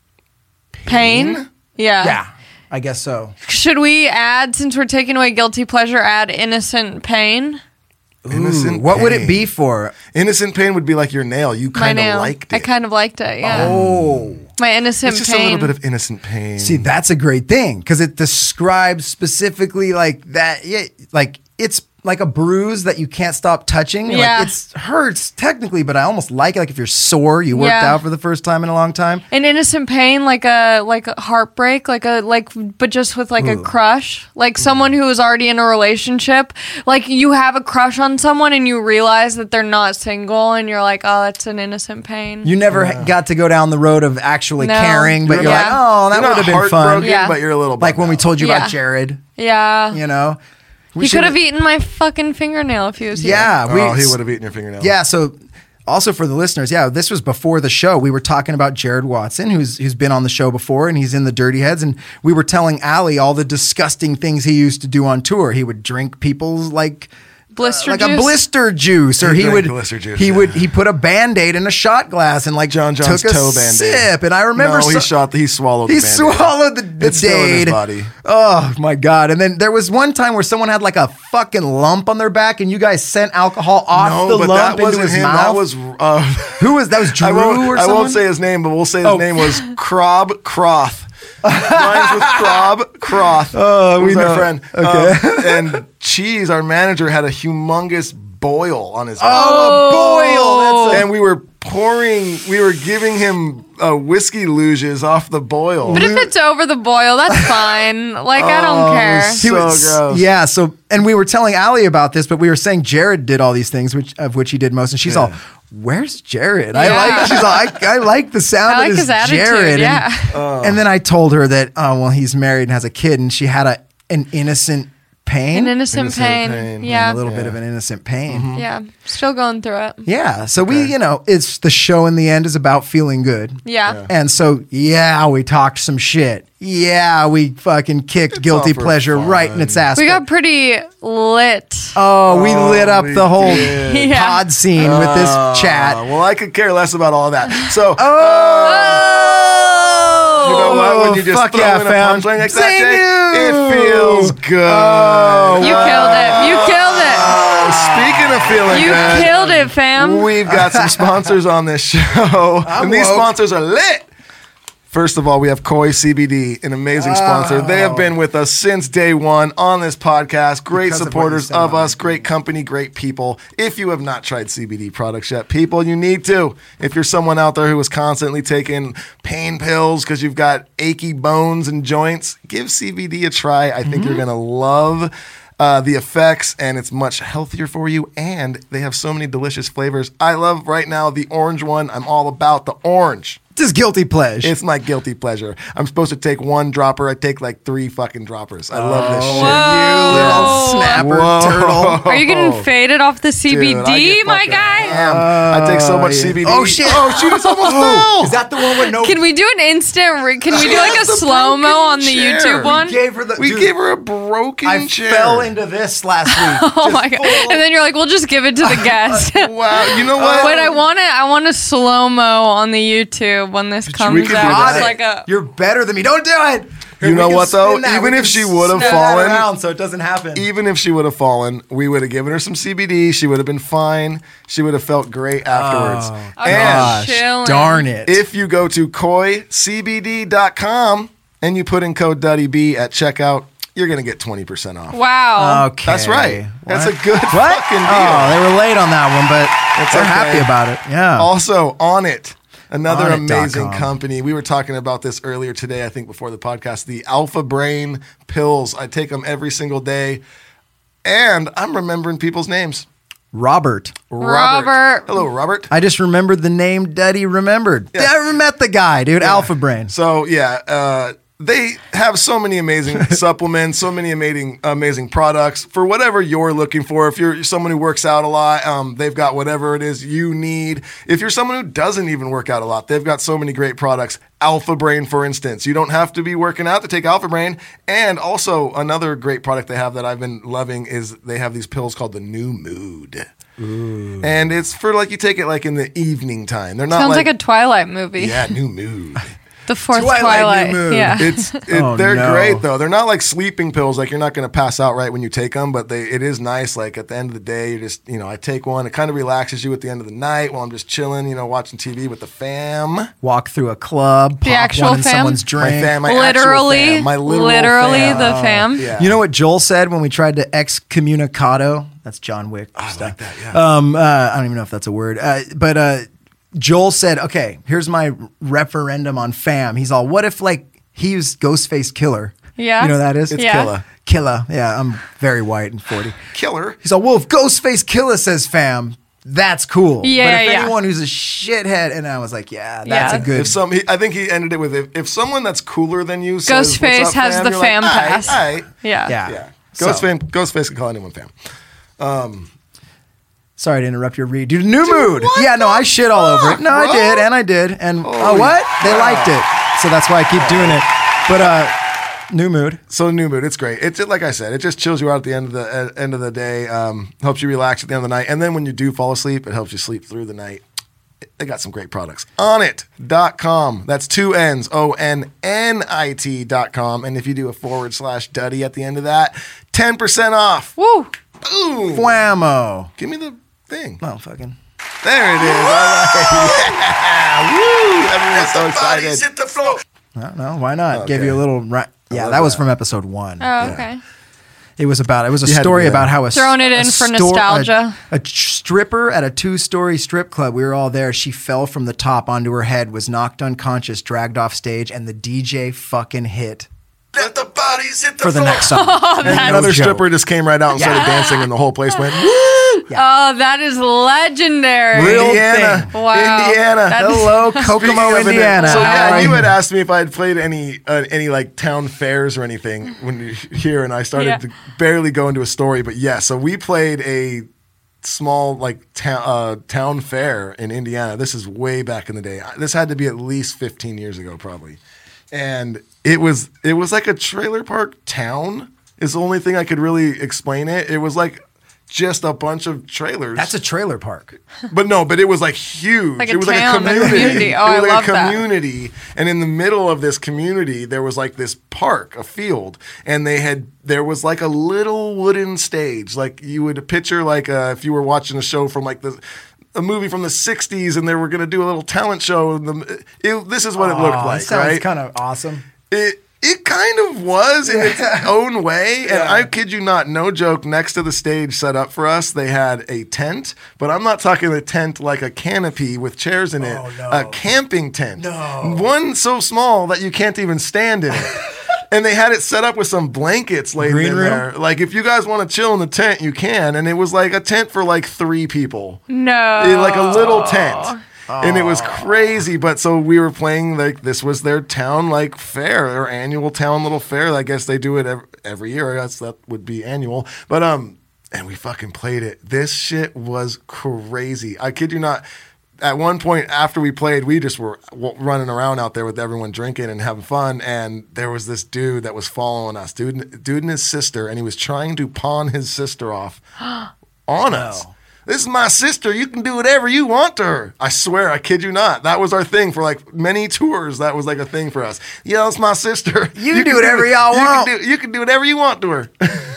[SPEAKER 3] pain. Yeah.
[SPEAKER 1] yeah, I guess so.
[SPEAKER 3] Should we add, since we're taking away guilty pleasure, add innocent pain?
[SPEAKER 2] Innocent.
[SPEAKER 1] Hmm, What would it
[SPEAKER 2] pain.
[SPEAKER 1] be for?
[SPEAKER 2] Innocent pain would be like your nail. You
[SPEAKER 3] My
[SPEAKER 2] kind of
[SPEAKER 3] nail.
[SPEAKER 2] liked it.
[SPEAKER 3] I kind of liked it. Yeah.
[SPEAKER 1] Oh.
[SPEAKER 3] My innocent
[SPEAKER 2] it's just
[SPEAKER 3] pain.
[SPEAKER 2] a little bit of innocent pain.
[SPEAKER 1] See,
[SPEAKER 3] Mm.
[SPEAKER 1] that's a great thing because it describes specifically like that. Yeah, like it's like a bruise that you can't stop touching. You're
[SPEAKER 3] Yeah.
[SPEAKER 1] like, it hurts technically, but I almost like it. Like if you're sore, you worked
[SPEAKER 3] Yeah.
[SPEAKER 1] out for the first time in a long time.
[SPEAKER 3] an innocent pain like a like a heartbreak like a like but just with like a crush like someone who is already in a relationship like you have a crush on someone and you realize that they're not single and you're like oh that's an innocent pain
[SPEAKER 1] You never ha- got to go down the road of actually
[SPEAKER 3] No.
[SPEAKER 1] caring, but
[SPEAKER 3] You're
[SPEAKER 1] you're
[SPEAKER 3] not-
[SPEAKER 1] like, oh,
[SPEAKER 2] You're
[SPEAKER 1] that
[SPEAKER 2] not
[SPEAKER 1] would have been fun.
[SPEAKER 2] heartbroken,
[SPEAKER 3] Yeah.
[SPEAKER 2] but you're a little
[SPEAKER 1] Like when we
[SPEAKER 2] bummed
[SPEAKER 1] told you
[SPEAKER 3] Yeah.
[SPEAKER 1] about Jared,
[SPEAKER 3] yeah
[SPEAKER 1] you know, we
[SPEAKER 3] he could have
[SPEAKER 1] should've-
[SPEAKER 3] eaten my fucking fingernail if he was here.
[SPEAKER 1] Yeah,
[SPEAKER 2] out.
[SPEAKER 1] we,
[SPEAKER 2] oh, he would have eaten your fingernail.
[SPEAKER 1] Yeah. So also for the listeners, yeah, this was before the show. We were talking about Jared Watson, who's who's been on the show before, and he's in the Dirty Heads, and we were telling Allie all the disgusting things he used to do on tour. He would drink people's like.
[SPEAKER 3] blister
[SPEAKER 1] like a
[SPEAKER 3] juice?
[SPEAKER 1] blister juice, or
[SPEAKER 2] He
[SPEAKER 1] he
[SPEAKER 2] drank
[SPEAKER 1] would
[SPEAKER 2] blister juice,
[SPEAKER 1] he
[SPEAKER 2] yeah.
[SPEAKER 1] would he put a band aid in a shot glass and like
[SPEAKER 2] John John's
[SPEAKER 1] took a
[SPEAKER 2] toe Band-Aid.
[SPEAKER 1] sip, and I remember
[SPEAKER 2] No, he
[SPEAKER 1] so-
[SPEAKER 2] shot. He swallowed.
[SPEAKER 1] he
[SPEAKER 2] the Band-Aid.
[SPEAKER 1] swallowed the, the
[SPEAKER 2] It's still in his
[SPEAKER 1] Dade.
[SPEAKER 2] body.
[SPEAKER 1] Oh my god! And then there was one time where someone had like a fucking lump on their back, and you guys sent alcohol off
[SPEAKER 2] No,
[SPEAKER 1] the
[SPEAKER 2] but
[SPEAKER 1] lump
[SPEAKER 2] that
[SPEAKER 1] into
[SPEAKER 2] wasn't
[SPEAKER 1] his
[SPEAKER 2] him.
[SPEAKER 1] mouth.
[SPEAKER 2] That was. Uh,
[SPEAKER 1] Who was that? Was Drew
[SPEAKER 2] I won't,
[SPEAKER 1] or
[SPEAKER 2] I
[SPEAKER 1] someone?
[SPEAKER 2] won't say his name, but we'll say his
[SPEAKER 1] Oh.
[SPEAKER 2] name was Crob Croth. Rhymes with Crob Croth.
[SPEAKER 1] Oh, we
[SPEAKER 2] Who's our
[SPEAKER 1] know.
[SPEAKER 2] friend.
[SPEAKER 1] Okay.
[SPEAKER 2] Um, and Cheese, our manager, had a humongous boil on his.
[SPEAKER 1] Oh, a boil. That's a-
[SPEAKER 2] And we were pouring, we were giving him uh, whiskey luges off the boil.
[SPEAKER 3] but if it's over the boil that's fine like i
[SPEAKER 1] Oh,
[SPEAKER 3] don't care
[SPEAKER 2] so gross.
[SPEAKER 1] Yeah. So, and we were telling Allie about this, but we were saying Jared did all these things, which of which he did most, and she's all. Where's Jared? I
[SPEAKER 3] Yeah.
[SPEAKER 1] like. She's all, I, I like the sound
[SPEAKER 3] I like
[SPEAKER 1] of this
[SPEAKER 3] his attitude,
[SPEAKER 1] Jared. And-
[SPEAKER 3] yeah.
[SPEAKER 2] Oh.
[SPEAKER 1] And, then I told her that, oh well, he's married and has a kid, and she had a an innocent pain,
[SPEAKER 3] an innocent,
[SPEAKER 2] Innocent
[SPEAKER 3] pain,
[SPEAKER 2] pain.
[SPEAKER 3] yeah
[SPEAKER 1] a little bit of an innocent pain.
[SPEAKER 2] Mm-hmm.
[SPEAKER 3] yeah still going through it
[SPEAKER 1] Yeah. So we, you know, it's the show in the end is about feeling good.
[SPEAKER 3] Yeah. Yeah.
[SPEAKER 1] And so, yeah, we talked some shit. Yeah, we fucking kicked guilty
[SPEAKER 2] all for
[SPEAKER 1] pleasure
[SPEAKER 2] fun.
[SPEAKER 1] right in its ass.
[SPEAKER 3] we
[SPEAKER 1] but-
[SPEAKER 3] got pretty lit
[SPEAKER 1] oh, we
[SPEAKER 2] Oh,
[SPEAKER 1] lit up
[SPEAKER 2] we
[SPEAKER 1] the whole
[SPEAKER 2] did.
[SPEAKER 3] Yeah.
[SPEAKER 1] pod scene with
[SPEAKER 2] Uh,
[SPEAKER 1] this chat.
[SPEAKER 2] Well, I could care less about all that. So, Oh,
[SPEAKER 1] Oh,
[SPEAKER 2] you know what? When you just
[SPEAKER 1] fuck
[SPEAKER 2] throw
[SPEAKER 1] yeah,
[SPEAKER 2] in a
[SPEAKER 1] fam. Oh,
[SPEAKER 2] punchline like
[SPEAKER 1] Say
[SPEAKER 2] that, Jake,
[SPEAKER 1] no.
[SPEAKER 2] it feels good.
[SPEAKER 3] you killed it you killed it
[SPEAKER 2] Oh, speaking of feeling
[SPEAKER 3] You
[SPEAKER 2] good,
[SPEAKER 3] killed it, fam.
[SPEAKER 2] We've got some sponsors on this show, and these
[SPEAKER 1] woke.
[SPEAKER 2] sponsors are lit. First of all, we have Koi CBD, an amazing sponsor. They have been with us since day one on this podcast. Great
[SPEAKER 1] Because of what you
[SPEAKER 2] supporters
[SPEAKER 1] said
[SPEAKER 2] of,
[SPEAKER 1] about
[SPEAKER 2] us, great company, great people. If you have not tried CBD products yet, people, you need to. If you're someone out there who is constantly taking pain pills because you've got achy bones and joints, give CBD a try. I think
[SPEAKER 1] Mm-hmm.
[SPEAKER 2] you're going to love uh, the effects, and it's much healthier for you. And they have so many delicious flavors. I love right now the orange one. I'm all about the orange.
[SPEAKER 1] This is guilty pleasure.
[SPEAKER 2] It's my guilty pleasure. I'm supposed to take one dropper. I take like three fucking droppers. I love
[SPEAKER 3] Oh,
[SPEAKER 2] this shit.
[SPEAKER 3] Whoa.
[SPEAKER 1] Snapper
[SPEAKER 2] Whoa.
[SPEAKER 1] turtle.
[SPEAKER 3] Are you getting faded off the
[SPEAKER 2] Oh. Dude, I
[SPEAKER 3] CBD,
[SPEAKER 2] get
[SPEAKER 3] my
[SPEAKER 2] fucking
[SPEAKER 3] guy?
[SPEAKER 2] ham. I take so much CBD.
[SPEAKER 1] Oh shit!
[SPEAKER 2] Oh shoot! It's almost
[SPEAKER 1] Oh,
[SPEAKER 2] fell.
[SPEAKER 1] Is that the one with no?
[SPEAKER 3] Can we do an instant? Re- can we do like a
[SPEAKER 2] That's the
[SPEAKER 3] slow mo
[SPEAKER 2] broken
[SPEAKER 3] on the
[SPEAKER 2] chair.
[SPEAKER 3] YouTube
[SPEAKER 2] We
[SPEAKER 3] one?
[SPEAKER 1] gave her the.
[SPEAKER 2] we
[SPEAKER 1] dude,
[SPEAKER 2] gave her a broken
[SPEAKER 1] I
[SPEAKER 2] chair.
[SPEAKER 1] fell into this last week.
[SPEAKER 3] Oh my god! And then you're like, we'll just give it to the guest. Wait,
[SPEAKER 2] Wow. You know what?
[SPEAKER 3] I want it. I want a slow mo on the YouTube when this comes
[SPEAKER 2] could do
[SPEAKER 3] out.
[SPEAKER 2] that.
[SPEAKER 3] Just like a.
[SPEAKER 1] You're better than me. Don't do it.
[SPEAKER 2] You
[SPEAKER 1] We
[SPEAKER 2] know
[SPEAKER 1] can
[SPEAKER 2] what, though?
[SPEAKER 1] spin that.
[SPEAKER 2] Even
[SPEAKER 1] We
[SPEAKER 2] if
[SPEAKER 1] can
[SPEAKER 2] she would've
[SPEAKER 1] spin that
[SPEAKER 2] fallen-
[SPEAKER 1] around so it doesn't happen.
[SPEAKER 2] even if she would have fallen, we would have given her some CBD. She would have been fine. She would have felt great afterwards.
[SPEAKER 3] I'm
[SPEAKER 2] and
[SPEAKER 3] chilling.
[SPEAKER 1] darn it!
[SPEAKER 2] if you go to koicbd.com and you put in code DuddyB at checkout, you're going to get 20% off.
[SPEAKER 3] Wow.
[SPEAKER 1] okay,
[SPEAKER 2] That's right. That's a good
[SPEAKER 1] What?
[SPEAKER 2] fucking deal.
[SPEAKER 1] Oh, they were late on that one, but
[SPEAKER 2] It's
[SPEAKER 1] they're
[SPEAKER 2] okay.
[SPEAKER 1] happy about it. Yeah.
[SPEAKER 2] Also, on it. Another
[SPEAKER 1] Onnit.com.
[SPEAKER 2] amazing company. We were talking about this earlier today, I think before the podcast. The Alpha Brain pills. I take them every single day, and I'm remembering people's names.
[SPEAKER 1] Robert.
[SPEAKER 3] Robert.
[SPEAKER 2] Hello, Robert.
[SPEAKER 1] I just remembered the name Duddy remembered. I ever met the guy, dude. Alpha Brain.
[SPEAKER 2] So yeah, uh, they have so many amazing supplements, so many amazing amazing products for whatever you're looking for. If you're someone who works out a lot, um, they've got whatever it is you need. If you're someone who doesn't even work out a lot, they've got so many great products. Alpha Brain, for instance, you don't have to be working out to take Alpha Brain. And also another great product they have that I've been loving is they have these pills called the New Mood. And it's for like you take it like in the evening time. They're not
[SPEAKER 3] Sounds like,
[SPEAKER 2] like
[SPEAKER 3] a Twilight movie.
[SPEAKER 2] yeah, new mood.
[SPEAKER 3] The fourth
[SPEAKER 1] Twilight,
[SPEAKER 3] Twilight.
[SPEAKER 1] New Moon.
[SPEAKER 3] Yeah.
[SPEAKER 2] It's it,
[SPEAKER 1] Oh,
[SPEAKER 2] they're
[SPEAKER 1] no.
[SPEAKER 2] great though. They're not like sleeping pills. Like you're not going to pass out right when you take them, but they it is nice. Like at the end of the day, you just you know I take one. It kind of relaxes you at the end of the night while I'm just chilling, you know, watching TV with the fam.
[SPEAKER 1] Walk through a club, pop
[SPEAKER 3] actual
[SPEAKER 1] one in
[SPEAKER 3] fam?
[SPEAKER 1] someone's
[SPEAKER 2] My
[SPEAKER 1] drink.
[SPEAKER 2] fam, my actual
[SPEAKER 3] literally,
[SPEAKER 2] fam, my literal
[SPEAKER 3] literally
[SPEAKER 2] fam.
[SPEAKER 3] the fam.
[SPEAKER 2] Yeah.
[SPEAKER 1] Oh. You know what Joel said when we tried to excommunicado? That's John Wick.
[SPEAKER 2] I like that. Yeah.
[SPEAKER 1] Um, uh, I don't even know if that's a word, uh, but uh, Joel said, "Okay, here's my referendum on fam." He's all, "What if like he was Ghostface Killer?"
[SPEAKER 3] Yeah.
[SPEAKER 1] you know who that is
[SPEAKER 3] It's Yeah.
[SPEAKER 2] Killa.
[SPEAKER 1] Killer. Yeah, I'm very white and forty.
[SPEAKER 2] Killer.
[SPEAKER 1] He's all, "Well, if Ghostface Killer says fam." That's cool.
[SPEAKER 3] Yeah,
[SPEAKER 1] But if
[SPEAKER 3] yeah.
[SPEAKER 1] anyone who's a shithead, and I was like, yeah, that's
[SPEAKER 3] Yeah.
[SPEAKER 1] a good.
[SPEAKER 2] If some, he, I think he ended it with if, if someone that's cooler than you. says,
[SPEAKER 3] Ghostface
[SPEAKER 2] What's up,
[SPEAKER 3] has
[SPEAKER 2] fam?
[SPEAKER 3] the
[SPEAKER 2] You're
[SPEAKER 3] fam
[SPEAKER 2] like, "Aight,
[SPEAKER 3] pass."
[SPEAKER 2] aight."
[SPEAKER 3] Yeah.
[SPEAKER 1] yeah.
[SPEAKER 2] uh, Yeah.
[SPEAKER 1] So-
[SPEAKER 2] Ghost fam, Ghostface can call anyone fam.
[SPEAKER 1] Sorry to interrupt your read. Dude, new mood. Yeah, no, I shit all over it. No, I
[SPEAKER 2] bro?
[SPEAKER 1] did, and I did, and oh, what? They liked it, so that's why I
[SPEAKER 2] Oh.
[SPEAKER 1] keep doing it. But uh, new mood.
[SPEAKER 2] So new mood, it's great. It's it, like I said, it just chills you out at the end of the uh, end of the day. Um, helps you relax at the end of the night, and then when you do fall asleep, it helps you sleep through the night. They got some great products. Onit.com. That's two N's, O N N I T.com. And if you do a forward slash duddy at the end of that, 10% off.
[SPEAKER 3] Woo.
[SPEAKER 2] Boom.
[SPEAKER 1] Whammo.
[SPEAKER 2] Give me the thing.
[SPEAKER 1] Oh, fucking.
[SPEAKER 2] There it is. All right. Yeah. Woo. Everyone's so excited.
[SPEAKER 1] I don't know. Why not? Gave
[SPEAKER 2] Okay.
[SPEAKER 1] you a little. Ri- yeah,
[SPEAKER 2] love
[SPEAKER 1] that was
[SPEAKER 2] that.
[SPEAKER 1] from episode one.
[SPEAKER 3] Oh, okay.
[SPEAKER 1] It was about. It was a
[SPEAKER 2] had to
[SPEAKER 1] story
[SPEAKER 2] do that.
[SPEAKER 1] about how a s-
[SPEAKER 3] Throwing it
[SPEAKER 1] a
[SPEAKER 3] in for
[SPEAKER 1] a-
[SPEAKER 3] nostalgia.
[SPEAKER 1] A, tr- stripper at a two-story strip club. We were all there. She fell from the top onto her head, was knocked unconscious, dragged off stage, and the DJ fucking hit
[SPEAKER 2] Let the bodies hit the
[SPEAKER 1] for the next song.
[SPEAKER 2] Another
[SPEAKER 1] joke.
[SPEAKER 2] stripper just came right out and started dancing, and the whole place went, woo.
[SPEAKER 3] Oh, that is legendary.
[SPEAKER 1] Real
[SPEAKER 2] Indiana.
[SPEAKER 1] thing.
[SPEAKER 3] Wow.
[SPEAKER 2] Indiana.
[SPEAKER 3] That is-
[SPEAKER 1] Hello,
[SPEAKER 2] Speaking
[SPEAKER 1] Kokomo,
[SPEAKER 2] of it,
[SPEAKER 1] Indiana.
[SPEAKER 2] So yeah,
[SPEAKER 1] Wow.
[SPEAKER 2] you had asked me if I had played any uh, any like town fairs or anything when you here, and I started
[SPEAKER 3] Yeah.
[SPEAKER 2] to barely go into a story, but yeah. So we played a small like town uh, town fair in Indiana. This is way back in the day. I- This had to be at least fifteen years ago, probably. And it was it was like a trailer park town. Is the only thing I could really explain it. It was like just a bunch of trailers.
[SPEAKER 1] That's a trailer park.
[SPEAKER 2] But no, but it was like huge.
[SPEAKER 3] Like a
[SPEAKER 2] it was
[SPEAKER 3] town,
[SPEAKER 2] like
[SPEAKER 3] a
[SPEAKER 2] a community.
[SPEAKER 3] community. Oh,
[SPEAKER 2] it was
[SPEAKER 3] I
[SPEAKER 2] like
[SPEAKER 3] love
[SPEAKER 2] a
[SPEAKER 3] that.
[SPEAKER 2] community. And in the middle of this community, there was like this park, a field, and they had there was like a little wooden stage. Like you would picture like uh, if you were watching a show from like the a movie from the 60s and they were going to do a little talent show and the, it, this is what it looked
[SPEAKER 1] Aw,
[SPEAKER 2] like
[SPEAKER 1] that sounds
[SPEAKER 2] right
[SPEAKER 1] kind of awesome.
[SPEAKER 2] it it kind of was in its own way. And I kid you not, no joke, next to the stage set up for us, they had a tent, but I'm not talking a tent like a canopy with chairs in it, a camping tent. No. One so small that you can't even stand in it. And they had it set up with some blankets laid
[SPEAKER 1] Green
[SPEAKER 2] in
[SPEAKER 1] room?
[SPEAKER 2] there. Like if you guys want to chill in the tent, you can. And it was like a tent for like three people
[SPEAKER 3] No.
[SPEAKER 2] in, like a little tent. And it was crazy, but so we were playing like this was their town like fair, their annual town little fair. I guess they do it every, every year. I guess that would be annual. But um, and we fucking played it. This shit was crazy. I kid you not. At one point after we played, we just were w- running around out there with everyone drinking and having fun. And there was this dude that was following us, dude, dude and his sister, and he was trying to pawn his sister off on us. This is my sister. You can do whatever you want to her. I swear, I kid you not. That was our thing for like many tours. That was like a thing for us. Yeah, it's my sister.
[SPEAKER 1] You
[SPEAKER 2] can
[SPEAKER 1] do whatever y'all
[SPEAKER 2] you
[SPEAKER 1] want.
[SPEAKER 2] Can do, you can do whatever you want to her.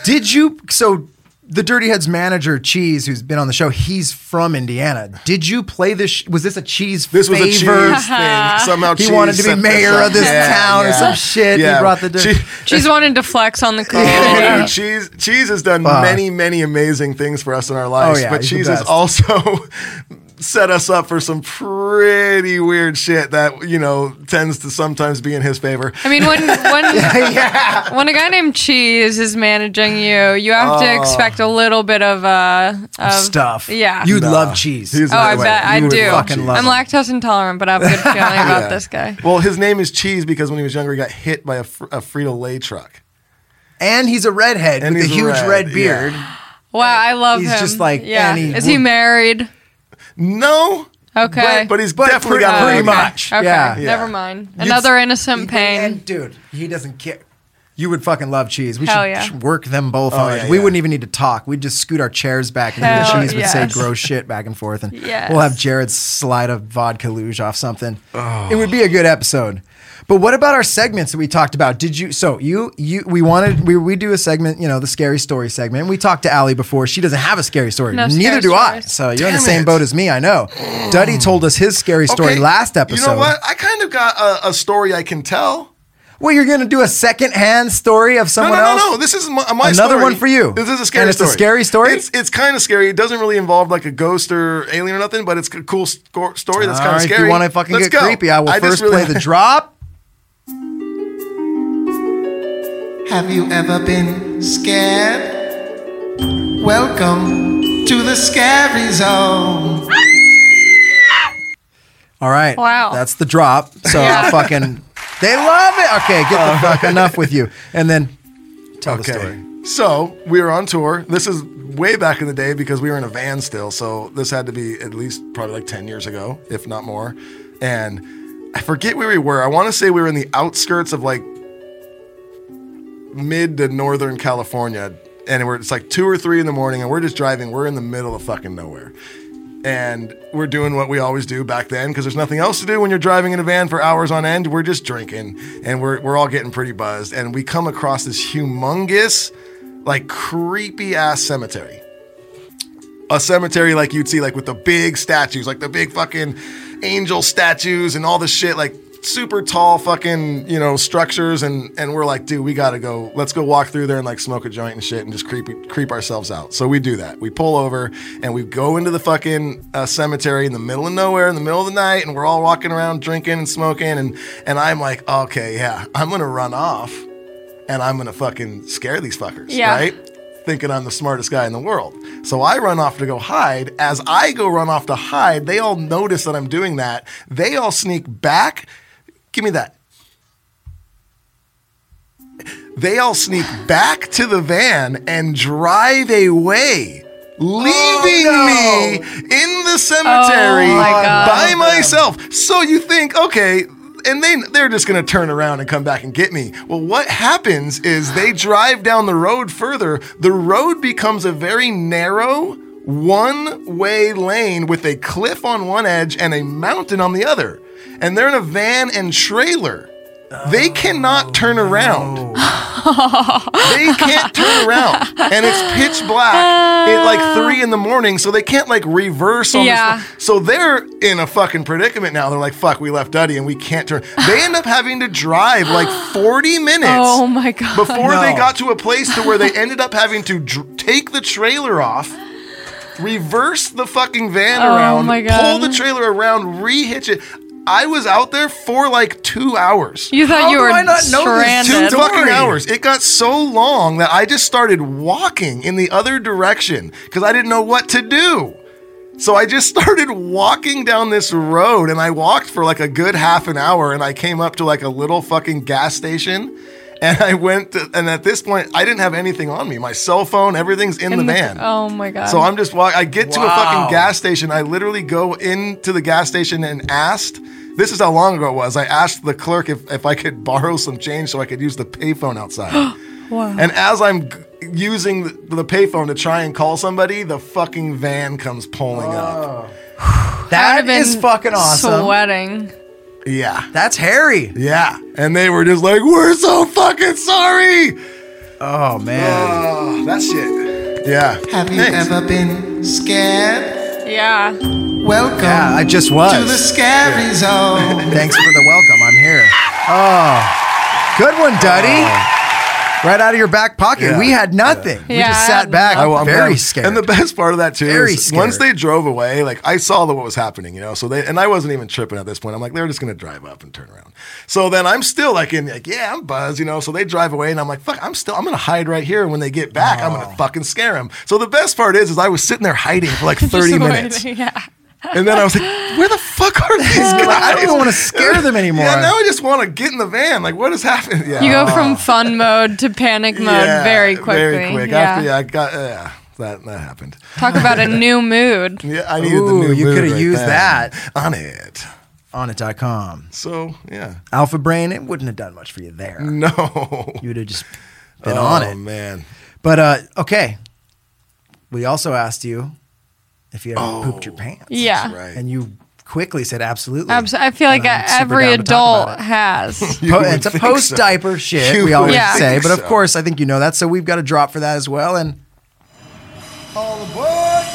[SPEAKER 1] Did you so the Dirty Heads manager Cheese, who's been on the show, he's from Indiana. Did you play this? sh- Was this a Cheese?
[SPEAKER 2] This was
[SPEAKER 1] favor?
[SPEAKER 2] a cheese thing. Somehow
[SPEAKER 1] He
[SPEAKER 2] cheese
[SPEAKER 1] wanted to be
[SPEAKER 2] set
[SPEAKER 1] mayor
[SPEAKER 2] up.
[SPEAKER 1] of this town or some shit. He brought the dirt.
[SPEAKER 2] Che-
[SPEAKER 3] She's wanting to flex on the community.
[SPEAKER 2] Dude, cheese cheese has done many many amazing things for us in our
[SPEAKER 1] Oh,
[SPEAKER 2] lives
[SPEAKER 1] yeah,
[SPEAKER 2] but
[SPEAKER 1] he's the
[SPEAKER 2] cheese is
[SPEAKER 1] best.
[SPEAKER 2] also set us up for some pretty weird shit that, you know, tends to sometimes be in his favor.
[SPEAKER 3] I mean, when when when a guy named Cheese is managing you, you have
[SPEAKER 1] Oh.
[SPEAKER 3] to expect a little bit of uh of
[SPEAKER 1] Stuff.
[SPEAKER 3] Yeah.
[SPEAKER 1] You
[SPEAKER 2] Nah.
[SPEAKER 1] love cheese.
[SPEAKER 2] He's
[SPEAKER 3] oh,
[SPEAKER 2] not
[SPEAKER 3] I
[SPEAKER 2] white.
[SPEAKER 3] bet I
[SPEAKER 2] You would
[SPEAKER 3] do.
[SPEAKER 1] fucking love
[SPEAKER 3] I'm
[SPEAKER 1] him.
[SPEAKER 3] lactose intolerant, but I have a good feeling about
[SPEAKER 2] Yeah.
[SPEAKER 3] this guy.
[SPEAKER 2] Well, his name is Cheese because when he was younger, he got hit by a, fr- a Frito Lay truck.
[SPEAKER 1] And he's a redhead
[SPEAKER 2] And
[SPEAKER 1] with a
[SPEAKER 2] he's
[SPEAKER 1] huge
[SPEAKER 2] red,
[SPEAKER 1] red,
[SPEAKER 2] yeah.
[SPEAKER 1] beard.
[SPEAKER 3] Wow, I love
[SPEAKER 1] He's
[SPEAKER 3] him.
[SPEAKER 1] just like-
[SPEAKER 3] yeah.
[SPEAKER 1] and he
[SPEAKER 3] is he
[SPEAKER 1] would-
[SPEAKER 3] married?
[SPEAKER 2] No,
[SPEAKER 3] Okay.
[SPEAKER 2] but, but he's definitely got
[SPEAKER 3] Oh,
[SPEAKER 2] a
[SPEAKER 3] okay.
[SPEAKER 2] ring on.
[SPEAKER 1] much.
[SPEAKER 3] Okay.
[SPEAKER 1] Yeah.
[SPEAKER 3] Never
[SPEAKER 2] Yeah.
[SPEAKER 3] mind. Another innocent pain.
[SPEAKER 1] And dude, he doesn't care. You would fucking love cheese. We
[SPEAKER 3] Hell
[SPEAKER 1] should
[SPEAKER 3] yeah.
[SPEAKER 1] sh- work them both
[SPEAKER 2] Oh,
[SPEAKER 1] on.
[SPEAKER 2] yeah,
[SPEAKER 1] We
[SPEAKER 2] yeah.
[SPEAKER 1] wouldn't even need to talk. We'd just scoot our chairs back, and then
[SPEAKER 3] Hell
[SPEAKER 1] cheese would say
[SPEAKER 3] yes.
[SPEAKER 1] gross shit back and forth, and
[SPEAKER 3] Yes.
[SPEAKER 1] we'll have Jared slide a vodka luge off something.
[SPEAKER 2] Oh.
[SPEAKER 1] It would be a good episode. But what about our segments that we talked about? Did you? So you you we wanted we we do a segment, you know, the scary story segment. We talked to Allie before. She doesn't have a scary story.
[SPEAKER 3] No
[SPEAKER 1] Neither
[SPEAKER 3] scary
[SPEAKER 1] do I.
[SPEAKER 3] stories.
[SPEAKER 1] So you're in
[SPEAKER 2] Damn
[SPEAKER 1] the same
[SPEAKER 2] it.
[SPEAKER 1] boat as me. I know. Duddy told us his scary story
[SPEAKER 2] Okay,
[SPEAKER 1] last episode.
[SPEAKER 2] You know what? I kind of got a, a story I can tell.
[SPEAKER 1] Well, you're going to do a secondhand story of
[SPEAKER 2] No,
[SPEAKER 1] someone
[SPEAKER 2] no, no,
[SPEAKER 1] else?
[SPEAKER 2] no. This is my, my
[SPEAKER 1] Another
[SPEAKER 2] story.
[SPEAKER 1] one for you.
[SPEAKER 2] This is a scary
[SPEAKER 1] And it's a
[SPEAKER 2] story.
[SPEAKER 1] scary story?
[SPEAKER 2] It's, it's kind of scary. It doesn't really involve like a ghost or alien or nothing, but it's a cool sco- story that's
[SPEAKER 1] All
[SPEAKER 2] kind
[SPEAKER 1] right,
[SPEAKER 2] of scary.
[SPEAKER 1] If you want to fucking
[SPEAKER 2] Let's
[SPEAKER 1] get
[SPEAKER 2] go.
[SPEAKER 1] creepy, I will
[SPEAKER 2] just
[SPEAKER 1] first
[SPEAKER 2] really-
[SPEAKER 1] play the drop.
[SPEAKER 5] Have you ever been scared? Welcome to the scary zone.
[SPEAKER 1] All right.
[SPEAKER 3] Wow.
[SPEAKER 1] That's the drop. So
[SPEAKER 3] Yeah.
[SPEAKER 1] fucking, they love it. Okay, get the fuck enough with you. And then tell the
[SPEAKER 2] Uh. Okay.
[SPEAKER 1] story.
[SPEAKER 2] So we were on tour. This is way back in the day because we were in a van still. So this had to be at least probably like 10 years ago, if not more. And I forget where we were. I want to say we were in the outskirts of like mid to northern California. And we're, it's like two or three in the morning and we're just driving. We're in the middle of fucking nowhere. And we're doing what we always do back then because there's nothing else to do when you're driving in a van for hours on end. We're just drinking and we're, we're all getting pretty buzzed. And we come across this humongous, like creepy ass cemetery. A cemetery like you'd see, like with the big statues, like the big fucking angel statues and all this shit, like super tall fucking, you know, structures. And and we're like, dude, we gotta go, let's go walk through there and like smoke a joint and shit and just creep creep ourselves out. So we do that. We pull over and we go into the fucking uh, cemetery in the middle of nowhere, in the middle of the night, and we're all walking around drinking and smoking. And and I'm like, okay, yeah, I'm gonna run off and I'm gonna fucking scare these fuckers,
[SPEAKER 3] Yeah.
[SPEAKER 2] right? Thinking I'm the smartest guy in the world. So I run off to go hide. As I go run off to hide, they all notice that I'm doing that. They all sneak back. Give me that. They all sneak back to the van and drive away, leaving
[SPEAKER 1] Oh,
[SPEAKER 2] me in the cemetery
[SPEAKER 3] Oh, my God.
[SPEAKER 2] by myself. So you think, okay, and they they're just gonna turn around and come back and get me. Well, what happens is they drive down the road further. The road becomes a very narrow one-way lane with a cliff on one edge and a mountain on the other. And they're in a van and trailer. They cannot turn around they can't turn around and it's pitch black at like three in the morning so they can't like reverse on
[SPEAKER 3] Yeah.
[SPEAKER 2] this so they're in a fucking predicament now they're like fuck we left duddy and we can't turn they end up having to drive like 40 minutes
[SPEAKER 3] Oh my god.
[SPEAKER 2] before they
[SPEAKER 1] No.
[SPEAKER 2] got to a place to where they ended up having to dr- take the trailer off reverse the fucking van
[SPEAKER 3] Oh
[SPEAKER 2] around
[SPEAKER 3] my
[SPEAKER 2] pull
[SPEAKER 3] God.
[SPEAKER 2] the trailer around re-hitch it i was out there for like two hours
[SPEAKER 3] you thought
[SPEAKER 1] How
[SPEAKER 3] you
[SPEAKER 1] do
[SPEAKER 3] were
[SPEAKER 1] I not know this?
[SPEAKER 3] stranded.
[SPEAKER 2] two
[SPEAKER 1] Story.
[SPEAKER 2] fucking hours. It got so long that I just started walking in the other direction because I didn't know what to do. So I just started walking down this road and I walked for like a good half an hour and I came up to like a little fucking gas station and I went to, and at this point I didn't have anything on me. My cell phone, everything's in, the,
[SPEAKER 3] In the-
[SPEAKER 2] van.
[SPEAKER 3] oh my God.
[SPEAKER 2] So I'm just walking. I get to a
[SPEAKER 1] Wow.
[SPEAKER 2] fucking gas station. I literally go into the gas station and asked. This is how long ago it was. I asked the clerk if, if I could borrow some change so I could use the payphone outside. And as I'm g- using the, the payphone to try and call somebody, the fucking van comes pulling up.
[SPEAKER 3] I
[SPEAKER 1] That
[SPEAKER 3] would've been
[SPEAKER 1] is fucking awesome.
[SPEAKER 3] Sweating.
[SPEAKER 2] Yeah.
[SPEAKER 1] That's hairy.
[SPEAKER 2] Yeah. And they were just like, we're so fucking sorry.
[SPEAKER 1] Oh, man.
[SPEAKER 2] Oh, that shit. Yeah.
[SPEAKER 5] Have you
[SPEAKER 2] Thanks.
[SPEAKER 5] ever been scared?
[SPEAKER 3] Yeah.
[SPEAKER 5] Welcome
[SPEAKER 1] yeah, I just
[SPEAKER 5] to the
[SPEAKER 1] was.
[SPEAKER 5] scary zone.
[SPEAKER 1] Thanks for the welcome. I'm here. Oh, good one, Duddy. right out of your back pocket.
[SPEAKER 2] Yeah.
[SPEAKER 1] We had nothing. We
[SPEAKER 3] Yeah,
[SPEAKER 1] just
[SPEAKER 3] I
[SPEAKER 1] sat
[SPEAKER 3] had
[SPEAKER 1] back.
[SPEAKER 3] nothing.
[SPEAKER 1] I, am
[SPEAKER 2] I'm
[SPEAKER 1] very
[SPEAKER 2] glad-
[SPEAKER 1] scared.
[SPEAKER 2] And the best part of that too
[SPEAKER 1] Very
[SPEAKER 2] is once
[SPEAKER 1] scared.
[SPEAKER 2] they drove away, like I saw the, what was happening, you know. So they and I wasn't even tripping at this point. I'm like, they're just gonna drive up and turn around. So then I'm still like in like, yeah, I'm buzzed, you know. So they drive away and I'm like, fuck, I'm still I'm gonna hide right here. And when they get back, I'm gonna fucking scare them. So the best part is is I was sitting there hiding for like 30 minutes.
[SPEAKER 3] Yeah.
[SPEAKER 2] And then I was like, where the fuck are these guys?
[SPEAKER 1] I don't even want to scare them anymore.
[SPEAKER 2] Yeah, now I just want to get in the van. Like, what has happened? Yeah.
[SPEAKER 3] You go from fun mode to panic mode
[SPEAKER 2] Yeah,
[SPEAKER 3] very quickly.
[SPEAKER 2] Very quick.
[SPEAKER 3] Yeah.
[SPEAKER 2] After, yeah, I got, yeah, that, that happened.
[SPEAKER 3] Talk about a new mood.
[SPEAKER 2] Yeah, I needed
[SPEAKER 1] Ooh,
[SPEAKER 2] the new.
[SPEAKER 1] you
[SPEAKER 2] mood
[SPEAKER 1] coulda
[SPEAKER 2] right
[SPEAKER 1] used
[SPEAKER 2] then.
[SPEAKER 1] that.
[SPEAKER 2] on it.
[SPEAKER 1] On it.com.
[SPEAKER 2] So yeah,
[SPEAKER 1] Alpha Brain, it wouldn't have done much for you there.
[SPEAKER 2] no.
[SPEAKER 1] You would have just been on
[SPEAKER 2] Oh
[SPEAKER 1] it.
[SPEAKER 2] man,
[SPEAKER 1] But uh, okay. We also asked you if you ever
[SPEAKER 2] oh.
[SPEAKER 1] pooped your pants.
[SPEAKER 3] Yeah.
[SPEAKER 2] right.
[SPEAKER 1] And you quickly said absolutely.
[SPEAKER 3] Abs- I feel like
[SPEAKER 1] And I'm super
[SPEAKER 3] every
[SPEAKER 1] down to talk
[SPEAKER 3] adult
[SPEAKER 1] about it.
[SPEAKER 3] has.
[SPEAKER 2] You
[SPEAKER 1] Po-
[SPEAKER 2] would
[SPEAKER 1] it's a
[SPEAKER 2] think
[SPEAKER 1] post
[SPEAKER 2] so.
[SPEAKER 1] diaper shit,
[SPEAKER 2] You
[SPEAKER 1] we always
[SPEAKER 2] would
[SPEAKER 3] Yeah.
[SPEAKER 1] say.
[SPEAKER 2] think
[SPEAKER 1] But of
[SPEAKER 2] so.
[SPEAKER 1] course, I think you know that. So we've got a drop for that as well. And
[SPEAKER 5] All aboard!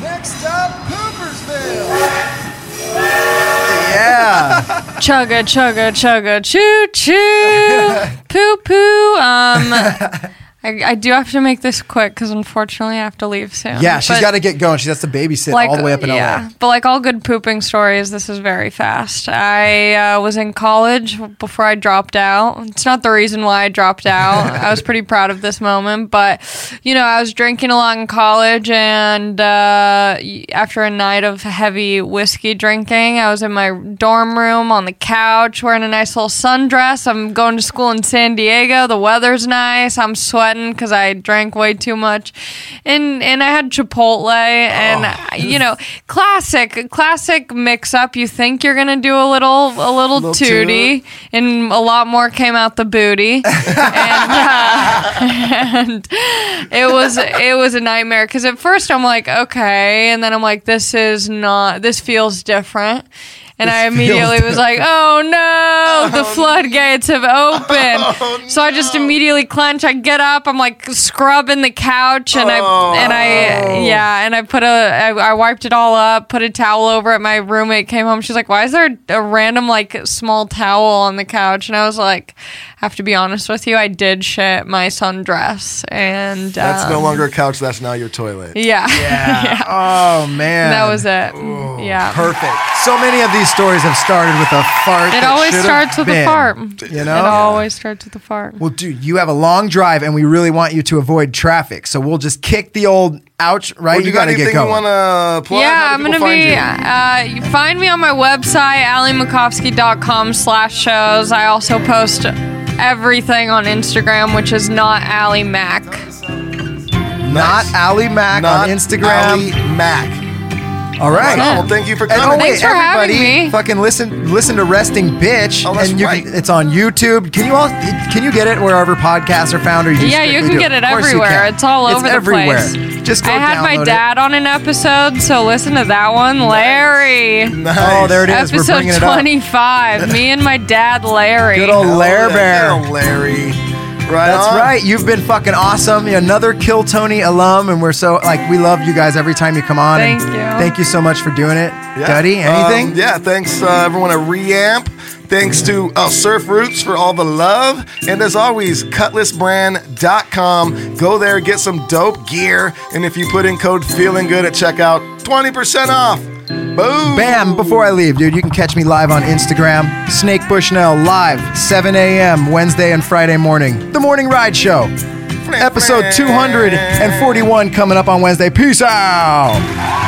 [SPEAKER 5] Next up, Poopersville!
[SPEAKER 1] yeah.
[SPEAKER 3] chugga, chugga, chugga, choo, choo, poo, poo. Um, I, I do have to make this quick because unfortunately I have to leave soon.
[SPEAKER 1] yeah, she's
[SPEAKER 3] But,
[SPEAKER 1] got to get going. She has to babysit all the way up in LA.
[SPEAKER 3] But like all good pooping stories, this is very fast. I uh, was in college before I dropped out. It's not the reason why I dropped out. I was pretty proud of this moment, but you know, I was drinking a lot in college, and uh, y- after a night of heavy whiskey drinking, I was in my dorm room on the couch wearing a nice little sundress. I'm going to school in San Diego. The weather's nice. I'm sweating because I drank way too much, and and I had Chipotle, and you know, classic classic mix up. You think you're gonna do a little a little,
[SPEAKER 2] Little
[SPEAKER 3] tootie, and a lot more came out the booty, and, uh, and it was it was a nightmare because at first I'm like okay, and then I'm like this is not this feels different. And I immediately was like, "Oh no, Oh, the floodgates have opened!" so I just immediately clench. I get up. I'm like scrubbing the couch, and I and I yeah, and I put a I, I wiped it all up, put a towel over it. My roommate came home. She's like, "Why is there a random like small towel on the couch?" And I was like, "I have to be honest with you. I did shit my sundress, and
[SPEAKER 2] That's
[SPEAKER 3] um,
[SPEAKER 2] no longer a couch. That's now your toilet.
[SPEAKER 3] yeah, yeah.
[SPEAKER 1] Oh, man.
[SPEAKER 3] that was it. yeah,
[SPEAKER 1] perfect. So many of these stories have started with a fart.
[SPEAKER 3] it
[SPEAKER 1] that
[SPEAKER 3] always
[SPEAKER 1] should have
[SPEAKER 3] starts with a
[SPEAKER 1] been.
[SPEAKER 3] fart.
[SPEAKER 1] You
[SPEAKER 3] It
[SPEAKER 1] know?
[SPEAKER 3] always starts with a fart.
[SPEAKER 1] Well, dude, you have a long drive, and we really want you to avoid traffic. So we'll just kick the old ouch right.
[SPEAKER 2] Well, you, got,
[SPEAKER 1] to
[SPEAKER 2] anything
[SPEAKER 1] get
[SPEAKER 2] you
[SPEAKER 1] going.
[SPEAKER 2] want to plug?
[SPEAKER 3] Yeah,
[SPEAKER 2] How
[SPEAKER 3] I'm
[SPEAKER 2] do
[SPEAKER 3] gonna
[SPEAKER 2] people find
[SPEAKER 3] be.
[SPEAKER 2] you?
[SPEAKER 3] Uh, you find me on my website, allymckovsky.com slash shows. I also post everything on Instagram, which is not Ally Mac.
[SPEAKER 1] Not Ali Mac
[SPEAKER 2] Not
[SPEAKER 1] on Instagram.
[SPEAKER 2] Ali Mac.
[SPEAKER 1] All right.
[SPEAKER 2] Well, thank you for
[SPEAKER 1] And oh
[SPEAKER 2] coming.
[SPEAKER 1] wait,
[SPEAKER 3] Thanks for having
[SPEAKER 1] everybody,
[SPEAKER 3] me.
[SPEAKER 1] fucking listen, listen to Resting Bitch,
[SPEAKER 2] Oh, that's
[SPEAKER 1] and you
[SPEAKER 2] right.
[SPEAKER 1] can, it's on YouTube. Can you all? Can you get it wherever podcasts are found? Or you just
[SPEAKER 3] Yeah, you
[SPEAKER 1] strictly
[SPEAKER 3] can
[SPEAKER 1] do
[SPEAKER 3] get it
[SPEAKER 1] Of course you
[SPEAKER 3] everywhere.
[SPEAKER 1] can.
[SPEAKER 3] It's all over
[SPEAKER 1] it's
[SPEAKER 3] the
[SPEAKER 1] everywhere.
[SPEAKER 3] place.
[SPEAKER 1] Just go
[SPEAKER 3] I had
[SPEAKER 1] download
[SPEAKER 3] my
[SPEAKER 1] it.
[SPEAKER 3] dad on an episode, so listen to that one, Larry.
[SPEAKER 2] Nice.
[SPEAKER 1] Oh, there it is. We're
[SPEAKER 3] Episode
[SPEAKER 1] bringing it up.
[SPEAKER 3] 25. me and my dad, Larry.
[SPEAKER 1] Good old Lair Bear.
[SPEAKER 2] Oh, Larry. Right
[SPEAKER 1] That's
[SPEAKER 2] on.
[SPEAKER 1] right. You've been fucking awesome. You're another Kill Tony alum, and we're so like we love you guys every time you come on. and
[SPEAKER 3] Thank you.
[SPEAKER 1] Thank you so much for doing it,
[SPEAKER 2] Yeah.
[SPEAKER 1] Duddy. Anything?
[SPEAKER 2] Um, yeah, thanks uh, everyone at Reamp. Thanks to uh, Surf Roots for all the love. And as always, cutlassbrand.com. Go there, get some dope gear. And if you put in code feeling good at checkout, 20% off. Boom.
[SPEAKER 1] Bam! Before I leave, dude, you can catch me live on Instagram, Snake Bushnell live, 7 a.m. Wednesday and Friday morning. The Morning Ride Show, episode 241 coming up on Wednesday. Peace out.